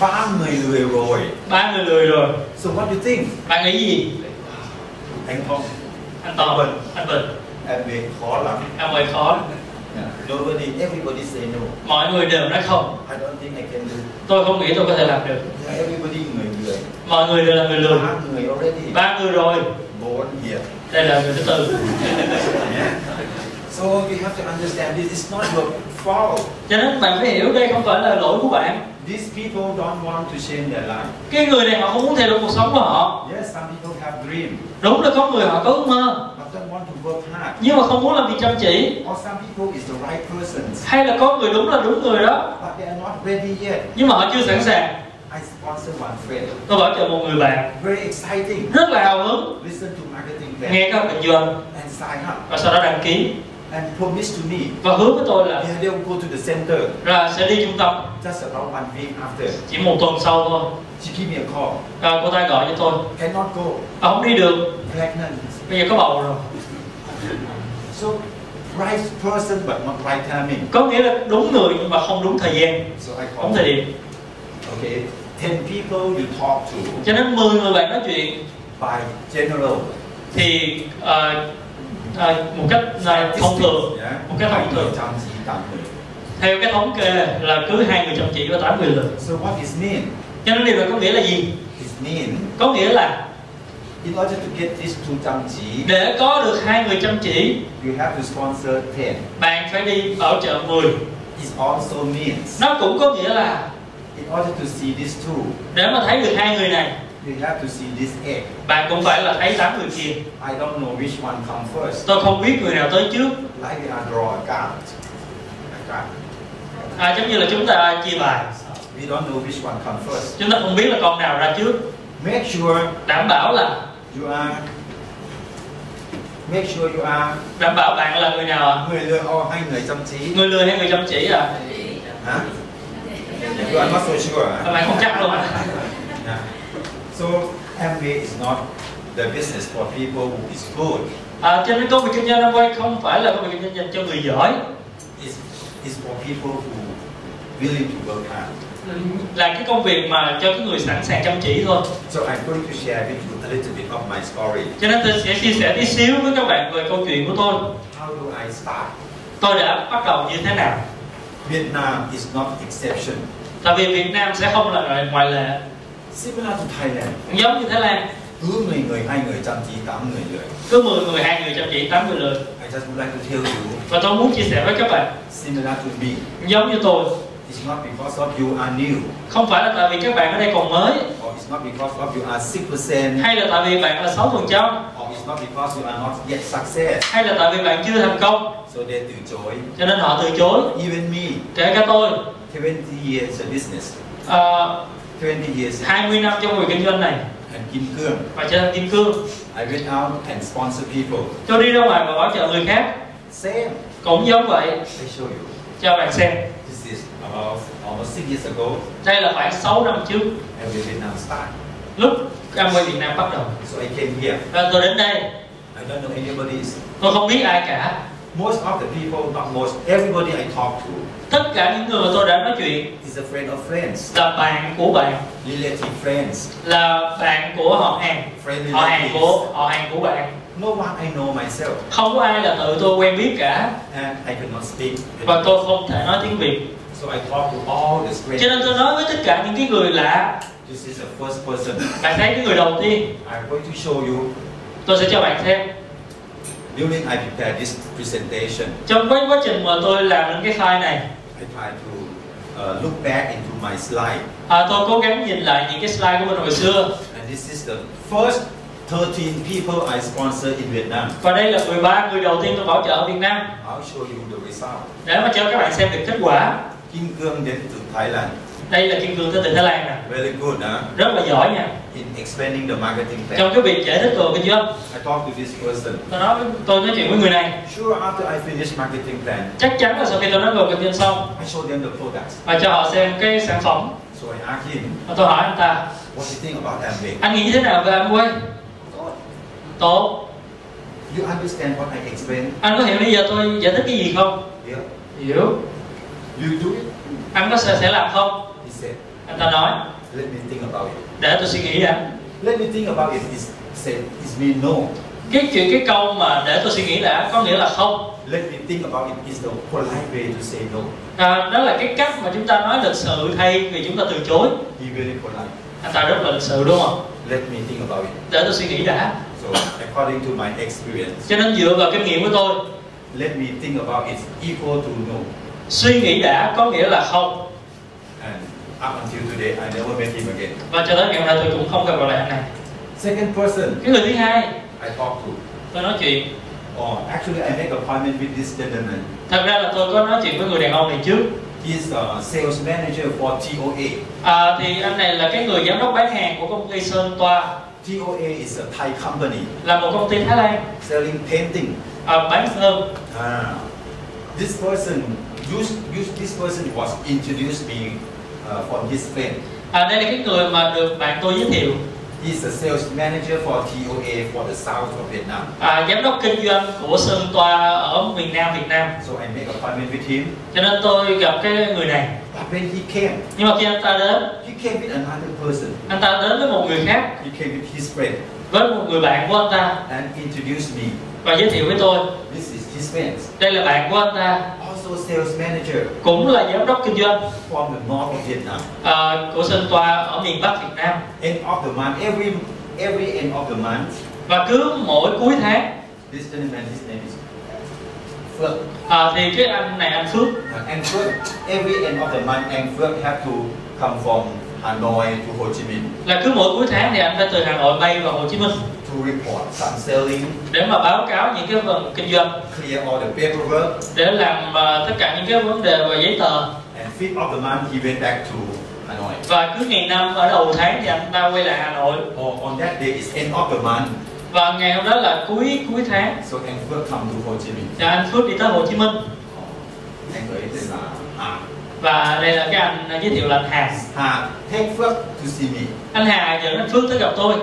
Speaker 2: Ba người lười rồi.
Speaker 3: ba người lười rồi
Speaker 2: So what do you think?
Speaker 3: bạn nghĩ gì
Speaker 2: Anh không
Speaker 3: anh toàn anh bình
Speaker 2: em về khó lắm.
Speaker 3: em ngoài khó
Speaker 2: Nobody, everybody say no.
Speaker 3: mọi người đều nói không
Speaker 2: I don't think I can do.
Speaker 3: tôi không nghĩ tôi có thể làm được
Speaker 2: Everybody người lười.
Speaker 3: mọi người đều là người lười
Speaker 2: Ba người already.
Speaker 3: ba người rồi
Speaker 2: born here.
Speaker 3: đây là người thứ tư
Speaker 2: So we have to understand this is not your fault.
Speaker 3: cho nên bạn phải hiểu đây không phải là lỗi của bạn
Speaker 2: These people don't want to change their life.
Speaker 3: cái người này họ không muốn thay đổi cuộc sống của họ
Speaker 2: Yes, some people have dreams,
Speaker 3: đúng là có người họ có ước mơ
Speaker 2: but don't want to work hard.
Speaker 3: nhưng mà không muốn làm việc chăm chỉ
Speaker 2: Or some people is the right persons,
Speaker 3: hay là có người đúng là đúng người đó
Speaker 2: but they are not ready yet.
Speaker 3: nhưng mà họ chưa sẵn sàng
Speaker 2: I sponsor one friend.
Speaker 3: tôi bảo trợ một người bạn
Speaker 2: Very exciting.
Speaker 3: rất là hào hứng
Speaker 2: Listen to marketing plan
Speaker 3: nghe các bạn kinh doanh
Speaker 2: and sign up
Speaker 3: và sau đó đăng ký
Speaker 2: and promise to me.
Speaker 3: và hứa với tôi là
Speaker 2: Yeah, they will go to the center
Speaker 3: là sẽ đi trung tâm
Speaker 2: just about one week after.
Speaker 3: chỉ một tuần sau thôi
Speaker 2: She give me a call.
Speaker 3: à, cô ta gọi cho tôi
Speaker 2: Cannot go.
Speaker 3: à, không đi được
Speaker 2: Pregnant.
Speaker 3: bây giờ có bầu rồi
Speaker 2: So right person but not right timing.
Speaker 3: có nghĩa là đúng người nhưng mà không đúng thời gian
Speaker 2: So I
Speaker 3: không
Speaker 2: called
Speaker 3: thời điểm
Speaker 2: Okay, 10 people you talk to
Speaker 3: cho nên 10 người bạn nói chuyện
Speaker 2: by general.
Speaker 3: thì à, à, một cách là thông thường
Speaker 2: Yeah.
Speaker 3: một cách thông thường
Speaker 2: Trong chỉ tạm thời.
Speaker 3: theo cái thống kê là cứ hai người chăm chỉ và tám người lười
Speaker 2: So what is mean?
Speaker 3: cho nên điều này có nghĩa là gì
Speaker 2: Is mean
Speaker 3: có nghĩa là
Speaker 2: in order to get these two Changji,
Speaker 3: để có được hai người chăm chỉ
Speaker 2: you have to sponsor 10.
Speaker 3: bạn phải đi bảo trợ 10
Speaker 2: It also means
Speaker 3: nó cũng có nghĩa là
Speaker 2: in order to see these two,
Speaker 3: để mà thấy được hai người này
Speaker 2: you have to see this eight.
Speaker 3: bạn cũng phải là thấy tám người kia
Speaker 2: I don't know which one come first.
Speaker 3: tôi không biết người nào tới trước
Speaker 2: Like we are draw a card. A card.
Speaker 3: à, giống như là chúng ta chia bài
Speaker 2: We don't know which one come first.
Speaker 3: chúng ta không biết là con nào ra trước
Speaker 2: Make sure
Speaker 3: đảm bảo là
Speaker 2: you are make sure you are
Speaker 3: đảm bảo bạn là người nào ạ
Speaker 2: người lừa or hai người chăm chỉ
Speaker 3: người lười hay người chăm chỉ à
Speaker 2: hả you are not so sure
Speaker 3: Mà
Speaker 2: hả?
Speaker 3: bạn không chắc luôn à
Speaker 2: Yeah. so Amway is not the business for people who is good
Speaker 3: À, cho nên công việc kinh doanh năm quay không phải là công việc kinh doanh dành cho người giỏi
Speaker 2: it's, it's for people who willing to work hard
Speaker 3: là cái công việc mà cho cái người sẵn sàng chăm chỉ thôi
Speaker 2: so I'm going to share with you a little bit of my story
Speaker 3: cho nên tôi sẽ chia sẻ tí xíu với các bạn về câu chuyện của tôi
Speaker 2: how do I start
Speaker 3: tôi đã bắt đầu như thế nào
Speaker 2: Vietnam is not exception
Speaker 3: tại vì Việt Nam sẽ không là loại ngoại lệ
Speaker 2: similar to Thailand
Speaker 3: cũng giống như Thái Lan
Speaker 2: cứ 10 người hai người chăm chỉ tám người lười
Speaker 3: cứ 10 người hai người chăm chỉ tám người lười
Speaker 2: I just would like to tell you
Speaker 3: và tôi muốn chia sẻ với các bạn
Speaker 2: similar to me
Speaker 3: cũng giống như tôi
Speaker 2: It's not because of you are new,
Speaker 3: không phải là tại vì các bạn ở đây còn mới
Speaker 2: or it's not because of you are sick percent,
Speaker 3: hay là tại vì bạn là 6 phần trăm
Speaker 2: or it's not because you are not yet success.
Speaker 3: hay là tại vì bạn chưa thành công
Speaker 2: So they từ chối.
Speaker 3: cho nên họ từ chối
Speaker 2: Even me,
Speaker 3: kể cả tôi
Speaker 2: 20 years in business,
Speaker 3: ờ,
Speaker 2: 20 years
Speaker 3: 20 năm trong việc kinh doanh này
Speaker 2: and Kim Cương,
Speaker 3: và trở thành kim cương
Speaker 2: I went out and sponsor people.
Speaker 3: tôi đi ra ngoài và bảo trợ người khác
Speaker 2: Same.
Speaker 3: cũng giống vậy
Speaker 2: I show you.
Speaker 3: cho bạn xem
Speaker 2: This is about almost six years ago,
Speaker 3: đây là khoảng 6 năm trước
Speaker 2: and we Vietnam start.
Speaker 3: lúc Amway Việt Nam bắt đầu
Speaker 2: So I came here.
Speaker 3: và tôi đến đây
Speaker 2: I don't know anybody.
Speaker 3: tôi không biết ai cả
Speaker 2: Most of the people, not most, everybody I talk to
Speaker 3: tất cả những người mà tôi đã nói chuyện
Speaker 2: is a friend of friends,
Speaker 3: là bạn của bạn
Speaker 2: relative friends,
Speaker 3: là bạn của họ hàng
Speaker 2: friend
Speaker 3: họ hàng
Speaker 2: relatives.
Speaker 3: của họ hàng của bạn
Speaker 2: No one I know myself,
Speaker 3: không có ai là tự tôi quen biết cả
Speaker 2: and I cannot speak.
Speaker 3: và tôi không thể nói tiếng việt
Speaker 2: So I talk to all the
Speaker 3: cho nên tôi
Speaker 2: strangers.
Speaker 3: nói với tất cả những cái người lạ
Speaker 2: This is the first person.
Speaker 3: bạn thấy cái người đầu tiên
Speaker 2: I'm going to show you
Speaker 3: tôi sẽ cho bạn xem
Speaker 2: During I prepare this presentation,
Speaker 3: trong cái quá trình mà tôi làm những cái file này
Speaker 2: I try to uh, look back into my slide,
Speaker 3: à, tôi cố gắng nhìn lại những cái slide của mình hồi xưa
Speaker 2: and this is the first 13 people I sponsor in Vietnam.
Speaker 3: và đây là 13 người đầu tiên tôi bảo trợ ở Việt Nam
Speaker 2: I'll show you the result.
Speaker 3: để mà cho các bạn xem được kết quả
Speaker 2: Kim Cương đến từ Thái Lan,
Speaker 3: đây là kim cương tới từ Thái Lan nè
Speaker 2: very good, huh?
Speaker 3: rất là giỏi nha
Speaker 2: In expanding the marketing plan.
Speaker 3: trong cái việc giải thích về kinh doanh
Speaker 2: I talked to this person.
Speaker 3: tôi nói với- tôi nói chuyện với người này
Speaker 2: Sure, after I finish marketing plan,
Speaker 3: chắc chắn là sau khi tôi nói về kinh doanh xong
Speaker 2: I show them the products.
Speaker 3: và cho họ xem cái sản phẩm
Speaker 2: So I asked him,
Speaker 3: và tôi hỏi anh ta
Speaker 2: what do you think about Amway?
Speaker 3: anh nghĩ như thế nào về Amway tốt
Speaker 2: You understand what I explained?
Speaker 3: anh có hiểu bây giờ tôi giải thích cái gì không
Speaker 2: Yeah.
Speaker 3: hiểu
Speaker 2: You do it?
Speaker 3: anh có sẽ sẽ làm không
Speaker 2: He said,
Speaker 3: anh ta nói
Speaker 2: let me think about it.
Speaker 3: để tôi suy nghĩ đã
Speaker 2: Let me think about it is said is mean no.
Speaker 3: cái chuyện cái câu mà để tôi suy nghĩ đã có nghĩa là không
Speaker 2: Let me think about it is the polite way to say no.
Speaker 3: à, đó là cái cách mà chúng ta nói lịch sự thay vì chúng ta từ chối
Speaker 2: He very polite.
Speaker 3: anh ta rất là lịch sự đúng không
Speaker 2: Let me think about it.
Speaker 3: để tôi suy nghĩ đã
Speaker 2: So according to my experience,
Speaker 3: cho nên dựa vào kinh nghiệm của tôi
Speaker 2: let me think about it equal to no.
Speaker 3: suy nghĩ đã có nghĩa là không
Speaker 2: And up until today, I never met him again.
Speaker 3: và cho tới ngày hôm nay tôi cũng không gặp lại anh này
Speaker 2: Second person
Speaker 3: cái người thứ hai
Speaker 2: I talked to,
Speaker 3: tôi nói chuyện
Speaker 2: or actually I make appointment with this gentleman.
Speaker 3: thật ra là tôi có nói chuyện với người đàn ông này trước
Speaker 2: He's a sales manager for TOA.
Speaker 3: à, thì anh này là cái người giám đốc bán hàng của công ty Sơn Toa
Speaker 2: TOA is a Thai company
Speaker 3: là một công ty Thái Lan
Speaker 2: selling painting.
Speaker 3: à, bán sơn
Speaker 2: Ah. This person, used, used, this person was introduced me uh, from his friend.
Speaker 3: à, đây là cái người mà được bạn tôi giới thiệu
Speaker 2: He's a sales manager for TOA for the south of Vietnam.
Speaker 3: à, giám đốc kinh doanh của Sơn Toa ở miền Nam Việt Nam
Speaker 2: So I make appointment with him.
Speaker 3: cho nên tôi gặp cái người này
Speaker 2: But when he came,
Speaker 3: nhưng mà khi anh ta đến
Speaker 2: he came with another person.
Speaker 3: anh ta đến với một người khác
Speaker 2: He came with his friend
Speaker 3: với một người bạn của anh ta
Speaker 2: and introduced me.
Speaker 3: và giới thiệu với tôi
Speaker 2: This is his friend.
Speaker 3: đây là bạn của anh ta
Speaker 2: Also sales manager
Speaker 3: cũng là giám đốc kinh doanh
Speaker 2: from the north of Vietnam.
Speaker 3: à, của Sơn Toa ở miền Bắc Việt Nam
Speaker 2: End of the month, every every end of the month,
Speaker 3: và cứ mỗi cuối tháng
Speaker 2: this gentleman, his name is Phước.
Speaker 3: à, thì cái anh này anh Phước
Speaker 2: Uh, and Phước, every end of the month, and Phước have to come from Hanoi to Ho Chi Minh
Speaker 3: là cứ mỗi cuối tháng thì anh phải từ Hà Nội bay vào Hồ Chí Minh
Speaker 2: to report some selling,
Speaker 3: để mà báo cáo những cái phần kinh doanh
Speaker 2: clear all the paperwork.
Speaker 3: để làm à, tất cả những cái vấn đề về giấy tờ
Speaker 2: And fifth of the month, he went back to Hanoi.
Speaker 3: và cứ ngày năm ở đầu tháng thì anh ta quay lại Hà Nội
Speaker 2: Or on that day is end of the month,
Speaker 3: và ngày hôm đó là cuối cuối tháng
Speaker 2: so and Phước come to Ho Chi Minh.
Speaker 3: thì anh Phước đi tới Hồ Chí Minh
Speaker 2: Anh ấy tên là Hà.
Speaker 3: và đây là cái anh giới thiệu là anh Hà
Speaker 2: Hà uh, take Phước to see me.
Speaker 3: anh Hà dẫn anh Phước tới gặp tôi
Speaker 2: Wow,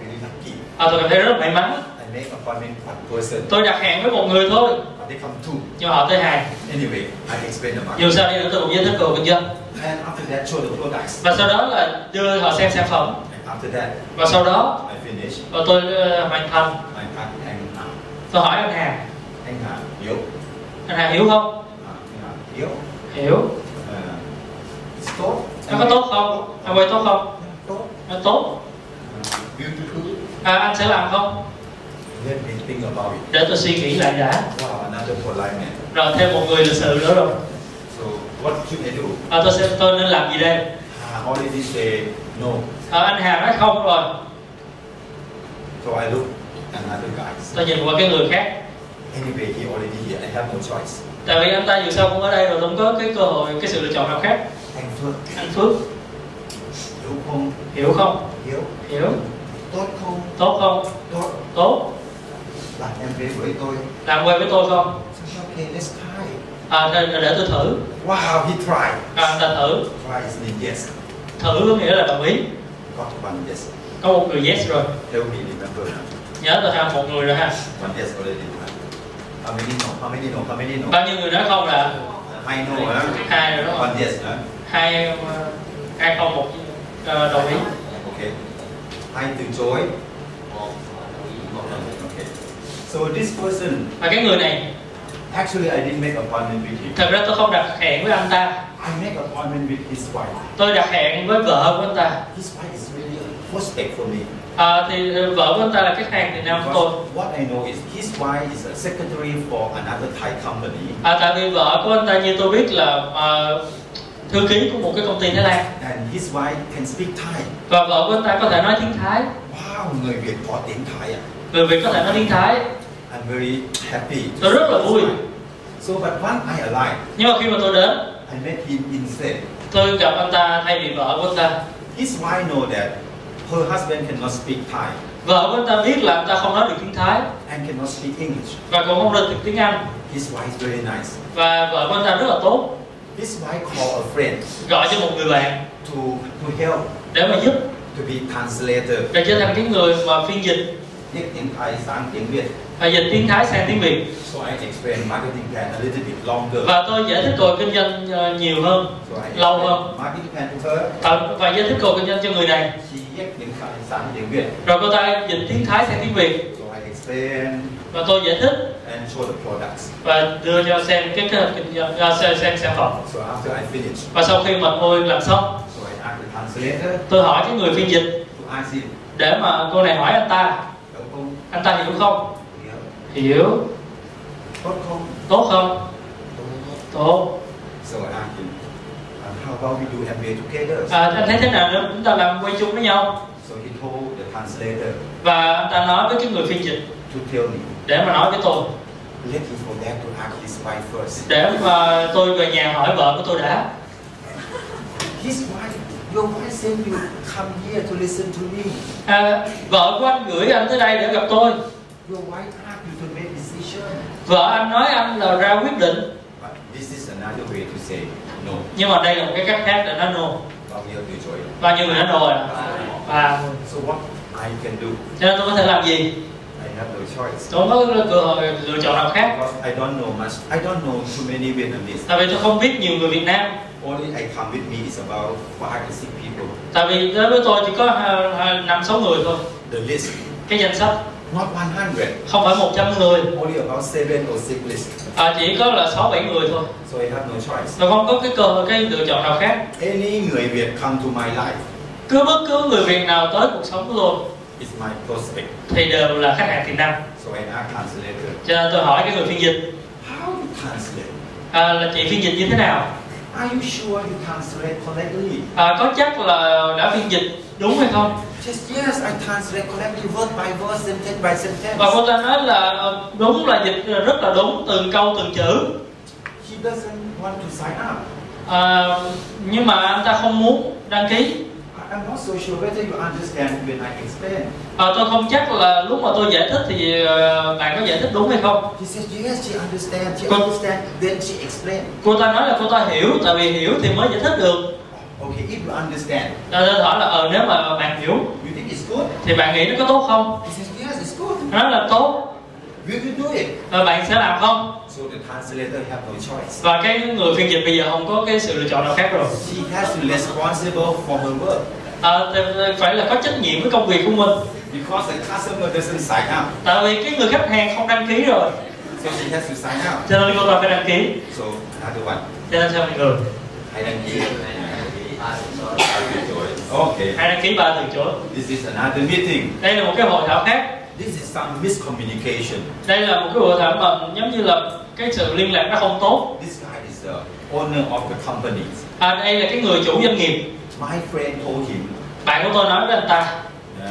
Speaker 2: really lucky.
Speaker 3: à, tôi cảm thấy rất là may mắn
Speaker 2: I make appointment one person.
Speaker 3: tôi đặt hàng với một người thôi
Speaker 2: But they come two.
Speaker 3: nhưng mà họ tới hàng
Speaker 2: Anyway, I explain the market.
Speaker 3: dù sao đi nữa tôi cũng giải thích về kinh doanh
Speaker 2: And after that, show the products.
Speaker 3: và sau đó là đưa họ xem sản phẩm
Speaker 2: And after that,
Speaker 3: và sau đó
Speaker 2: I finish.
Speaker 3: và tôi ờ, hoàn thành
Speaker 2: I cut and Hà.
Speaker 3: tôi hỏi anh Hà
Speaker 2: Anh Hà hiểu.
Speaker 3: anh Hà hiểu không
Speaker 2: À, Anh Hà hiểu.
Speaker 3: hiểu
Speaker 2: À, It's tốt.
Speaker 3: nó có tốt không anh quay tốt không
Speaker 2: Tốt.
Speaker 3: nó tốt
Speaker 2: À, Uh, Beautiful.
Speaker 3: à, anh sẽ làm không
Speaker 2: Let me think about it.
Speaker 3: để tôi suy nghĩ lại đã
Speaker 2: Wow, another polite man.
Speaker 3: rồi thêm một người lịch sự nữa rồi
Speaker 2: So what should I do? Uh,
Speaker 3: à, tôi sẽ tôi nên làm gì đây
Speaker 2: Hà already say no.
Speaker 3: Ờ, anh Hà nói không rồi
Speaker 2: So I look another guys.
Speaker 3: tôi nhìn qua cái người khác
Speaker 2: Anyway, he already here. I have no choice.
Speaker 3: tại vì anh ta dù sao cũng ở đây rồi không có cái cơ hội cái sự lựa chọn nào khác
Speaker 2: Anh Phước
Speaker 3: anh Phước
Speaker 2: hiểu không?
Speaker 3: hiểu không
Speaker 2: Hiểu.
Speaker 3: hiểu
Speaker 2: Tốt không?
Speaker 3: tốt không
Speaker 2: Tốt.
Speaker 3: tốt
Speaker 2: Bạn em về với tôi.
Speaker 3: làm quen với tôi không
Speaker 2: So, okay, let's try.
Speaker 3: à, để, để tôi thử
Speaker 2: Wow, he tried.
Speaker 3: à, anh ta thử
Speaker 2: Try is mean yes.
Speaker 3: thử có nghĩa là đồng ý
Speaker 2: Got one yes.
Speaker 3: có một người yes rồi
Speaker 2: Help me remember. now.
Speaker 3: nhớ tôi ha một người rồi ha
Speaker 2: One yes already. How many no? How many no? How many no?
Speaker 3: bao nhiêu người nói không là
Speaker 2: I know. Huh?
Speaker 3: hai rồi đúng không
Speaker 2: One yes. Huh?
Speaker 3: hai ờ, hai không một ờ, đồng ý
Speaker 2: Okay. I từ chối. Okay. So this person,
Speaker 3: và cái người này
Speaker 2: actually I didn't make appointment with him.
Speaker 3: thật ra tôi không đặt hẹn với anh ta
Speaker 2: I make appointment with his wife.
Speaker 3: tôi đặt hẹn với vợ của anh ta
Speaker 2: His wife is really a prospect for me.
Speaker 3: à, thì vợ của anh ta là khách hàng Việt Nam của tôi
Speaker 2: Because what I know is his wife is a secretary for another Thai company,
Speaker 3: à, tại vì vợ của anh ta như tôi biết là à, thư ký của một cái công ty Thái Lan
Speaker 2: and his wife can speak Thai.
Speaker 3: và vợ của anh ta có thể nói tiếng Thái
Speaker 2: Wow, người Việt có tiếng Thái à?
Speaker 3: người Việt có thể nói tiếng Thái
Speaker 2: I'm very happy. to
Speaker 3: Tôi rất là
Speaker 2: see
Speaker 3: vui.
Speaker 2: his wife. So, but when I arrived,
Speaker 3: nhưng mà khi mà tôi đến
Speaker 2: I met him instead.
Speaker 3: tôi gặp anh ta thay vì vợ của anh ta
Speaker 2: His wife know that her husband cannot speak Thai
Speaker 3: vợ của anh ta biết là anh ta không nói được tiếng Thái
Speaker 2: and cannot speak English.
Speaker 3: và cũng không nói được tiếng Anh
Speaker 2: His wife is very nice.
Speaker 3: và vợ của anh ta rất là tốt
Speaker 2: His wife called a friend
Speaker 3: gọi cho một người bạn
Speaker 2: to to help
Speaker 3: để mà giúp
Speaker 2: to be translator.
Speaker 3: để trở thành cái người mà phiên dịch
Speaker 2: Viết tiếng Thái sang tiếng Việt.
Speaker 3: và dịch tiếng Thái sang tiếng Việt
Speaker 2: So I explained marketing plan a little bit longer.
Speaker 3: và tôi giải thích cội kinh doanh ờ, nhiều hơn
Speaker 2: So I
Speaker 3: Lâu
Speaker 2: explained
Speaker 3: không?
Speaker 2: Marketing plan to her.
Speaker 3: Ờ, và giải thích cội kinh doanh cho người này
Speaker 2: She viết tiếng Thái sang tiếng Việt.
Speaker 3: rồi cô ta dịch tiếng Thái sang tiếng Việt
Speaker 2: So I explained
Speaker 3: và tôi giải thích
Speaker 2: and show the products.
Speaker 3: và đưa cho xem cái kế hoạch kinh doanh à, xem, xem sản phẩm
Speaker 2: So after I finished,
Speaker 3: và sau khi mà tôi làm xong
Speaker 2: so I asked the translator
Speaker 3: tôi hỏi cái người phiên dịch
Speaker 2: to ask him,
Speaker 3: để mà cô này hỏi anh ta
Speaker 2: "Hiểu không?
Speaker 3: anh ta hiểu không
Speaker 2: Hiểu.
Speaker 3: hiểu
Speaker 2: Tốt không?
Speaker 3: tốt không
Speaker 2: Tốt."
Speaker 3: tốt
Speaker 2: So I asked him, "Uh, how about we do MBA together?
Speaker 3: à, anh thấy thế nào nữa chúng ta làm quay chung với nhau
Speaker 2: So he told the translator
Speaker 3: và anh ta nói với cái người phiên dịch
Speaker 2: to tell me,
Speaker 3: để mà nói với tôi
Speaker 2: let him go back to ask his wife first.
Speaker 3: để mà tôi về nhà hỏi vợ của tôi đã
Speaker 2: His wife, your wife sent you come here to listen to me.
Speaker 3: à, vợ của anh gửi anh tới đây để gặp tôi
Speaker 2: Your wife asked you to make decision.
Speaker 3: vợ anh nói anh là ra quyết định
Speaker 2: But this is another way to say no.
Speaker 3: nhưng mà đây là một cái cách khác để nó nô
Speaker 2: Bao nhiêu từ chối?
Speaker 3: bao nhiêu người nó nô rồi và
Speaker 2: So what I can do?
Speaker 3: cho nên tôi có thể làm gì
Speaker 2: I have no choice.
Speaker 3: tôi không có cơ hội lựa chọn nào khác
Speaker 2: Because I don't know much. I don't know too many Vietnamese.
Speaker 3: tại vì tôi không biết nhiều người Việt Nam
Speaker 2: Only I come with me is about five to six people.
Speaker 3: tại vì đối với tôi chỉ có ờ, ờ, năm sáu người thôi
Speaker 2: The list,
Speaker 3: cái danh sách
Speaker 2: not 100,
Speaker 3: không phải 100 người
Speaker 2: only about seven or six list.
Speaker 3: à, chỉ có là sáu bảy người thôi
Speaker 2: So I have no choice.
Speaker 3: và không có cái cơ hội cái lựa chọn nào khác
Speaker 2: Any người Việt come to my life
Speaker 3: cứ bất cứ người Việt nào tới cuộc sống của tôi
Speaker 2: is my prospect.
Speaker 3: thì đều là khách hàng tiềm năng
Speaker 2: So I ask translator,
Speaker 3: cho nên tôi hỏi cái người phiên dịch
Speaker 2: how you translate?
Speaker 3: à, là chị phiên dịch như thế nào
Speaker 2: Are you sure you translate correctly?
Speaker 3: à, có chắc là đã phiên dịch đúng hay không
Speaker 2: Just yes, I translate correctly word by word, sentence by sentence.
Speaker 3: và cô ta nói là ờ, đúng là dịch rất là đúng từng câu từng chữ
Speaker 2: He doesn't want to sign up.
Speaker 3: à, nhưng mà anh ta không muốn đăng ký
Speaker 2: I- I'm not so sure whether you understand when I explain.
Speaker 3: à, tôi không chắc là lúc mà tôi giải thích thì ờ, bạn có giải thích đúng hay không
Speaker 2: He says, yes, she understands, she
Speaker 3: Con-
Speaker 2: understands. Then she explained.
Speaker 3: cô ta nói là cô ta hiểu tại vì hiểu thì mới giải thích được
Speaker 2: Okay, if you understand,
Speaker 3: ta ta hỏi là ờ nếu mà bạn hiểu
Speaker 2: you think it's good?
Speaker 3: thì bạn nghĩ nó có tốt không
Speaker 2: He says, yes, it's good.
Speaker 3: nó là tốt
Speaker 2: Will you do it?
Speaker 3: và bạn sẽ làm không
Speaker 2: So the translator have no choice.
Speaker 3: và cái người phiên dịch bây giờ không có cái sự lựa chọn nào khác rồi
Speaker 2: She has to be responsible for her work
Speaker 3: Ờ, thì phải là có trách nhiệm với công việc của mình
Speaker 2: because the customer doesn't sign up.
Speaker 3: tại vì cái người khách hàng không đăng ký rồi
Speaker 2: So she has to sign up.
Speaker 3: cho nên cô ta phải đăng ký
Speaker 2: So another one.
Speaker 3: cho nên sao mọi người
Speaker 2: I don't need it. Okay.
Speaker 3: hai đăng ký ba từ chối
Speaker 2: This is another meeting.
Speaker 3: đây là một cái hội thảo khác
Speaker 2: This is some miscommunication.
Speaker 3: đây là một cái hội thảo mà giống như là cái sự liên lạc nó không tốt
Speaker 2: This guy is the owner of the company.
Speaker 3: à, đây là cái người chủ doanh nghiệp
Speaker 2: My friend told him,
Speaker 3: bạn của tôi nói với anh ta
Speaker 2: uh,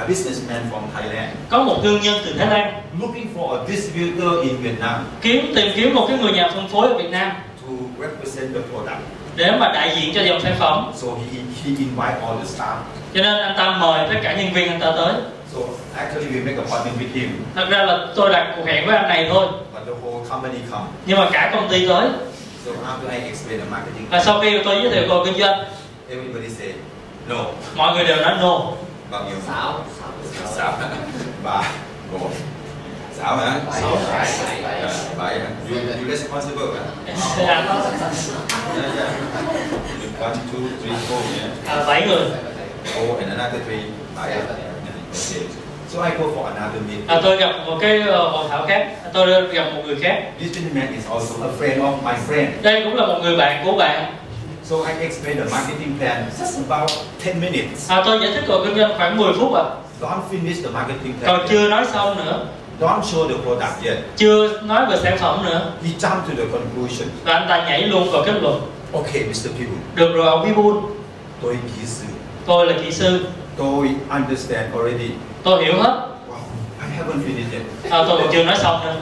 Speaker 2: a businessman from Thailand,
Speaker 3: có một thương nhân từ Thái Lan
Speaker 2: looking for a distributor in Vietnam
Speaker 3: kiếm tìm kiếm một cái người nhà phân phối ở Việt Nam
Speaker 2: to represent the product.
Speaker 3: để mà đại diện cho dòng sản phẩm
Speaker 2: So he, he invite all the staff.
Speaker 3: cho nên anh ta mời tất cả nhân viên anh ta tới
Speaker 2: So actually we make appointment with him,
Speaker 3: thật ra là tôi đặt cuộc hẹn với anh này thôi
Speaker 2: but the whole company come.
Speaker 3: nhưng mà cả công ty tới
Speaker 2: So after I explain the marketing,
Speaker 3: và sau khi tôi giới thiệu cô kinh doanh
Speaker 2: everybody say no.
Speaker 3: mọi người đều nói no
Speaker 2: Bao nhiêu?
Speaker 4: sáu
Speaker 2: Sáu. Ba. Bốn. Sáu hả?
Speaker 4: Bảy. Bảy.
Speaker 2: Ờ, Bảy hả? You, you responsible hả? Yeah, yeah. One, two, three, four. Yeah.
Speaker 3: à, bảy người
Speaker 2: Oh, and another three. Bảy. Okay. So I go for another meeting.
Speaker 3: à, tôi gặp một cái ờ, hội thảo khác tôi gặp một người khác
Speaker 2: This gentleman is also a friend of my friend.
Speaker 3: đây cũng là một người bạn của bạn
Speaker 2: So I explained the marketing plan just about 10 minutes.
Speaker 3: à, tôi giải thích cuộc kinh doanh khoảng 10 phút ạ
Speaker 2: Don't finish the marketing
Speaker 3: còn
Speaker 2: campaign.
Speaker 3: chưa nói xong nữa
Speaker 2: Don't show the product yet.
Speaker 3: chưa nói về sản phẩm nữa
Speaker 2: He jumped to the conclusion.
Speaker 3: và anh ta nhảy luôn vào kết luận
Speaker 2: Okay, Mr. Pibu,
Speaker 3: được rồi ông Vibun
Speaker 2: tôi kỹ sư.
Speaker 3: tôi là kỹ sư
Speaker 2: Tôi understand already.
Speaker 3: tôi hiểu hết
Speaker 2: Wow, I haven't finished yet.
Speaker 3: à, tôi còn chưa nói xong nữa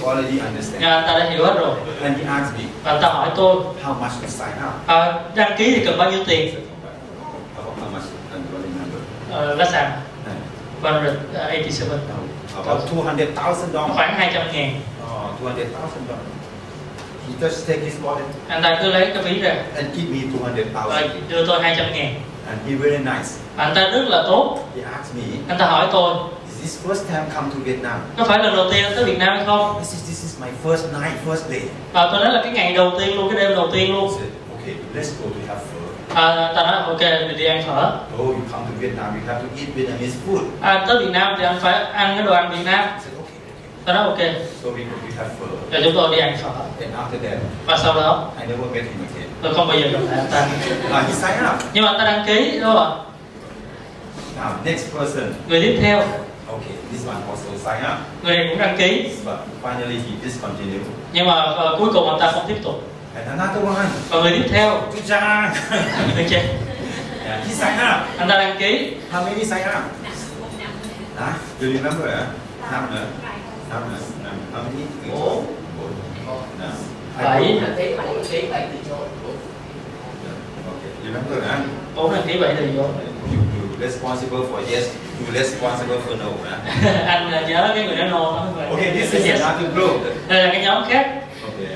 Speaker 2: He already understand.
Speaker 3: à, anh ta đã hiểu hết rồi
Speaker 2: And he asked me,
Speaker 3: và anh ta hỏi tôi
Speaker 2: how much to sign up?
Speaker 3: à, đăng ký thì cần bao nhiêu
Speaker 2: I
Speaker 3: tiền
Speaker 2: said, About how much? I don't remember.
Speaker 3: à, lá sàn ờ,
Speaker 2: And
Speaker 3: 187
Speaker 2: um, About two hundred thousand dollars.
Speaker 3: khoảng 200 ngàn
Speaker 2: Oh, two hundred thousand dollars. He just take his wallet
Speaker 3: anh ta cứ lấy cái ví ra
Speaker 2: and give me two hundred
Speaker 3: và
Speaker 2: thousand.
Speaker 3: đưa tôi 200 ngàn
Speaker 2: And he very nice.
Speaker 3: anh ta rất là tốt
Speaker 2: He asked me,
Speaker 3: anh ta hỏi tôi
Speaker 2: is this first time come to Vietnam?
Speaker 3: có phải lần đầu tiên anh tới Việt Nam hay không
Speaker 2: I said, this is my first night, first day.
Speaker 3: à, tôi nói là cái ngày đầu tiên luôn cái đêm đầu tiên
Speaker 2: He
Speaker 3: luôn
Speaker 2: said, okay, let's go to have food.
Speaker 3: à, anh ta nói ok mình đi ăn phở
Speaker 2: Oh, you come to Vietnam, you have to eat Vietnamese food.
Speaker 3: à, tới Việt Nam thì anh phải ăn cái đồ ăn Việt Nam
Speaker 2: I said, okay, okay.
Speaker 3: tôi nói ok
Speaker 2: So we go to have food.
Speaker 3: rồi chúng tôi đi ăn phở
Speaker 2: And after that,
Speaker 3: và sau đó
Speaker 2: I never met him again.
Speaker 3: tôi không bao giờ gặp lại anh ta
Speaker 2: Now he signed up.
Speaker 3: nhưng mà anh ta đăng ký đúng không
Speaker 2: Now, next person.
Speaker 3: ạ người tiếp theo
Speaker 2: Okay, this one also sign up.
Speaker 3: người này cũng đăng ký
Speaker 2: But finally, he discontinued.
Speaker 3: nhưng mà ờ, cuối cùng anh ta không tiếp tục
Speaker 2: And another one.
Speaker 3: và người tiếp theo
Speaker 2: Good job.
Speaker 3: được chưa
Speaker 2: Yeah, he signed up.
Speaker 3: anh ta đăng ký
Speaker 2: How many signed up? Huh? Do you remember? Huh? Năm nữa. Năm nữa. Năm. How many?
Speaker 4: Bốn.
Speaker 2: Bốn. Now, I
Speaker 3: Bảy.
Speaker 2: go-
Speaker 4: thế mà lại thế lại từ chối
Speaker 2: Yeah, Okay. You remember? Huh?
Speaker 3: bốn đăng ký vậy thì vô
Speaker 2: You, you responsible for yes, you responsible for no. Huh?
Speaker 3: anh là nhớ cái người đó nô lắm rồi.
Speaker 2: Okay, this is
Speaker 3: Yes.
Speaker 2: another group.
Speaker 3: đây là cái nhóm khác
Speaker 2: Okay,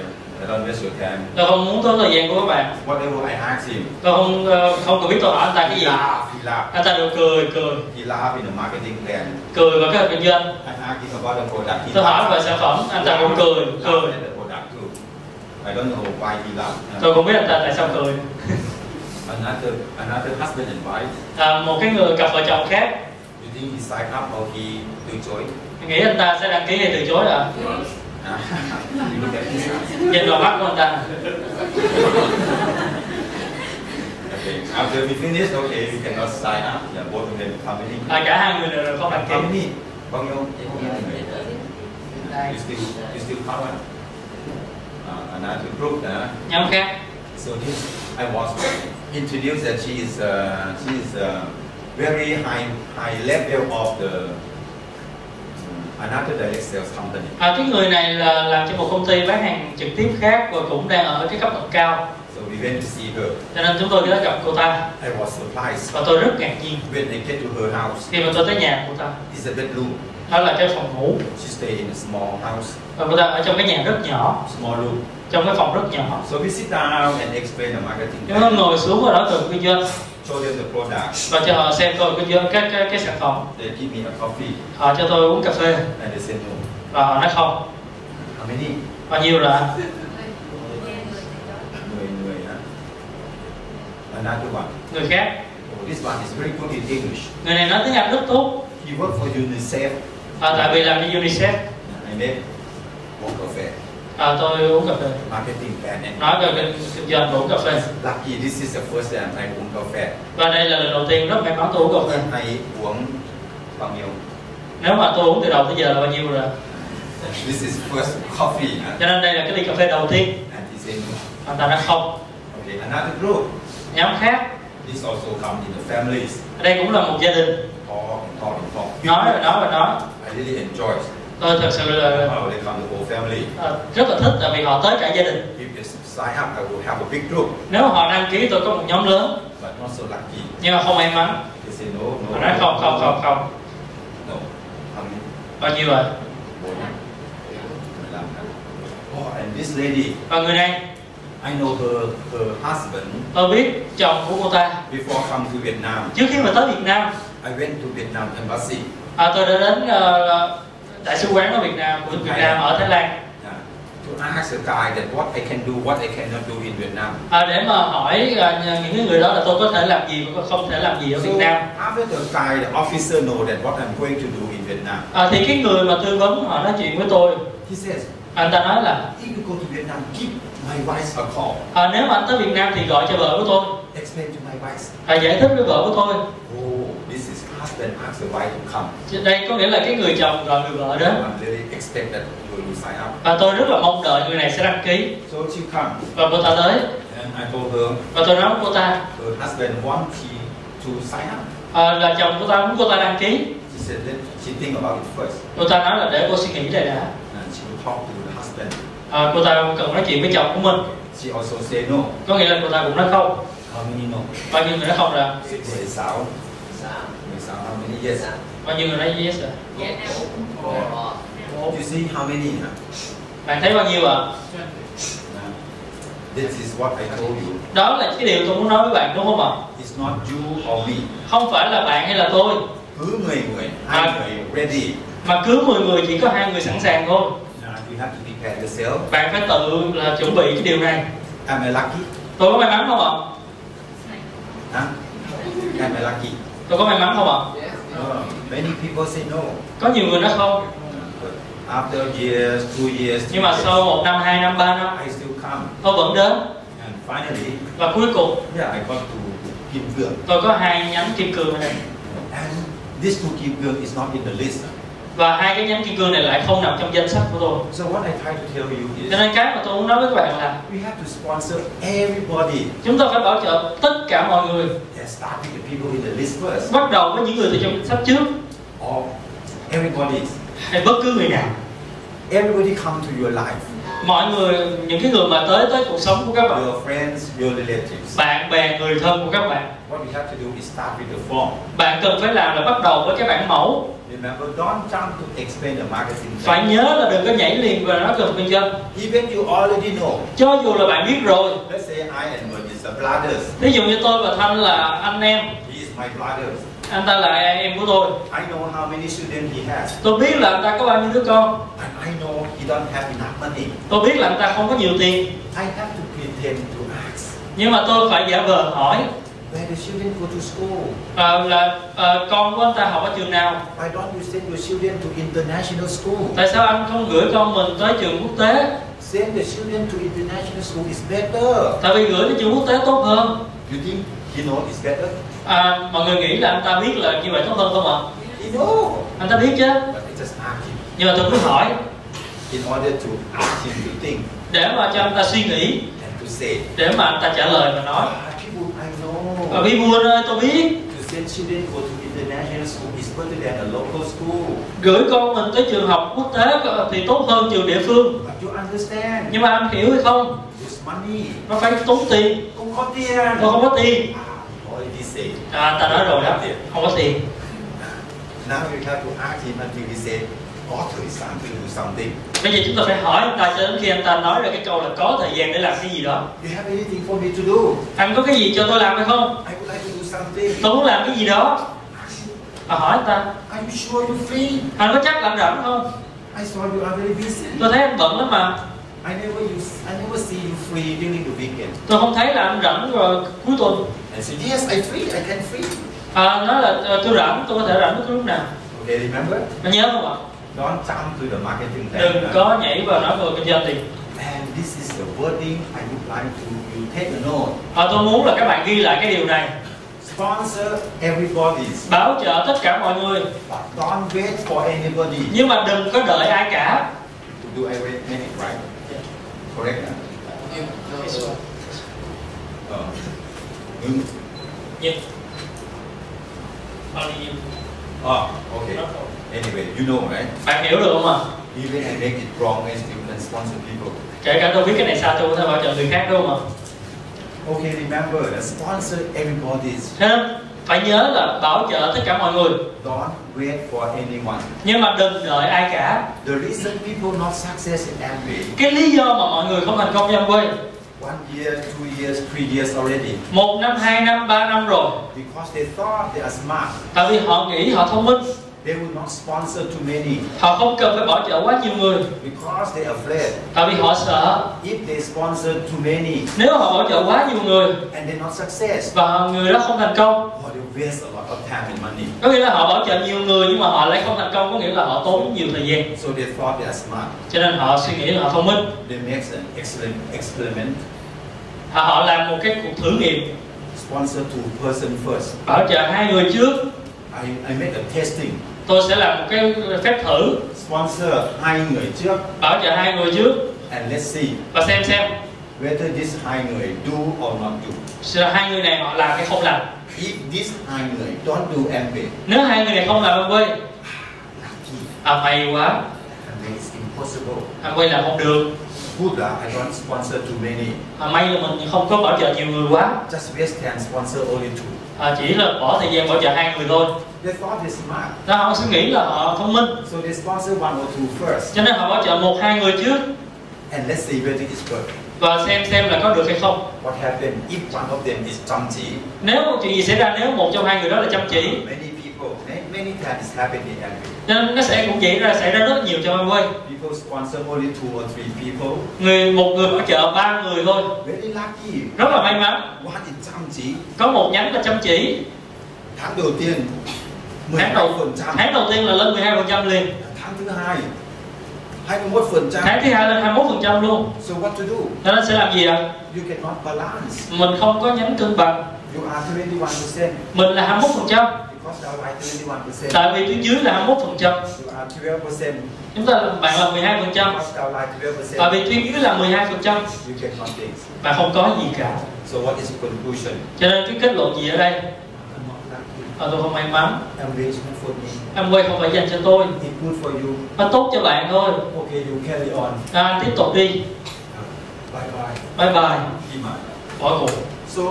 Speaker 2: I don't waste your time.
Speaker 3: tôi không muốn tốn thời gian của các bạn
Speaker 2: Whatever I ask him,
Speaker 3: tôi không ờ, không cần biết tôi hỏi anh ta cái
Speaker 2: he
Speaker 3: gì
Speaker 2: laugh, he laugh.
Speaker 3: anh ta đều cười cười
Speaker 2: He laugh in the marketing plan.
Speaker 3: cười vào cái hình kinh doanh
Speaker 2: I ask him about the product. He
Speaker 3: tôi hỏi
Speaker 2: laugh.
Speaker 3: về sản phẩm anh ta cũng cười cười
Speaker 2: Laugh at the product too. I don't know why he laugh. huh?
Speaker 3: tôi cũng biết anh ta tại sao cười
Speaker 2: Another, another husband and wife.
Speaker 3: à, một cái người cặp vợ chồng khác
Speaker 2: You think he signed up or he từ chối?
Speaker 3: nghĩ anh ta sẽ đăng ký hay từ chối à
Speaker 2: you look at his hands.
Speaker 3: nhìn vào mắt của anh ta
Speaker 2: Okay. After we finish, okay, you cannot sign up. Yeah, both of them how many?
Speaker 3: à, cả hai người đều là không đăng
Speaker 2: How
Speaker 3: ký
Speaker 2: many? Bao nhiêu? You still, you still power. Uh, another group, uh,
Speaker 3: nhóm khác
Speaker 2: so this I was introduced that she is uh, she is uh, very high high level of the um, another direct sales company.
Speaker 3: à, cái người này là làm cho một công ty bán hàng trực tiếp khác và cũng đang ở cái cấp bậc cao
Speaker 2: So we went to see her.
Speaker 3: cho nên chúng tôi đã gặp cô ta
Speaker 2: I was surprised
Speaker 3: và tôi rất ngạc nhiên
Speaker 2: when I get to her house.
Speaker 3: khi mà tôi tới nhà cô ta
Speaker 2: It's a bedroom.
Speaker 3: đó là cái phòng ngủ
Speaker 2: She stay in a small house,
Speaker 3: và cô ta ở trong cái nhà rất nhỏ
Speaker 2: small room.
Speaker 3: trong cái phòng rất nhỏ
Speaker 2: So we sit down and explain the marketing.
Speaker 3: chúng tôi ngồi xuống và nói về kinh doanh
Speaker 2: Show them the product.
Speaker 3: và cho họ xem tôi kinh doanh các cái, cái sản phẩm
Speaker 2: They give me a coffee
Speaker 3: họ cho tôi uống cà phê
Speaker 2: and they say no.
Speaker 3: và họ nói không
Speaker 2: How many?
Speaker 3: bao nhiêu là
Speaker 2: Người, người, huh? Another one.
Speaker 3: người khác
Speaker 2: Oh, this one is very good in English.
Speaker 3: người này nói tiếng anh rất tốt
Speaker 2: He worked for UNICEF.
Speaker 3: à, tại vì làm cho unicef
Speaker 2: I met one cafe,
Speaker 3: à, tôi uống cà phê
Speaker 2: marketing plan. And
Speaker 3: nói về kinh, kinh doanh uống cà phê
Speaker 2: lucky, this is the first time I own cafe.
Speaker 3: và đây là lần đầu tiên rất may mắn tôi uống cà phê
Speaker 2: When I uống bao nhiêu?
Speaker 3: nếu mà tôi uống từ đầu tới giờ là bao nhiêu rồi
Speaker 2: This is first coffee. huh?
Speaker 3: cho nên đây là cái ly cà phê đầu tiên
Speaker 2: And he said no.
Speaker 3: anh ta nói không
Speaker 2: Okay, another group.
Speaker 3: nhóm khác
Speaker 2: This also comes in the families.
Speaker 3: ở đây cũng là một gia đình
Speaker 2: Talk and talk and talk.
Speaker 3: nói rồi nói rồi nói
Speaker 2: I really enjoy it.
Speaker 3: tôi thật sự là
Speaker 2: Wow, they come the whole family.
Speaker 3: ờ, rất là thích tại vì họ tới cả gia đình
Speaker 2: If they sign up, I will have a big group.
Speaker 3: nếu họ đăng ký tôi có một nhóm lớn
Speaker 2: But not so lucky.
Speaker 3: nhưng mà không may mắn
Speaker 2: They say no, no.
Speaker 3: họ nói không không không không
Speaker 2: No. How many?
Speaker 3: bao nhiêu rồi
Speaker 2: One. Làm hả? Oh, and this lady,
Speaker 3: và người này
Speaker 2: I know her, her husband.
Speaker 3: tôi biết chồng của cô ta
Speaker 2: Before come to Vietnam,
Speaker 3: trước khi mà tới Việt Nam
Speaker 2: I went to Vietnam embassy.
Speaker 3: à, tôi đã đến ờ, đại sứ quán ở Việt Nam của Việt Nam ở Thái Lan
Speaker 2: uh, to ask the guy that what I can do, what I cannot do in Vietnam.
Speaker 3: à, để mà hỏi ờ, những cái người đó là tôi có thể làm gì và không thể làm gì ở Việt
Speaker 2: So
Speaker 3: Nam
Speaker 2: after the guy, the officer know that what I'm going to do in Vietnam,
Speaker 3: à, thì cái người mà tư vấn họ nói chuyện với tôi
Speaker 2: he says,
Speaker 3: anh ta nói là
Speaker 2: if you go to Vietnam, give my wife a call.
Speaker 3: à, nếu mà anh tới Việt Nam thì gọi cho vợ của tôi
Speaker 2: Explain to my wife.
Speaker 3: à, giải thích với vợ của tôi
Speaker 2: Oh, this is husband asks the wife to come.
Speaker 3: đây có nghĩa là cái người chồng và người vợ đó
Speaker 2: I really expect that you will sign up.
Speaker 3: và tôi rất là mong đợi người này sẽ đăng ký
Speaker 2: So she come
Speaker 3: và cô ta tới
Speaker 2: and I told her
Speaker 3: và tôi nói với cô ta
Speaker 2: her husband wants she to sign up.
Speaker 3: à, là chồng cô ta muốn cô ta đăng ký
Speaker 2: She said let she think about it first
Speaker 3: cô ta nói là để cô suy nghĩ đây đã
Speaker 2: and she will talk to the husband.
Speaker 3: à, cô ta cần nói chuyện với chồng của mình
Speaker 2: She also say no.
Speaker 3: có nghĩa là cô ta cũng nói không
Speaker 2: How many no?
Speaker 3: bao nhiêu người nói không rồi
Speaker 2: She says out. How many yes?
Speaker 3: bao nhiêu người nói yes rồi
Speaker 2: You see how many? huh?
Speaker 3: bạn thấy bao nhiêu ạ
Speaker 2: Uh, This is what I told you.
Speaker 3: đó là cái điều tôi muốn nói với bạn đúng không ạ
Speaker 2: It's not you or me.
Speaker 3: không phải là bạn hay là tôi
Speaker 2: Cứ người người, hai
Speaker 3: À.
Speaker 2: người ready.
Speaker 3: mà cứ 10 người chỉ có hai người sẵn sàng thôi
Speaker 2: Uh, You have to prepare yourself.
Speaker 3: bạn phải tự là chuẩn bị cái điều này
Speaker 2: Am I lucky?
Speaker 3: tôi có may mắn không ạ
Speaker 2: Huh? Am I lucky?
Speaker 3: tôi có may mắn không ạ
Speaker 2: No. Many people say no.
Speaker 3: có nhiều người nói không
Speaker 2: But after years, two years, three
Speaker 3: nhưng mà
Speaker 2: years,
Speaker 3: sau một năm hai năm ba năm
Speaker 2: I still come.
Speaker 3: tôi vẫn đến
Speaker 2: And finally,
Speaker 3: và cuối cùng
Speaker 2: yeah, I got to Kim Cương.
Speaker 3: tôi có hai nhánh kim cương này
Speaker 2: And this two Kim Cương is not in the list.
Speaker 3: và hai cái nhánh kim cương này lại không nằm trong danh sách của tôi
Speaker 2: So what I try to tell you
Speaker 3: cho
Speaker 2: is
Speaker 3: nên cái mà tôi muốn nói với các bạn là
Speaker 2: we have to sponsor everybody.
Speaker 3: chúng ta phải bảo trợ tất cả mọi người
Speaker 2: And start with the people in the list first.
Speaker 3: bắt đầu với những người từ trong danh sách trước
Speaker 2: Or everybody.
Speaker 3: hay bất cứ người nào
Speaker 2: Everybody come to your life.
Speaker 3: mọi người những cái người mà tới tới cuộc sống của các bạn
Speaker 2: Your friends, your relatives.
Speaker 3: bạn bè người thân của các bạn
Speaker 2: What we have to do is start with the form.
Speaker 3: bạn cần phải làm là bắt đầu với cái bản mẫu
Speaker 2: Remember, don't jump to explain the marketing.
Speaker 3: phải
Speaker 2: plan.
Speaker 3: nhớ là đừng có nhảy liền và nói cần kinh doanh
Speaker 2: Even you already know.
Speaker 3: cho dù là bạn biết rồi
Speaker 2: Let's say I and Mervis are brothers.
Speaker 3: ví dụ như tôi và thanh là anh em
Speaker 2: He is my brother.
Speaker 3: anh ta là em của tôi
Speaker 2: I know how many students he has,
Speaker 3: tôi biết là anh ta có bao nhiêu đứa con
Speaker 2: and I know he don't have enough money.
Speaker 3: tôi biết là anh ta không có nhiều tiền
Speaker 2: I have to pretend to ask
Speaker 3: nhưng mà tôi phải giả vờ hỏi
Speaker 2: where the children go to school.
Speaker 3: ờ, là ờ, con của anh ta học ở trường nào
Speaker 2: Why don't you send your children to international school?
Speaker 3: tại sao anh không gửi con mình tới trường quốc tế
Speaker 2: Send the children to international school is better.
Speaker 3: tại vì gửi tới trường quốc tế tốt hơn
Speaker 2: You think he know it's better?
Speaker 3: à, mọi người nghĩ là anh ta biết là như vậy tốt hơn không ạ
Speaker 2: He know.
Speaker 3: anh ta biết chứ
Speaker 2: But I just ask him
Speaker 3: nhưng mà tôi cứ hỏi
Speaker 2: in order to ask him to think
Speaker 3: để mà cho anh ta suy nghĩ
Speaker 2: and to say.
Speaker 3: để mà anh ta trả lời và nói
Speaker 2: "Ah, people I
Speaker 3: và
Speaker 2: know.
Speaker 3: vì vua ơi tôi biết
Speaker 2: To send children go to international school is better than a local school.
Speaker 3: gửi con mình tới trường học quốc tế thì tốt hơn trường địa phương
Speaker 2: But you understand?
Speaker 3: nhưng mà anh hiểu hay không
Speaker 2: It's money.
Speaker 3: nó phải tốn tiền
Speaker 2: Không có tiền.
Speaker 3: tôi không có tiền
Speaker 2: Ah, Already say.
Speaker 3: à, anh ta nói rồi đó không có tiền
Speaker 2: Now you have to ask him until he said, author is time to do something.
Speaker 3: bây giờ chúng ta phải hỏi anh ta cho đến khi anh ta nói ra cái câu là có thời gian để làm cái gì đó
Speaker 2: You have anything for me to do?
Speaker 3: anh có cái gì cho tôi làm hay không
Speaker 2: I would like to do something.
Speaker 3: tôi muốn làm cái gì đó à, hỏi anh ta
Speaker 2: Are you sure you're free?
Speaker 3: anh có chắc là anh rảnh không
Speaker 2: I saw you are very busy.
Speaker 3: tôi thấy anh bận lắm mà
Speaker 2: I never use, I never see you free during the weekend.
Speaker 3: tôi không thấy là anh rảnh vào cuối tuần
Speaker 2: I said, yes, I free, I can free.
Speaker 3: à, anh nói là "Ờ, tôi rảnh tôi có thể rảnh bất cứ lúc nào
Speaker 2: Okay, remember?
Speaker 3: anh nhớ không ạ
Speaker 2: Don't jump to the marketing plan.
Speaker 3: đừng có nhảy vào nói vừa kinh doanh tiền
Speaker 2: And this is the wording I would like to, you take a note.
Speaker 3: à, tôi muốn là các bạn ghi lại cái điều này
Speaker 2: Sponsor everybody,
Speaker 3: bảo trợ tất cả mọi người
Speaker 2: but don't wait for anybody.
Speaker 3: nhưng mà đừng có đợi ai cả
Speaker 2: Do I read make it right? Correct? huh? Oh. Mm.
Speaker 3: nhưng bao nhiêu
Speaker 2: Oh, okay. Anyway, you know, right?
Speaker 3: bạn hiểu được không ạ
Speaker 2: Even I make it wrong, I still can sponsor people.
Speaker 3: kể cả tôi biết cái này sao tôi có thể bảo trợ người khác đúng không ạ
Speaker 2: Okay, remember, the sponsor everybody.
Speaker 3: thế nên phải nhớ là bảo trợ tất cả mọi người
Speaker 2: Don't wait for anyone.
Speaker 3: nhưng mà đừng đợi ai cả
Speaker 2: The reason people not success in Amway,
Speaker 3: cái lý do mà mọi người không thành công trong quê
Speaker 2: one year, two years, three years already,
Speaker 3: một năm hai năm ba năm rồi
Speaker 2: because they thought they are smart.
Speaker 3: tại vì họ nghĩ họ thông minh
Speaker 2: They will not sponsor too many
Speaker 3: họ không cần phải bảo trợ quá nhiều người
Speaker 2: because they are afraid.
Speaker 3: tại vì họ sợ
Speaker 2: If they sponsor too many
Speaker 3: nếu họ bảo trợ quá nhiều người
Speaker 2: and they not success,
Speaker 3: và người đó không thành công
Speaker 2: or they waste a lot of time and money.
Speaker 3: có nghĩa là họ bảo trợ nhiều người nhưng mà họ lại không thành công có nghĩa là họ tốn nhiều thời gian
Speaker 2: So they thought they are smart.
Speaker 3: cho nên họ suy nghĩ là họ thông minh
Speaker 2: They make an excellent experiment,
Speaker 3: họ, họ làm một cái cuộc thử nghiệm
Speaker 2: sponsor to person first,
Speaker 3: bảo trợ hai người trước
Speaker 2: I, I make a testing
Speaker 3: tôi sẽ làm một cái phép thử
Speaker 2: sponsor hai người trước
Speaker 3: bảo trợ hai người trước
Speaker 2: and let's see
Speaker 3: và xem xem
Speaker 2: whether this hai người do or not do
Speaker 3: sự hai người này họ làm hay không làm
Speaker 2: if this hai người don't do MBA
Speaker 3: nếu hai người này không làm ông quay
Speaker 2: lucky
Speaker 3: à may quá
Speaker 2: MBA is impossible
Speaker 3: ông quay làm không được
Speaker 2: Buddha I don't sponsor too many
Speaker 3: à, may là mình không có bảo trợ nhiều người quá
Speaker 2: just waste can sponsor only two
Speaker 3: à, chỉ là bỏ thời gian bảo trợ hai người thôi
Speaker 2: they thought they smart
Speaker 3: nó không suy nghĩ là họ thông minh
Speaker 2: so they sponsor one or two first
Speaker 3: cho nên họ bảo trợ một hai người trước
Speaker 2: and let's see whether it's good
Speaker 3: và xem xem là có được hay không
Speaker 2: what happened if one of them is chumji
Speaker 3: nếu một chuyện gì xảy ra nếu một trong hai người đó là chăm chỉ
Speaker 2: many people many, many times it's happened in MBA
Speaker 3: cho nên nó sẽ cũng vậy ra xảy ra rất nhiều cho ông quay
Speaker 2: people sponsor only two or three people
Speaker 3: người một người bảo trợ ba người thôi
Speaker 2: very lucky
Speaker 3: rất là may mắn
Speaker 2: one is chumji
Speaker 3: có một nhánh là chăm chỉ
Speaker 2: tháng đầu tiên
Speaker 3: tháng
Speaker 2: 12
Speaker 3: đầu
Speaker 2: phần trăm
Speaker 3: tháng đầu tiên là lên 12 phần trăm liền
Speaker 2: tháng thứ hai 21 phần trăm
Speaker 3: tháng thứ hai lên 21 phần trăm luôn
Speaker 2: so what to do
Speaker 3: cho nên sẽ làm gì ạ
Speaker 2: you cannot balance
Speaker 3: mình không có nhánh cân bằng
Speaker 2: you are 21 percent
Speaker 3: mình là 21 phần trăm
Speaker 2: because thou art 21 percent
Speaker 3: tại vì tuyến dưới là 21 phần trăm
Speaker 2: you are 12 percent
Speaker 3: chúng ta bạn là 12 phần trăm
Speaker 2: because thou art 12
Speaker 3: tại
Speaker 2: percent
Speaker 3: vì tuyến dưới là 12 phần trăm
Speaker 2: you get nothing
Speaker 3: bạn không có gì cả
Speaker 2: so what is the conclusion
Speaker 3: cho nên cái kết luận gì ở đây
Speaker 2: I'm not lucky
Speaker 3: Ờ, tôi không may mắn
Speaker 2: engagement for me
Speaker 3: em quay không phải dành cho tôi
Speaker 2: it's good for you
Speaker 3: nó tốt cho bạn thôi
Speaker 2: okay you carry on
Speaker 3: à, tiếp tục đi
Speaker 2: bye bye
Speaker 3: bye bye
Speaker 2: Iman.
Speaker 3: bỏ cuộc
Speaker 2: so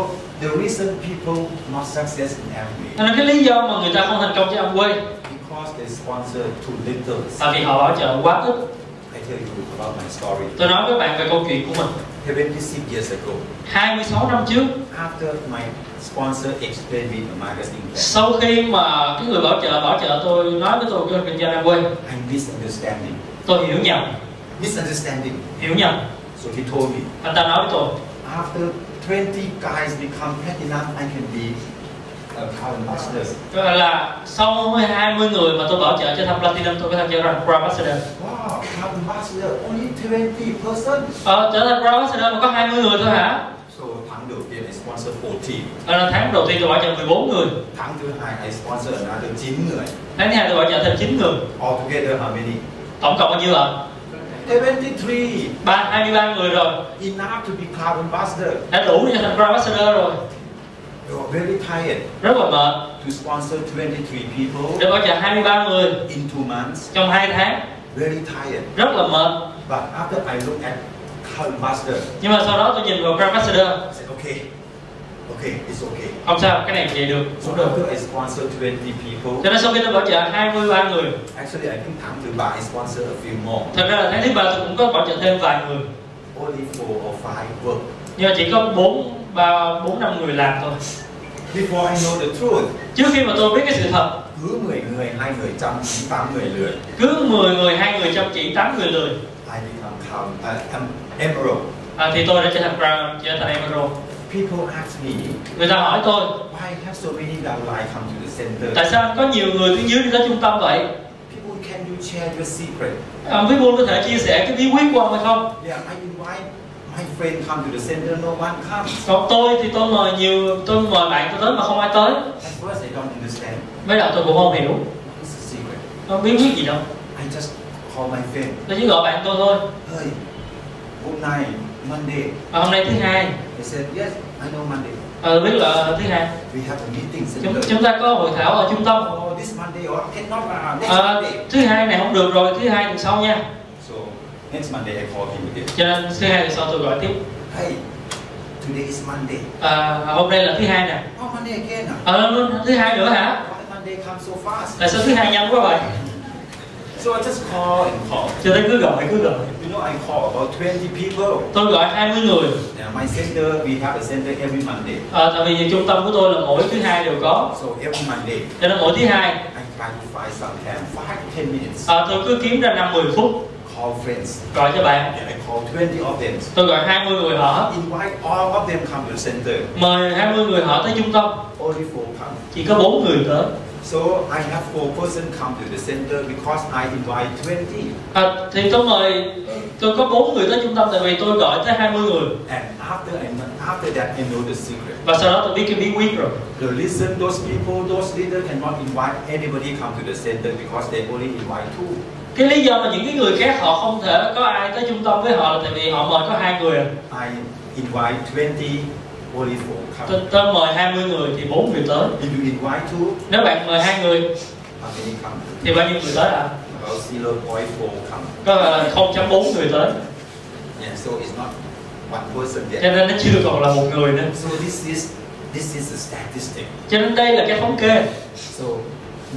Speaker 2: the reason people not success in MBA
Speaker 3: cho nên cái lý do mà người ta không thành công cho em quay
Speaker 2: because they sponsor too little
Speaker 3: tại vì họ bảo trợ quá ít
Speaker 2: I tell you about my story.
Speaker 3: tôi nói với bạn về câu chuyện của mình
Speaker 2: 76 years ago,
Speaker 3: 26 năm trước
Speaker 2: after my sponsor explained me the marketing plan,
Speaker 3: sau khi mà cái người bảo trợ bảo trợ tôi nói với tôi cái kinh doanh em quay
Speaker 2: I misunderstanding.
Speaker 3: tôi hiểu nhầm
Speaker 2: Misunderstanding.
Speaker 3: hiểu nhầm
Speaker 2: So he told me,
Speaker 3: anh ta nói với tôi
Speaker 2: after 20 guys become platinum, I can be a car ambassador.
Speaker 3: là sau 20 người mà tôi bảo trợ cho thăm Platinum tôi có tham gia rằng Grand Ambassador
Speaker 2: Wow, car ambassador, only 20 person.
Speaker 3: ờ, trở thành Grand Ambassador mà có 20 người thôi hả
Speaker 2: So tháng đầu tiên I sponsor 14.
Speaker 3: Ờ, là tháng đầu tiên tôi bảo trợ 14 người
Speaker 2: Tháng thứ hai I sponsor another 9 người.
Speaker 3: tháng thứ hai tôi bảo trợ thêm 9 người
Speaker 2: Altogether how many?
Speaker 3: tổng cộng bao nhiêu ạ
Speaker 2: 73.
Speaker 3: ba 23 người rồi
Speaker 2: Enough to be car ambassador.
Speaker 3: đã đủ để trở thành Grand Ambassador rồi
Speaker 2: You are very tired.
Speaker 3: rất là mệt
Speaker 2: to sponsor 23 people
Speaker 3: để bảo trợ 23 người
Speaker 2: in two months.
Speaker 3: trong 2 tháng
Speaker 2: Very tired.
Speaker 3: rất là mệt
Speaker 2: But after I look at Carl Master,
Speaker 3: nhưng mà sau đó tôi nhìn vào Grand Ambassador
Speaker 2: I said, okay, okay, it's okay.
Speaker 3: không sao cái này vậy được
Speaker 2: So
Speaker 3: cũng được
Speaker 2: after I sponsor 20 people,
Speaker 3: cho nên sau khi tôi bảo trợ 23 người
Speaker 2: actually I think Tang Dubai I sponsor a few more.
Speaker 3: thật ra là tháng thứ ba tôi cũng có bảo trợ thêm vài người
Speaker 2: Only four or five work.
Speaker 3: nhưng mà chỉ có bốn ba bốn năm người làm thôi
Speaker 2: Before I know the truth,
Speaker 3: trước khi mà tôi biết cái sự thật
Speaker 2: cứ 10 người, hai người chăm, chín tám người lười.
Speaker 3: cứ 10 người hai người chăm chỉ tám người lười
Speaker 2: I become Carl, uh, em- Emerald.
Speaker 3: à, thì tôi đã trở thành Brown trở thành Emerald
Speaker 2: People ask me,
Speaker 3: người ta hỏi tôi
Speaker 2: why have so many downline come to the center?
Speaker 3: tại sao có nhiều người tuyến dưới đi tới trung tâm vậy
Speaker 2: People, can you share your secret?
Speaker 3: ông Viết Buôn có thể chia sẻ cái bí quyết của ông hay không
Speaker 2: Yeah, I invite my friend come to the center, no one comes.
Speaker 3: còn tôi thì tôi mời nhiều tôi mời bạn tôi tới mà không ai tới
Speaker 2: At first, I don't understand.
Speaker 3: mới đầu tôi cũng không hiểu
Speaker 2: What is the secret?
Speaker 3: không bí quyết gì đâu
Speaker 2: I just call my friend.
Speaker 3: tôi chỉ gọi bạn tôi thôi
Speaker 2: Hey, hôm nay Monday.
Speaker 3: và hôm nay thứ hai
Speaker 2: They said yes, I know Monday.
Speaker 3: ờ, biết là thứ hai
Speaker 2: We have a meeting
Speaker 3: chúng,
Speaker 2: center.
Speaker 3: chúng ta có hội thảo ở trung tâm
Speaker 2: Oh, this Monday or cannot uh, next
Speaker 3: Ờ,
Speaker 2: Monday.
Speaker 3: thứ hai này không được rồi thứ hai tuần sau nha
Speaker 2: So next Monday I call him again.
Speaker 3: cho nên thứ hai tuần sau tôi gọi tiếp
Speaker 2: Hey, today is Monday.
Speaker 3: à, hôm nay là thứ hai nè
Speaker 2: Oh, Monday again. ah?
Speaker 3: ờ à, thứ hai nữa hả
Speaker 2: Why Monday come so fast?
Speaker 3: tại sao thứ hai nhanh quá vậy
Speaker 2: So I just call and call.
Speaker 3: cho nên cứ gọi cứ gọi
Speaker 2: You know I call about 20 people.
Speaker 3: tôi gọi 20 người
Speaker 2: Yeah, my center, we have a center every Monday.
Speaker 3: Ờ, tại vì trung tâm của tôi là mỗi thứ hai đều có
Speaker 2: So every Monday,
Speaker 3: cho nên mỗi thứ hai
Speaker 2: I try to find some time, five, ten minutes.
Speaker 3: ờ, tôi cứ kiếm ra năm 10 phút
Speaker 2: Call friends.
Speaker 3: gọi cho bạn
Speaker 2: Yeah, I call 20 of them.
Speaker 3: tôi gọi 20 người họ
Speaker 2: Invite all of them come to the center.
Speaker 3: mời 20 người họ tới trung tâm
Speaker 2: Only four come.
Speaker 3: chỉ có bốn người tới
Speaker 2: So I have four person come to the center because I invite 20.
Speaker 3: à, thì tôi mời tôi có bốn người tới trung tâm tại vì tôi gọi tới 20 người
Speaker 2: And after I know, after that I know the secret.
Speaker 3: và sau đó tôi biết cái bí quyết rồi
Speaker 2: To listen, those people, those leaders cannot invite anybody come to the center because they only invite two.
Speaker 3: cái lý do mà những cái người khác họ không thể có ai tới trung tâm với họ là tại vì họ mời có hai người à.
Speaker 2: I invite 20, only four come.
Speaker 3: tôi, tôi mời 20 người thì bốn người tới
Speaker 2: If you invite two,
Speaker 3: nếu bạn mời hai người
Speaker 2: how many come?
Speaker 3: thì bao nhiêu người tới ạ à?
Speaker 2: About 0.4 come.
Speaker 3: có thể là không chấm bốn người tới
Speaker 2: Yeah, so it's not one person yet.
Speaker 3: cho nên nó chưa còn là một người nữa
Speaker 2: So this is this is a statistic.
Speaker 3: cho nên đây là cái thống kê
Speaker 2: So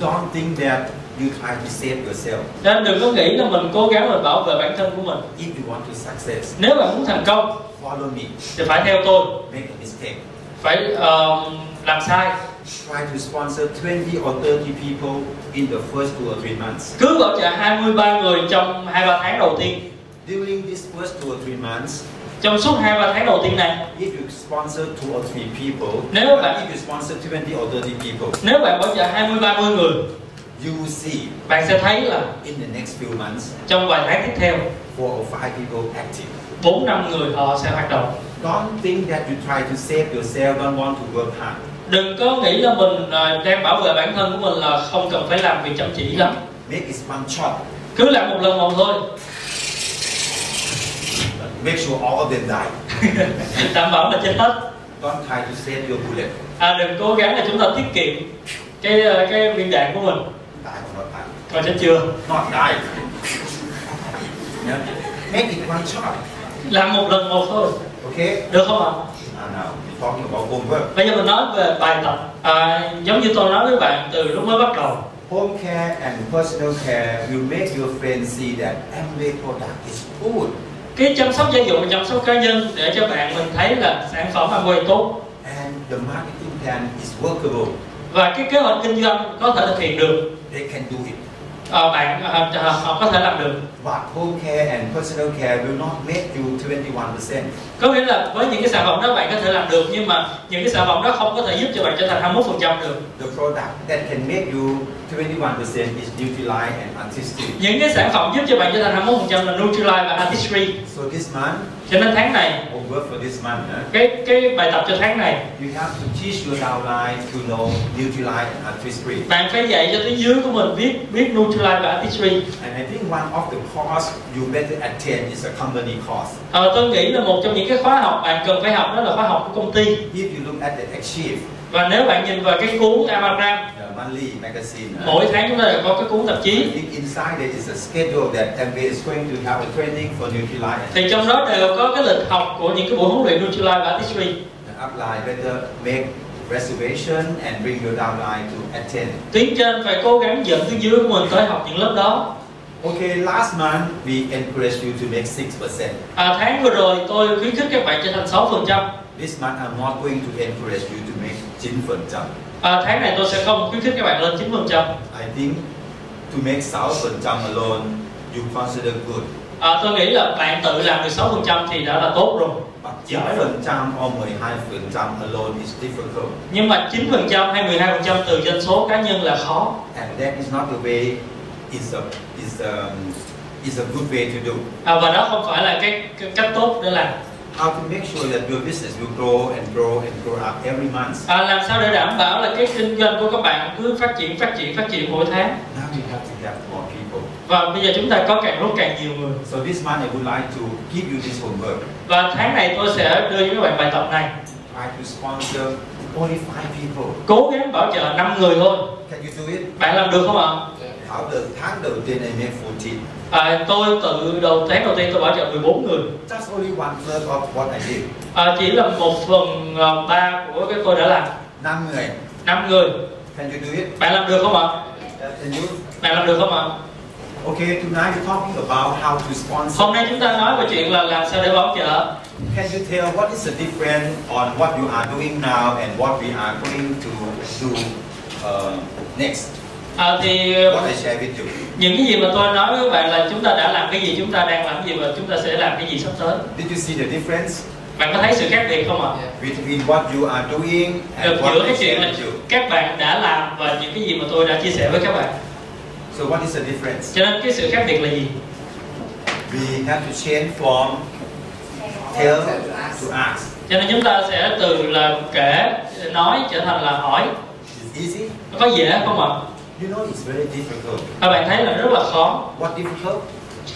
Speaker 2: don't think that you try to save yourself.
Speaker 3: Cho nên đừng có nghĩ là mình cố gắng mình bảo vệ bản thân của mình
Speaker 2: If you want to success,
Speaker 3: nếu bạn muốn thành công
Speaker 2: follow me.
Speaker 3: thì phải theo tôi
Speaker 2: Make a mistake.
Speaker 3: phải ờ, làm sai
Speaker 2: Try to sponsor 20 or 30 people in the first two or three months.
Speaker 3: cứ bảo trợ 23 người trong 2-3 tháng đầu tiên
Speaker 2: During this first two or three months,
Speaker 3: trong suốt 2-3 tháng đầu tiên này
Speaker 2: if you sponsor two or three people,
Speaker 3: Nếu
Speaker 2: but
Speaker 3: bạn-
Speaker 2: if you sponsor 20 or 30 people,
Speaker 3: nếu bạn bảo trợ 20-30 người
Speaker 2: you will see
Speaker 3: bạn sẽ thấy là
Speaker 2: in the next few months
Speaker 3: trong vài tháng tiếp theo
Speaker 2: four or five people active.
Speaker 3: 4 năm người họ sẽ hoạt động
Speaker 2: Don't think that you try to save yourself, don't want to work hard.
Speaker 3: đừng có nghĩ là mình ờ, đang bảo vệ bản thân của mình là không cần phải làm việc chăm chỉ lắm
Speaker 2: Make it one shot.
Speaker 3: cứ làm một lần một thôi
Speaker 2: Make sure all of them die.
Speaker 3: đảm bảo là chết hết
Speaker 2: Don't try to save your bullet.
Speaker 3: à, đừng cố gắng là chúng ta tiết kiệm cái ờ, cái viên đạn của mình
Speaker 2: Die or not die.
Speaker 3: còn chết chưa
Speaker 2: Not die. Yeah. Make it one shot.
Speaker 3: làm một lần một thôi
Speaker 2: Okay?
Speaker 3: được không ạ
Speaker 2: And now we're talking about homework.
Speaker 3: bây giờ mình nói về bài tập à, giống như tôi nói với bạn từ lúc mới bắt đầu
Speaker 2: Home care and personal care will make your friends see that Amway product is good
Speaker 3: cái chăm sóc gia dụng và chăm sóc cá nhân để cho bạn mình thấy là sản phẩm Amway tốt
Speaker 2: and the marketing plan is workable.
Speaker 3: và cái kế hoạch kinh doanh có thể thực hiện được
Speaker 2: They can do it.
Speaker 3: Ờ, bạn ờ, ờ, họ có thể làm được
Speaker 2: But home care and personal care will not make you 21%.
Speaker 3: có nghĩa là với những cái sản phẩm đó bạn có thể làm được nhưng mà những cái sản phẩm đó không có thể giúp cho bạn trở thành 21% được
Speaker 2: The product that can make you 21% is Nutrilite and Artistic.
Speaker 3: những cái sản phẩm giúp cho bạn trở thành 21% là Nutrilite và Artistry
Speaker 2: So this month,
Speaker 3: cho nên tháng này
Speaker 2: homework for this month, huh?
Speaker 3: cái cái bài tập cho tháng này
Speaker 2: You have to teach your downline to know Nutrilite and Artistry.
Speaker 3: bạn phải dạy cho tiếng dưới của mình biết biết Nutrilite và Artistry
Speaker 2: And I think one of the course you better attend is a company course.
Speaker 3: Ờ, tôi nghĩ là một trong những cái khóa học bạn cần phải học đó là khóa học của công ty
Speaker 2: If you look at the Achieve,
Speaker 3: và nếu bạn nhìn vào cái cuốn Amagram
Speaker 2: the monthly magazine, uh,
Speaker 3: mỗi tháng chúng ta đều có cái cuốn
Speaker 2: I
Speaker 3: tạp chí
Speaker 2: think inside there is a schedule that MBA is going to have a training for Nutrilite.
Speaker 3: thì trong đó đều có cái lịch học của những cái buổi huấn luyện Nutrilite và Artistry
Speaker 2: The upline better make reservation and bring your downline to attend.
Speaker 3: tuyến trên phải cố gắng dẫn tuyến dưới của mình tới học những lớp đó
Speaker 2: Okay, last month we encouraged you to make 6%.
Speaker 3: à, tháng vừa rồi tôi khuyến khích các bạn trở thành 6%
Speaker 2: This month I'm not going to encourage you to make 9%.
Speaker 3: à, tháng này tôi sẽ không khuyến khích các bạn lên 9%
Speaker 2: I think to make 6% alone, you consider good.
Speaker 3: à, tôi nghĩ là bạn tự làm được 6% thì đã là tốt rồi
Speaker 2: But 9% or 12% alone is difficult.
Speaker 3: nhưng mà 9% hay 12% từ doanh số cá nhân là khó
Speaker 2: And that is not the way, is a, is a, is a good way to do.
Speaker 3: à, và đó không phải là cái, cái cách tốt để làm
Speaker 2: How to make sure that your business will grow and grow and grow up every month.
Speaker 3: À, làm sao để đảm bảo là cái kinh doanh của các bạn cứ phát triển phát triển phát triển mỗi tháng
Speaker 2: Now you have to have more people.
Speaker 3: và bây giờ chúng ta có càng lúc càng nhiều người
Speaker 2: So this month I would like to give you this homework.
Speaker 3: và tháng này tôi sẽ đưa cho các bạn bài tập này
Speaker 2: Try to sponsor only five people.
Speaker 3: cố gắng bảo trợ 5 người thôi
Speaker 2: Can you do it?
Speaker 3: bạn làm được không ạ
Speaker 2: Thảo the tháng đầu tiên I make 14.
Speaker 3: à, tôi tự đầu tháng đầu tiên tôi bảo trợ 14 người
Speaker 2: That's only one third of what I did.
Speaker 3: à, chỉ là một phần ờ, ba của cái tôi đã làm
Speaker 2: Năm người.
Speaker 3: 5 người
Speaker 2: Can you do it?
Speaker 3: bạn làm được không ạ
Speaker 2: Can you?
Speaker 3: bạn làm được không ạ
Speaker 2: Okay, tonight we're talking about how to sponsor.
Speaker 3: hôm nay chúng ta nói về chuyện là làm sao để bảo trợ
Speaker 2: Can you tell what is the difference on what you are doing now and what we are going to do uh, next?
Speaker 3: à, thì
Speaker 2: What I share with you.
Speaker 3: những cái gì mà tôi nói với các bạn là chúng ta đã làm cái gì chúng ta đang làm cái gì và chúng ta sẽ làm cái gì sắp tới
Speaker 2: Did you see the difference?
Speaker 3: bạn có thấy sự khác biệt không ạ
Speaker 2: between what you are doing
Speaker 3: Được,
Speaker 2: and what
Speaker 3: giữa cái
Speaker 2: is
Speaker 3: chuyện mà
Speaker 2: sent you.
Speaker 3: các bạn đã làm và những cái gì mà tôi đã chia sẻ với các bạn
Speaker 2: So what is the difference?
Speaker 3: cho nên cái sự khác biệt là gì
Speaker 2: We have to change from tell to ask.
Speaker 3: cho nên chúng ta sẽ từ là kể nói trở thành là hỏi
Speaker 2: It's easy?
Speaker 3: nó có dễ không ạ
Speaker 2: You know it's very difficult.
Speaker 3: các bạn thấy là rất là khó
Speaker 2: What difficult?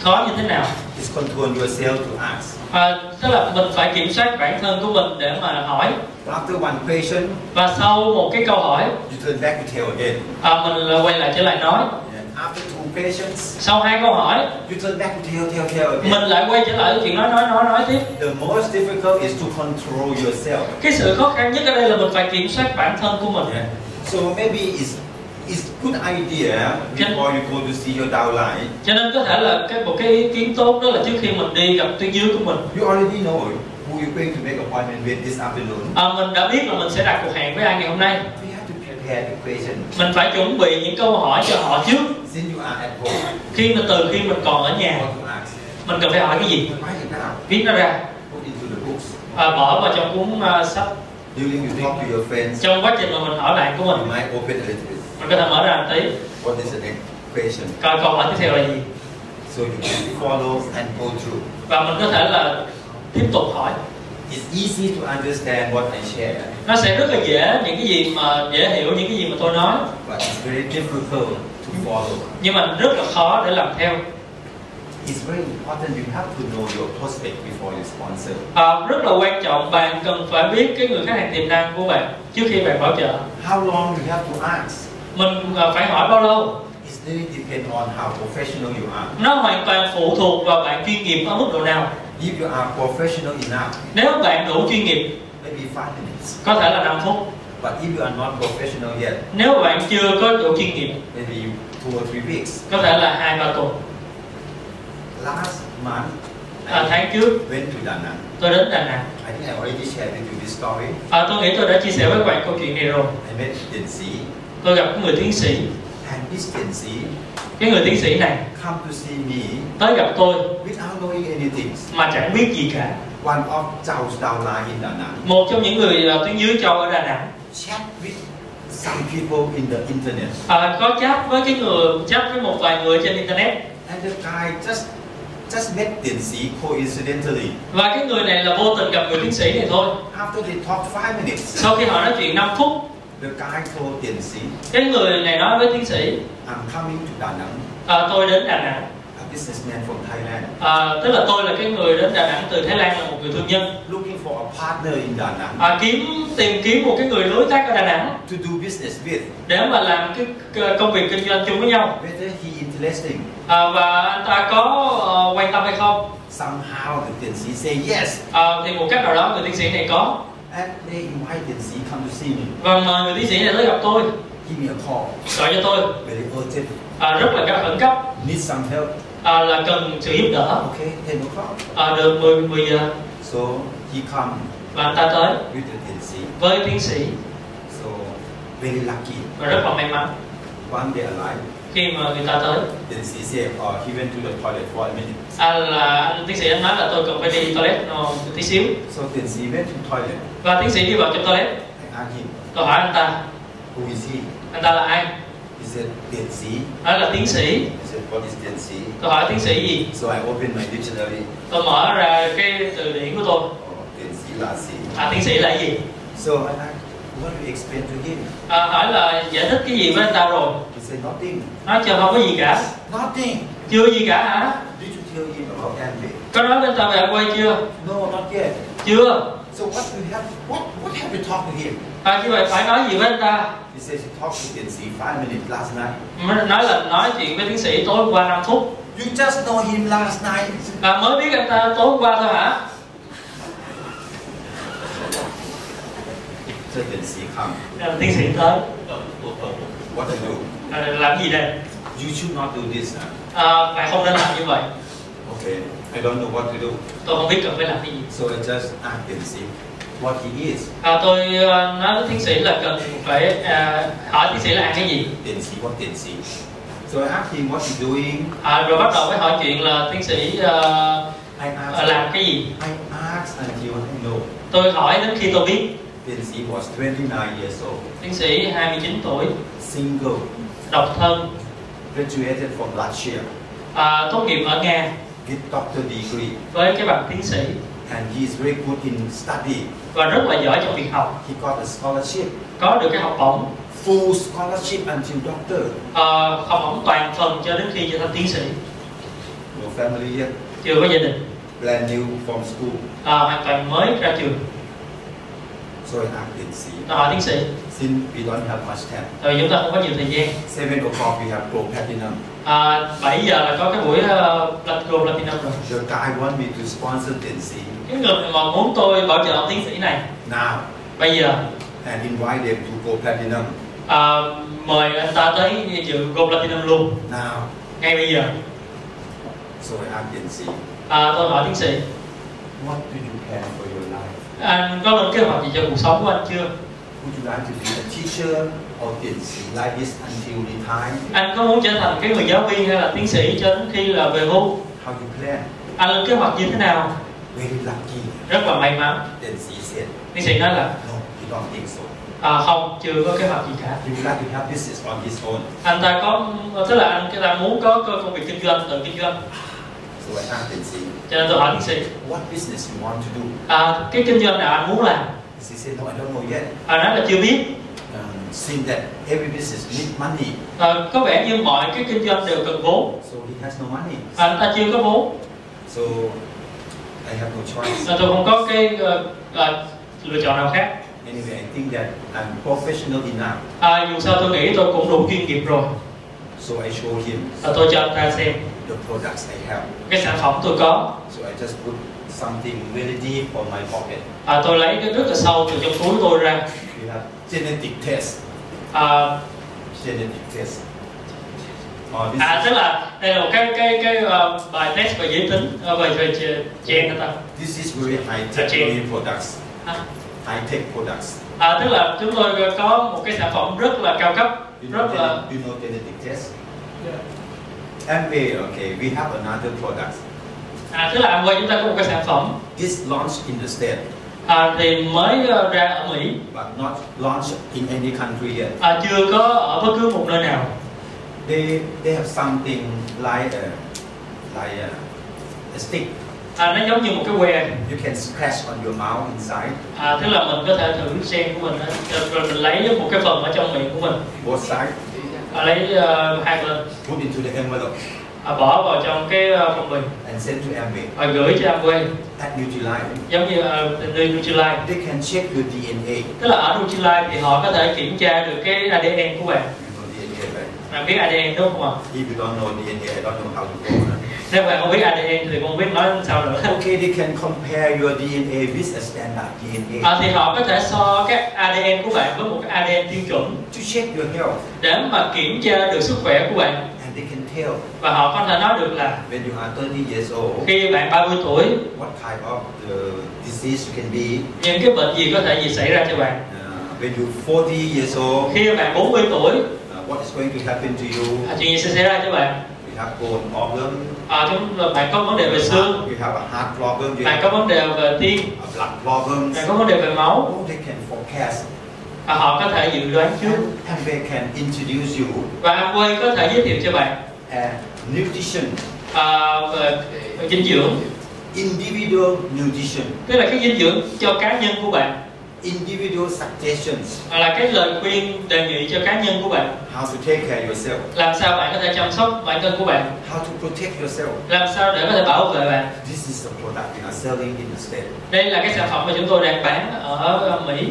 Speaker 3: khó như thế nào
Speaker 2: Is control yourself to ask.
Speaker 3: à, tức là mình phải kiểm soát bản thân của mình để mà hỏi
Speaker 2: After one question,
Speaker 3: và sau một cái câu hỏi
Speaker 2: you turn back to tell again.
Speaker 3: à, mình là quay lại trở lại nói
Speaker 2: And after two questions,
Speaker 3: sau hai câu hỏi
Speaker 2: you turn back to tell, tell, tell
Speaker 3: mình
Speaker 2: again.
Speaker 3: lại quay trở lại cái chuyện nói nói nói nói tiếp
Speaker 2: The most difficult is to control yourself.
Speaker 3: cái sự khó khăn nhất ở đây là mình phải kiểm soát bản thân của mình
Speaker 2: Yeah. So maybe it's it's good idea
Speaker 3: Can-
Speaker 2: before you go to see your downline.
Speaker 3: cho nên có thể là cái một cái ý kiến tốt đó là trước khi mình đi gặp tuyến dưới của mình
Speaker 2: You already know who you're going to make appointment with this afternoon.
Speaker 3: à, mình đã biết là mình sẽ đặt cuộc hẹn với ai ngày hôm nay
Speaker 2: We have to prepare the question
Speaker 3: mình phải chuẩn bị những câu hỏi cho họ trước
Speaker 2: since you are at home.
Speaker 3: khi mà từ khi mình còn ở nhà
Speaker 2: What to ask?
Speaker 3: mình cần phải hỏi cái gì
Speaker 2: Write it down.
Speaker 3: viết nó ra
Speaker 2: Put into the books.
Speaker 3: à, bỏ vào trong cuốn à, sách
Speaker 2: During you talk to your friends,
Speaker 3: trong quá trình mà mình hỏi bạn của
Speaker 2: you
Speaker 3: mình
Speaker 2: might open a little bit.
Speaker 3: mình có thể mở ra một tí
Speaker 2: What is the next question?
Speaker 3: coi câu hỏi tiếp theo là gì
Speaker 2: So you can follow and go through.
Speaker 3: và mình có thể là tiếp tục hỏi
Speaker 2: It's easy to understand what I share,
Speaker 3: nó sẽ rất là dễ những cái gì mà dễ hiểu những cái gì mà tôi nói
Speaker 2: but it's very difficult to follow.
Speaker 3: nhưng mà rất là khó để làm theo
Speaker 2: It's very important you have to know your prospect before you sponsor.
Speaker 3: à, rất là quan trọng bạn cần phải biết cái người khách hàng tiềm năng của bạn trước khi bạn bảo trợ
Speaker 2: How long you have to ask?
Speaker 3: mình à, phải hỏi bao lâu
Speaker 2: It really depends on how professional you are.
Speaker 3: nó hoàn toàn phụ thuộc vào bạn chuyên nghiệp ở mức độ nào
Speaker 2: If you are professional enough,
Speaker 3: nếu bạn đủ chuyên nghiệp
Speaker 2: maybe five minutes.
Speaker 3: có thể là 5 phút
Speaker 2: But if you are not professional yet,
Speaker 3: nếu bạn chưa có đủ chuyên nghiệp
Speaker 2: maybe two or three weeks.
Speaker 3: có thể là hai ba tuần
Speaker 2: Last month,
Speaker 3: à,
Speaker 2: I
Speaker 3: tháng trước
Speaker 2: went to Da Nang.
Speaker 3: tôi đến đà nẵng
Speaker 2: I think I already shared with you this story.
Speaker 3: à, tôi nghĩ tôi đã chia sẻ với bạn câu chuyện này rồi
Speaker 2: I met Denzi,
Speaker 3: tôi gặp cái người tiến sĩ
Speaker 2: and this Denzi
Speaker 3: cái người tiến sĩ này
Speaker 2: come to see me
Speaker 3: tới gặp tôi
Speaker 2: without knowing anything.
Speaker 3: mà chẳng biết gì cả
Speaker 2: One of Zhao's downline in Da Nang
Speaker 3: một trong những người à, tuyến dưới châu ở đà nẵng
Speaker 2: chat with some people in the internet,
Speaker 3: à, có chat với cái người chat với một vài người trên internet
Speaker 2: and the guy just just met Denzi coincidentally.
Speaker 3: và cái người này là vô tình gặp người tiến sĩ này thôi
Speaker 2: After they talked five minutes,
Speaker 3: sau khi họ nói chuyện 5 phút
Speaker 2: the guy told Denzi,
Speaker 3: cái người này nói với tiến sĩ
Speaker 2: "I'm coming to Da Nang,
Speaker 3: à, tôi đến đà nẵng
Speaker 2: a businessman from Thailand,
Speaker 3: à, tức là tôi là cái người đến đà nẵng từ thái lan là một người thương nhân
Speaker 2: looking for a partner in Da Nang
Speaker 3: à, kiếm tìm kiếm một cái người đối tác ở đà nẵng
Speaker 2: to do business with.
Speaker 3: để mà làm cái c- công việc kinh doanh chung với nhau
Speaker 2: Whether he interesting."
Speaker 3: à, và anh ta có ờ, quan tâm hay không
Speaker 2: Somehow the Denzi say yes,
Speaker 3: à, thì một cách nào đó người tiến sĩ này có
Speaker 2: and they invite Denzi come to see me.
Speaker 3: và mời người tiến sĩ này tới gặp tôi
Speaker 2: Give me a call.
Speaker 3: gọi cho tôi
Speaker 2: Very urgent.
Speaker 3: à, rất là các khẩn cấp
Speaker 2: Need some help.
Speaker 3: à, là cần sự giúp đỡ
Speaker 2: Okay, 10 o'clock.
Speaker 3: à, được 10, 10 giờ
Speaker 2: So he come
Speaker 3: và anh ta tới
Speaker 2: with the Denzi.
Speaker 3: với tiến sĩ
Speaker 2: So very lucky.
Speaker 3: và rất là may mắn
Speaker 2: One day alive,
Speaker 3: khi mà người ta tới
Speaker 2: Denzi said, oh, he went to the toilet for a minute.
Speaker 3: à, là anh tiến sĩ anh nói là tôi cần phải đi toilet nó một tí xíu
Speaker 2: So Denzi went to toilet.
Speaker 3: và tiến sĩ đi vào trong toilet
Speaker 2: I asked him,
Speaker 3: tôi hỏi anh ta
Speaker 2: who is he?
Speaker 3: anh ta là ai
Speaker 2: He said, Denzi.
Speaker 3: nói là tiến sĩ
Speaker 2: I said, what is Denzi?
Speaker 3: tôi hỏi tiến sĩ gì
Speaker 2: So I opened my dictionary.
Speaker 3: tôi mở ra cái từ điển của tôi
Speaker 2: Oh, Denzi Lassi.
Speaker 3: à, tiến sĩ là cái gì
Speaker 2: So I asked, what do you explain to him?
Speaker 3: à, hỏi là giải thích cái gì với anh ta rồi
Speaker 2: He said, nothing.
Speaker 3: nói chưa không có gì cả
Speaker 2: Nothing.
Speaker 3: chưa gì cả hả
Speaker 2: Did you tell him about Amway?
Speaker 3: có nói với anh ta về quay chưa
Speaker 2: No, not yet.
Speaker 3: chưa
Speaker 2: So what do you have? What what have you talked to him?
Speaker 3: à, như vậy phải nói gì với anh ta
Speaker 2: He says he talked to Denzi five minutes last night.
Speaker 3: Mới nói là nói chuyện với tiến sĩ tối hôm qua 5 phút
Speaker 2: You just know him last night.
Speaker 3: là mới biết anh ta tối hôm qua thôi hả
Speaker 2: So Denzi come.
Speaker 3: Là Ờ, tiến sĩ tới
Speaker 2: Uh, What to do?
Speaker 3: à, làm gì đây
Speaker 2: You should not do this. huh?
Speaker 3: à, bạn không nên làm như vậy
Speaker 2: Okay. I don't know what to do.
Speaker 3: tôi không biết cần phải làm cái gì
Speaker 2: So I just asked Denzi what he is.
Speaker 3: à, tôi ờ, nói với tiến sĩ là cần phải à, hỏi tiến sĩ là ăn cái gì
Speaker 2: Denzi, what Denzi? So I asked him what he's doing.
Speaker 3: à, rồi bắt đầu mới hỏi chuyện là tiến sĩ ờ,
Speaker 2: I asked.
Speaker 3: làm cái gì
Speaker 2: I asked asked until I know.
Speaker 3: Tôi hỏi đến khi tôi biết
Speaker 2: Lindsay was 29 years old,
Speaker 3: tiến sĩ 29 tuổi,
Speaker 2: single,
Speaker 3: độc thân,
Speaker 2: graduated from Latvia
Speaker 3: à, tốt nghiệp ở Nga
Speaker 2: with doctor degree,
Speaker 3: với cái bằng tiến sĩ
Speaker 2: and he is very good in study.
Speaker 3: và rất là giỏi trong việc học,
Speaker 2: He got a scholarship,
Speaker 3: có được cái học bổng,
Speaker 2: full scholarship until doctor.
Speaker 3: à, học bổng toàn phần cho đến khi trở thành tiến sĩ,
Speaker 2: No family yet,
Speaker 3: chưa có gia đình,
Speaker 2: brand new from school.
Speaker 3: à, hoàn toàn mới ra trường.
Speaker 2: So I asked Lindsay,
Speaker 3: Tôi hỏi tiến sĩ,
Speaker 2: since we don't have much time,
Speaker 3: rồi chúng ta không có nhiều thời gian.
Speaker 2: seven o'clock we have pro platinum.
Speaker 3: À, 7 giờ là có cái buổi uh, Platinum Platinum rồi.
Speaker 2: The guy want me to sponsor Lindsay
Speaker 3: Cái người mà muốn tôi bảo trợ ông tiến sĩ này
Speaker 2: now
Speaker 3: bây giờ
Speaker 2: and invite them to go platinum
Speaker 3: à, mời anh ta tới dự Gold Platinum luôn
Speaker 2: now.
Speaker 3: ngay bây giờ.
Speaker 2: So I asked Lindsay,
Speaker 3: À, tôi hỏi tiến sĩ,
Speaker 2: what do you plan for your life?
Speaker 3: anh có lên kế hoạch gì cho cuộc sống của anh chưa?
Speaker 2: Would you like to be a teacher or Lindsay like this until retire?
Speaker 3: Anh có muốn trở thành cái người giáo viên hay là tiến sĩ cho đến khi là về hưu?
Speaker 2: How you plan?
Speaker 3: Anh lên kế hoạch như thế nào?
Speaker 2: Very lucky.
Speaker 3: Rất là may mắn.
Speaker 2: Lindsay said,
Speaker 3: Tiến sĩ nói là
Speaker 2: no, he don't think so.
Speaker 3: à, không, chưa có kế hoạch gì cả.
Speaker 2: He would like to have business on his own.
Speaker 3: Anh ta có, tức là anh cái ta muốn có có công việc kinh doanh, tự kinh doanh.
Speaker 2: So I asked Lindsay,
Speaker 3: Cho nên tôi hỏi tiến sĩ,
Speaker 2: what business you want to do?
Speaker 3: à, cái kinh doanh nào anh muốn làm
Speaker 2: She said, no, I don't know yet.
Speaker 3: anh nói là chưa biết
Speaker 2: Um, seeing that every business need money,
Speaker 3: Ờ, có vẻ như mọi cái kinh doanh đều cần vốn
Speaker 2: so he has no money.
Speaker 3: anh ta chưa có vốn
Speaker 2: So I have no choice.
Speaker 3: nên tôi không có cái ờ, ờ, lựa chọn nào khác
Speaker 2: Anyway, I think that I'm professional enough.
Speaker 3: à, dù sao tôi nghĩ tôi cũng đủ chuyên nghiệp rồi
Speaker 2: So I show him
Speaker 3: Ờ, tôi cho anh ta xem
Speaker 2: the products I have.
Speaker 3: cái sản phẩm tôi có
Speaker 2: So I just put something really deep from my pocket.
Speaker 3: à, tôi lấy cái rất là sâu từ trong túi tôi ra
Speaker 2: We have genetic test.
Speaker 3: à,
Speaker 2: Genetic test. Oh, this
Speaker 3: à
Speaker 2: is,
Speaker 3: tức là đây là một cái cái cái ờ, bài test về giới tính ờ, về về về gen người ta
Speaker 2: this is very high
Speaker 3: À,
Speaker 2: tech
Speaker 3: gen.
Speaker 2: products.
Speaker 3: à,
Speaker 2: High tech products.
Speaker 3: à, tức là chúng tôi có một cái sản phẩm rất là cao cấp
Speaker 2: You know,
Speaker 3: rất là
Speaker 2: genetic, you know genetic test. Amway, okay, we have another product.
Speaker 3: à, tức là Amway chúng ta có một cái sản phẩm
Speaker 2: This launched in the state,
Speaker 3: à, thì mới ờ, ra ở Mỹ
Speaker 2: but not launched in any country yet.
Speaker 3: à, chưa có ở bất cứ một nơi nào
Speaker 2: They they have something like a like a, a stick.
Speaker 3: à, nó giống như một cái que
Speaker 2: You can scratch on your mouth inside,
Speaker 3: à, tức là mình có thể thử sen của mình á, rồi- rồi mình lấy một cái phần ở trong miệng của mình
Speaker 2: both sides,
Speaker 3: à, lấy ờ, hai bên
Speaker 2: put into the envelope
Speaker 3: à, bỏ vào trong cái ờ, phần mình
Speaker 2: and send to Amway.
Speaker 3: và gửi cho Amway
Speaker 2: At Nutrilite,
Speaker 3: giống như ờ, đi Nutrilite
Speaker 2: they can check your DNA.
Speaker 3: tức là ở Nutrilite thì họ có thể kiểm tra được cái ADN của bạn
Speaker 2: You know DNA, right?
Speaker 3: bạn biết ADN đúng không ạ
Speaker 2: If you don't know DNA, I don't know how to go. huh?
Speaker 3: nếu bạn không biết ADN thì không biết nói làm sao nữa
Speaker 2: Okay, they can compare your DNA with a standard DNA
Speaker 3: à, thì họ có thể so cái ADN của bạn với một cái ADN tiêu chuẩn
Speaker 2: to check your health,
Speaker 3: để mà kiểm tra được sức khỏe của bạn
Speaker 2: and they can tell
Speaker 3: và họ có thể nói được là
Speaker 2: when you are 30 years old
Speaker 3: khi bạn 30 tuổi
Speaker 2: what type of uh, disease you can be.
Speaker 3: những cái bệnh gì có thể gì xảy ra cho bạn
Speaker 2: Uh, when you're 40 years old,
Speaker 3: khi bạn 40 tuổi
Speaker 2: uh, what is going to happen to you?
Speaker 3: à, chuyện gì sẽ xảy ra cho bạn
Speaker 2: You have bone problem,
Speaker 3: à, chúng là bạn có vấn đề về xương
Speaker 2: you have a heart problem, you
Speaker 3: bạn
Speaker 2: have
Speaker 3: có vấn đề về tim
Speaker 2: a blood problem.
Speaker 3: bạn có vấn đề về máu
Speaker 2: Oh, they can forecast.
Speaker 3: và họ có thể dự đoán trước
Speaker 2: And, and they can introduce you
Speaker 3: và Amway có thể giới thiệu cho bạn
Speaker 2: a nutrition,
Speaker 3: à, về, về dinh dưỡng
Speaker 2: individual nutrition,
Speaker 3: tức là cái dinh dưỡng cho cá nhân của bạn
Speaker 2: individual suggestions,
Speaker 3: hoặc là cái lời khuyên đề nghị cho cá nhân của bạn
Speaker 2: how to take care of yourself,
Speaker 3: làm sao bạn có thể chăm sóc bản thân của bạn
Speaker 2: how to protect yourself.
Speaker 3: làm sao để có thể bảo vệ bạn
Speaker 2: This is the product we are selling in the state.
Speaker 3: đây là cái sản phẩm mà chúng tôi đang bán ở Mỹ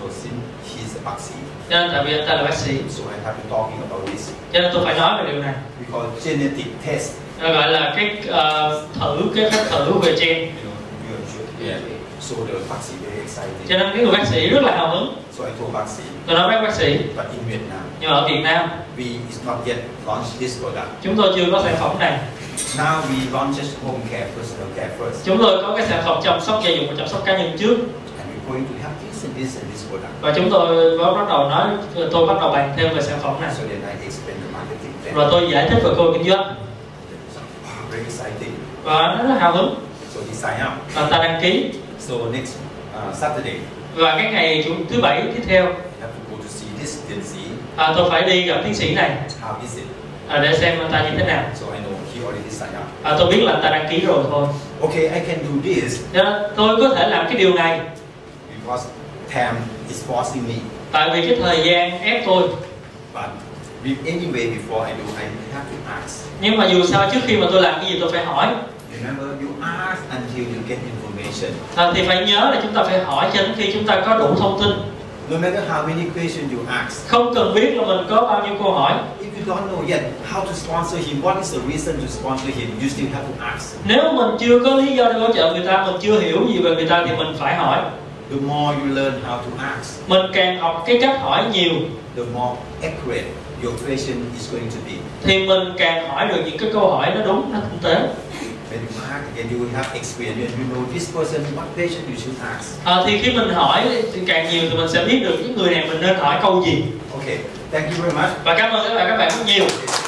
Speaker 2: So since he's a vaccine,
Speaker 3: cho nên tại vì anh ta là bác sĩ
Speaker 2: so I have been talking about this.
Speaker 3: cho nên tôi phải nói về điều này
Speaker 2: We call it genetic test.
Speaker 3: Nó gọi là cái ờ, thử cái phép thử về gen
Speaker 2: you know, you and should. So the Baxi very
Speaker 3: cho
Speaker 2: excited.
Speaker 3: nên cái người bác sĩ rất là hào hứng
Speaker 2: So I told Baxi,
Speaker 3: tôi nói với bác sĩ
Speaker 2: but in Vietnam,
Speaker 3: nhưng mà ở Việt Nam
Speaker 2: we is not yet launched this product.
Speaker 3: chúng tôi chưa có sản phẩm này
Speaker 2: Now we launches home care, personal care first,
Speaker 3: chúng tôi có cái sản phẩm chăm sóc gia dụng và chăm sóc cá nhân trước
Speaker 2: and we're going to have this and this and this product.
Speaker 3: và chúng tôi có bắt đầu nói tôi bắt đầu bàn thêm về sản phẩm này
Speaker 2: So then I explain the marketing plan.
Speaker 3: rồi tôi giải thích về cơ hội kinh doanh
Speaker 2: Wow, very exciting.
Speaker 3: và nó rất hào hứng
Speaker 2: So So he signed up.
Speaker 3: và ta đăng ký
Speaker 2: So next uh, Saturday,
Speaker 3: và cái ngày chủ thứ bảy tiếp theo
Speaker 2: I have to go to see this Dinsey.
Speaker 3: à, tôi phải đi gặp tiến sĩ này
Speaker 2: How is it?
Speaker 3: à, để xem anh ta như thế nào
Speaker 2: So I know he already signed up.
Speaker 3: à, tôi biết là anh ta đăng ký rồi thôi
Speaker 2: Okay, I can do this
Speaker 3: Đó, tôi có thể làm cái điều này
Speaker 2: because Tam is forcing me.
Speaker 3: tại vì cái thời gian ép tôi
Speaker 2: But with- anyway, before I do, I have to ask.
Speaker 3: nhưng mà dù sao trước khi mà tôi làm cái gì tôi phải hỏi
Speaker 2: Remember, you ask until you get information.
Speaker 3: à, thì phải nhớ là chúng ta phải hỏi cho đến khi chúng ta có đủ thông tin
Speaker 2: No matter how many questions you ask,
Speaker 3: không cần biết là mình có bao nhiêu câu hỏi
Speaker 2: if you don't know yet how to sponsor him, what is the reason to sponsor him, you still have to ask.
Speaker 3: nếu mình chưa có lý do để hỗ trợ người ta mình chưa hiểu gì về người ta thì mình phải hỏi
Speaker 2: The more you learn how to ask,
Speaker 3: mình càng học cái cách hỏi nhiều
Speaker 2: the more accurate your question is going to be.
Speaker 3: thì mình càng hỏi được những cái câu hỏi nó đúng nó tinh tế
Speaker 2: When you ask, again, you will have experience. You know this person, what question you should ask.
Speaker 3: à, thì khi mình hỏi thì càng nhiều thì mình sẽ biết được những người này mình nên hỏi câu gì
Speaker 2: Okay, thank you very much.
Speaker 3: và cảm ơn các bạn các bạn rất nhiều
Speaker 2: Okay.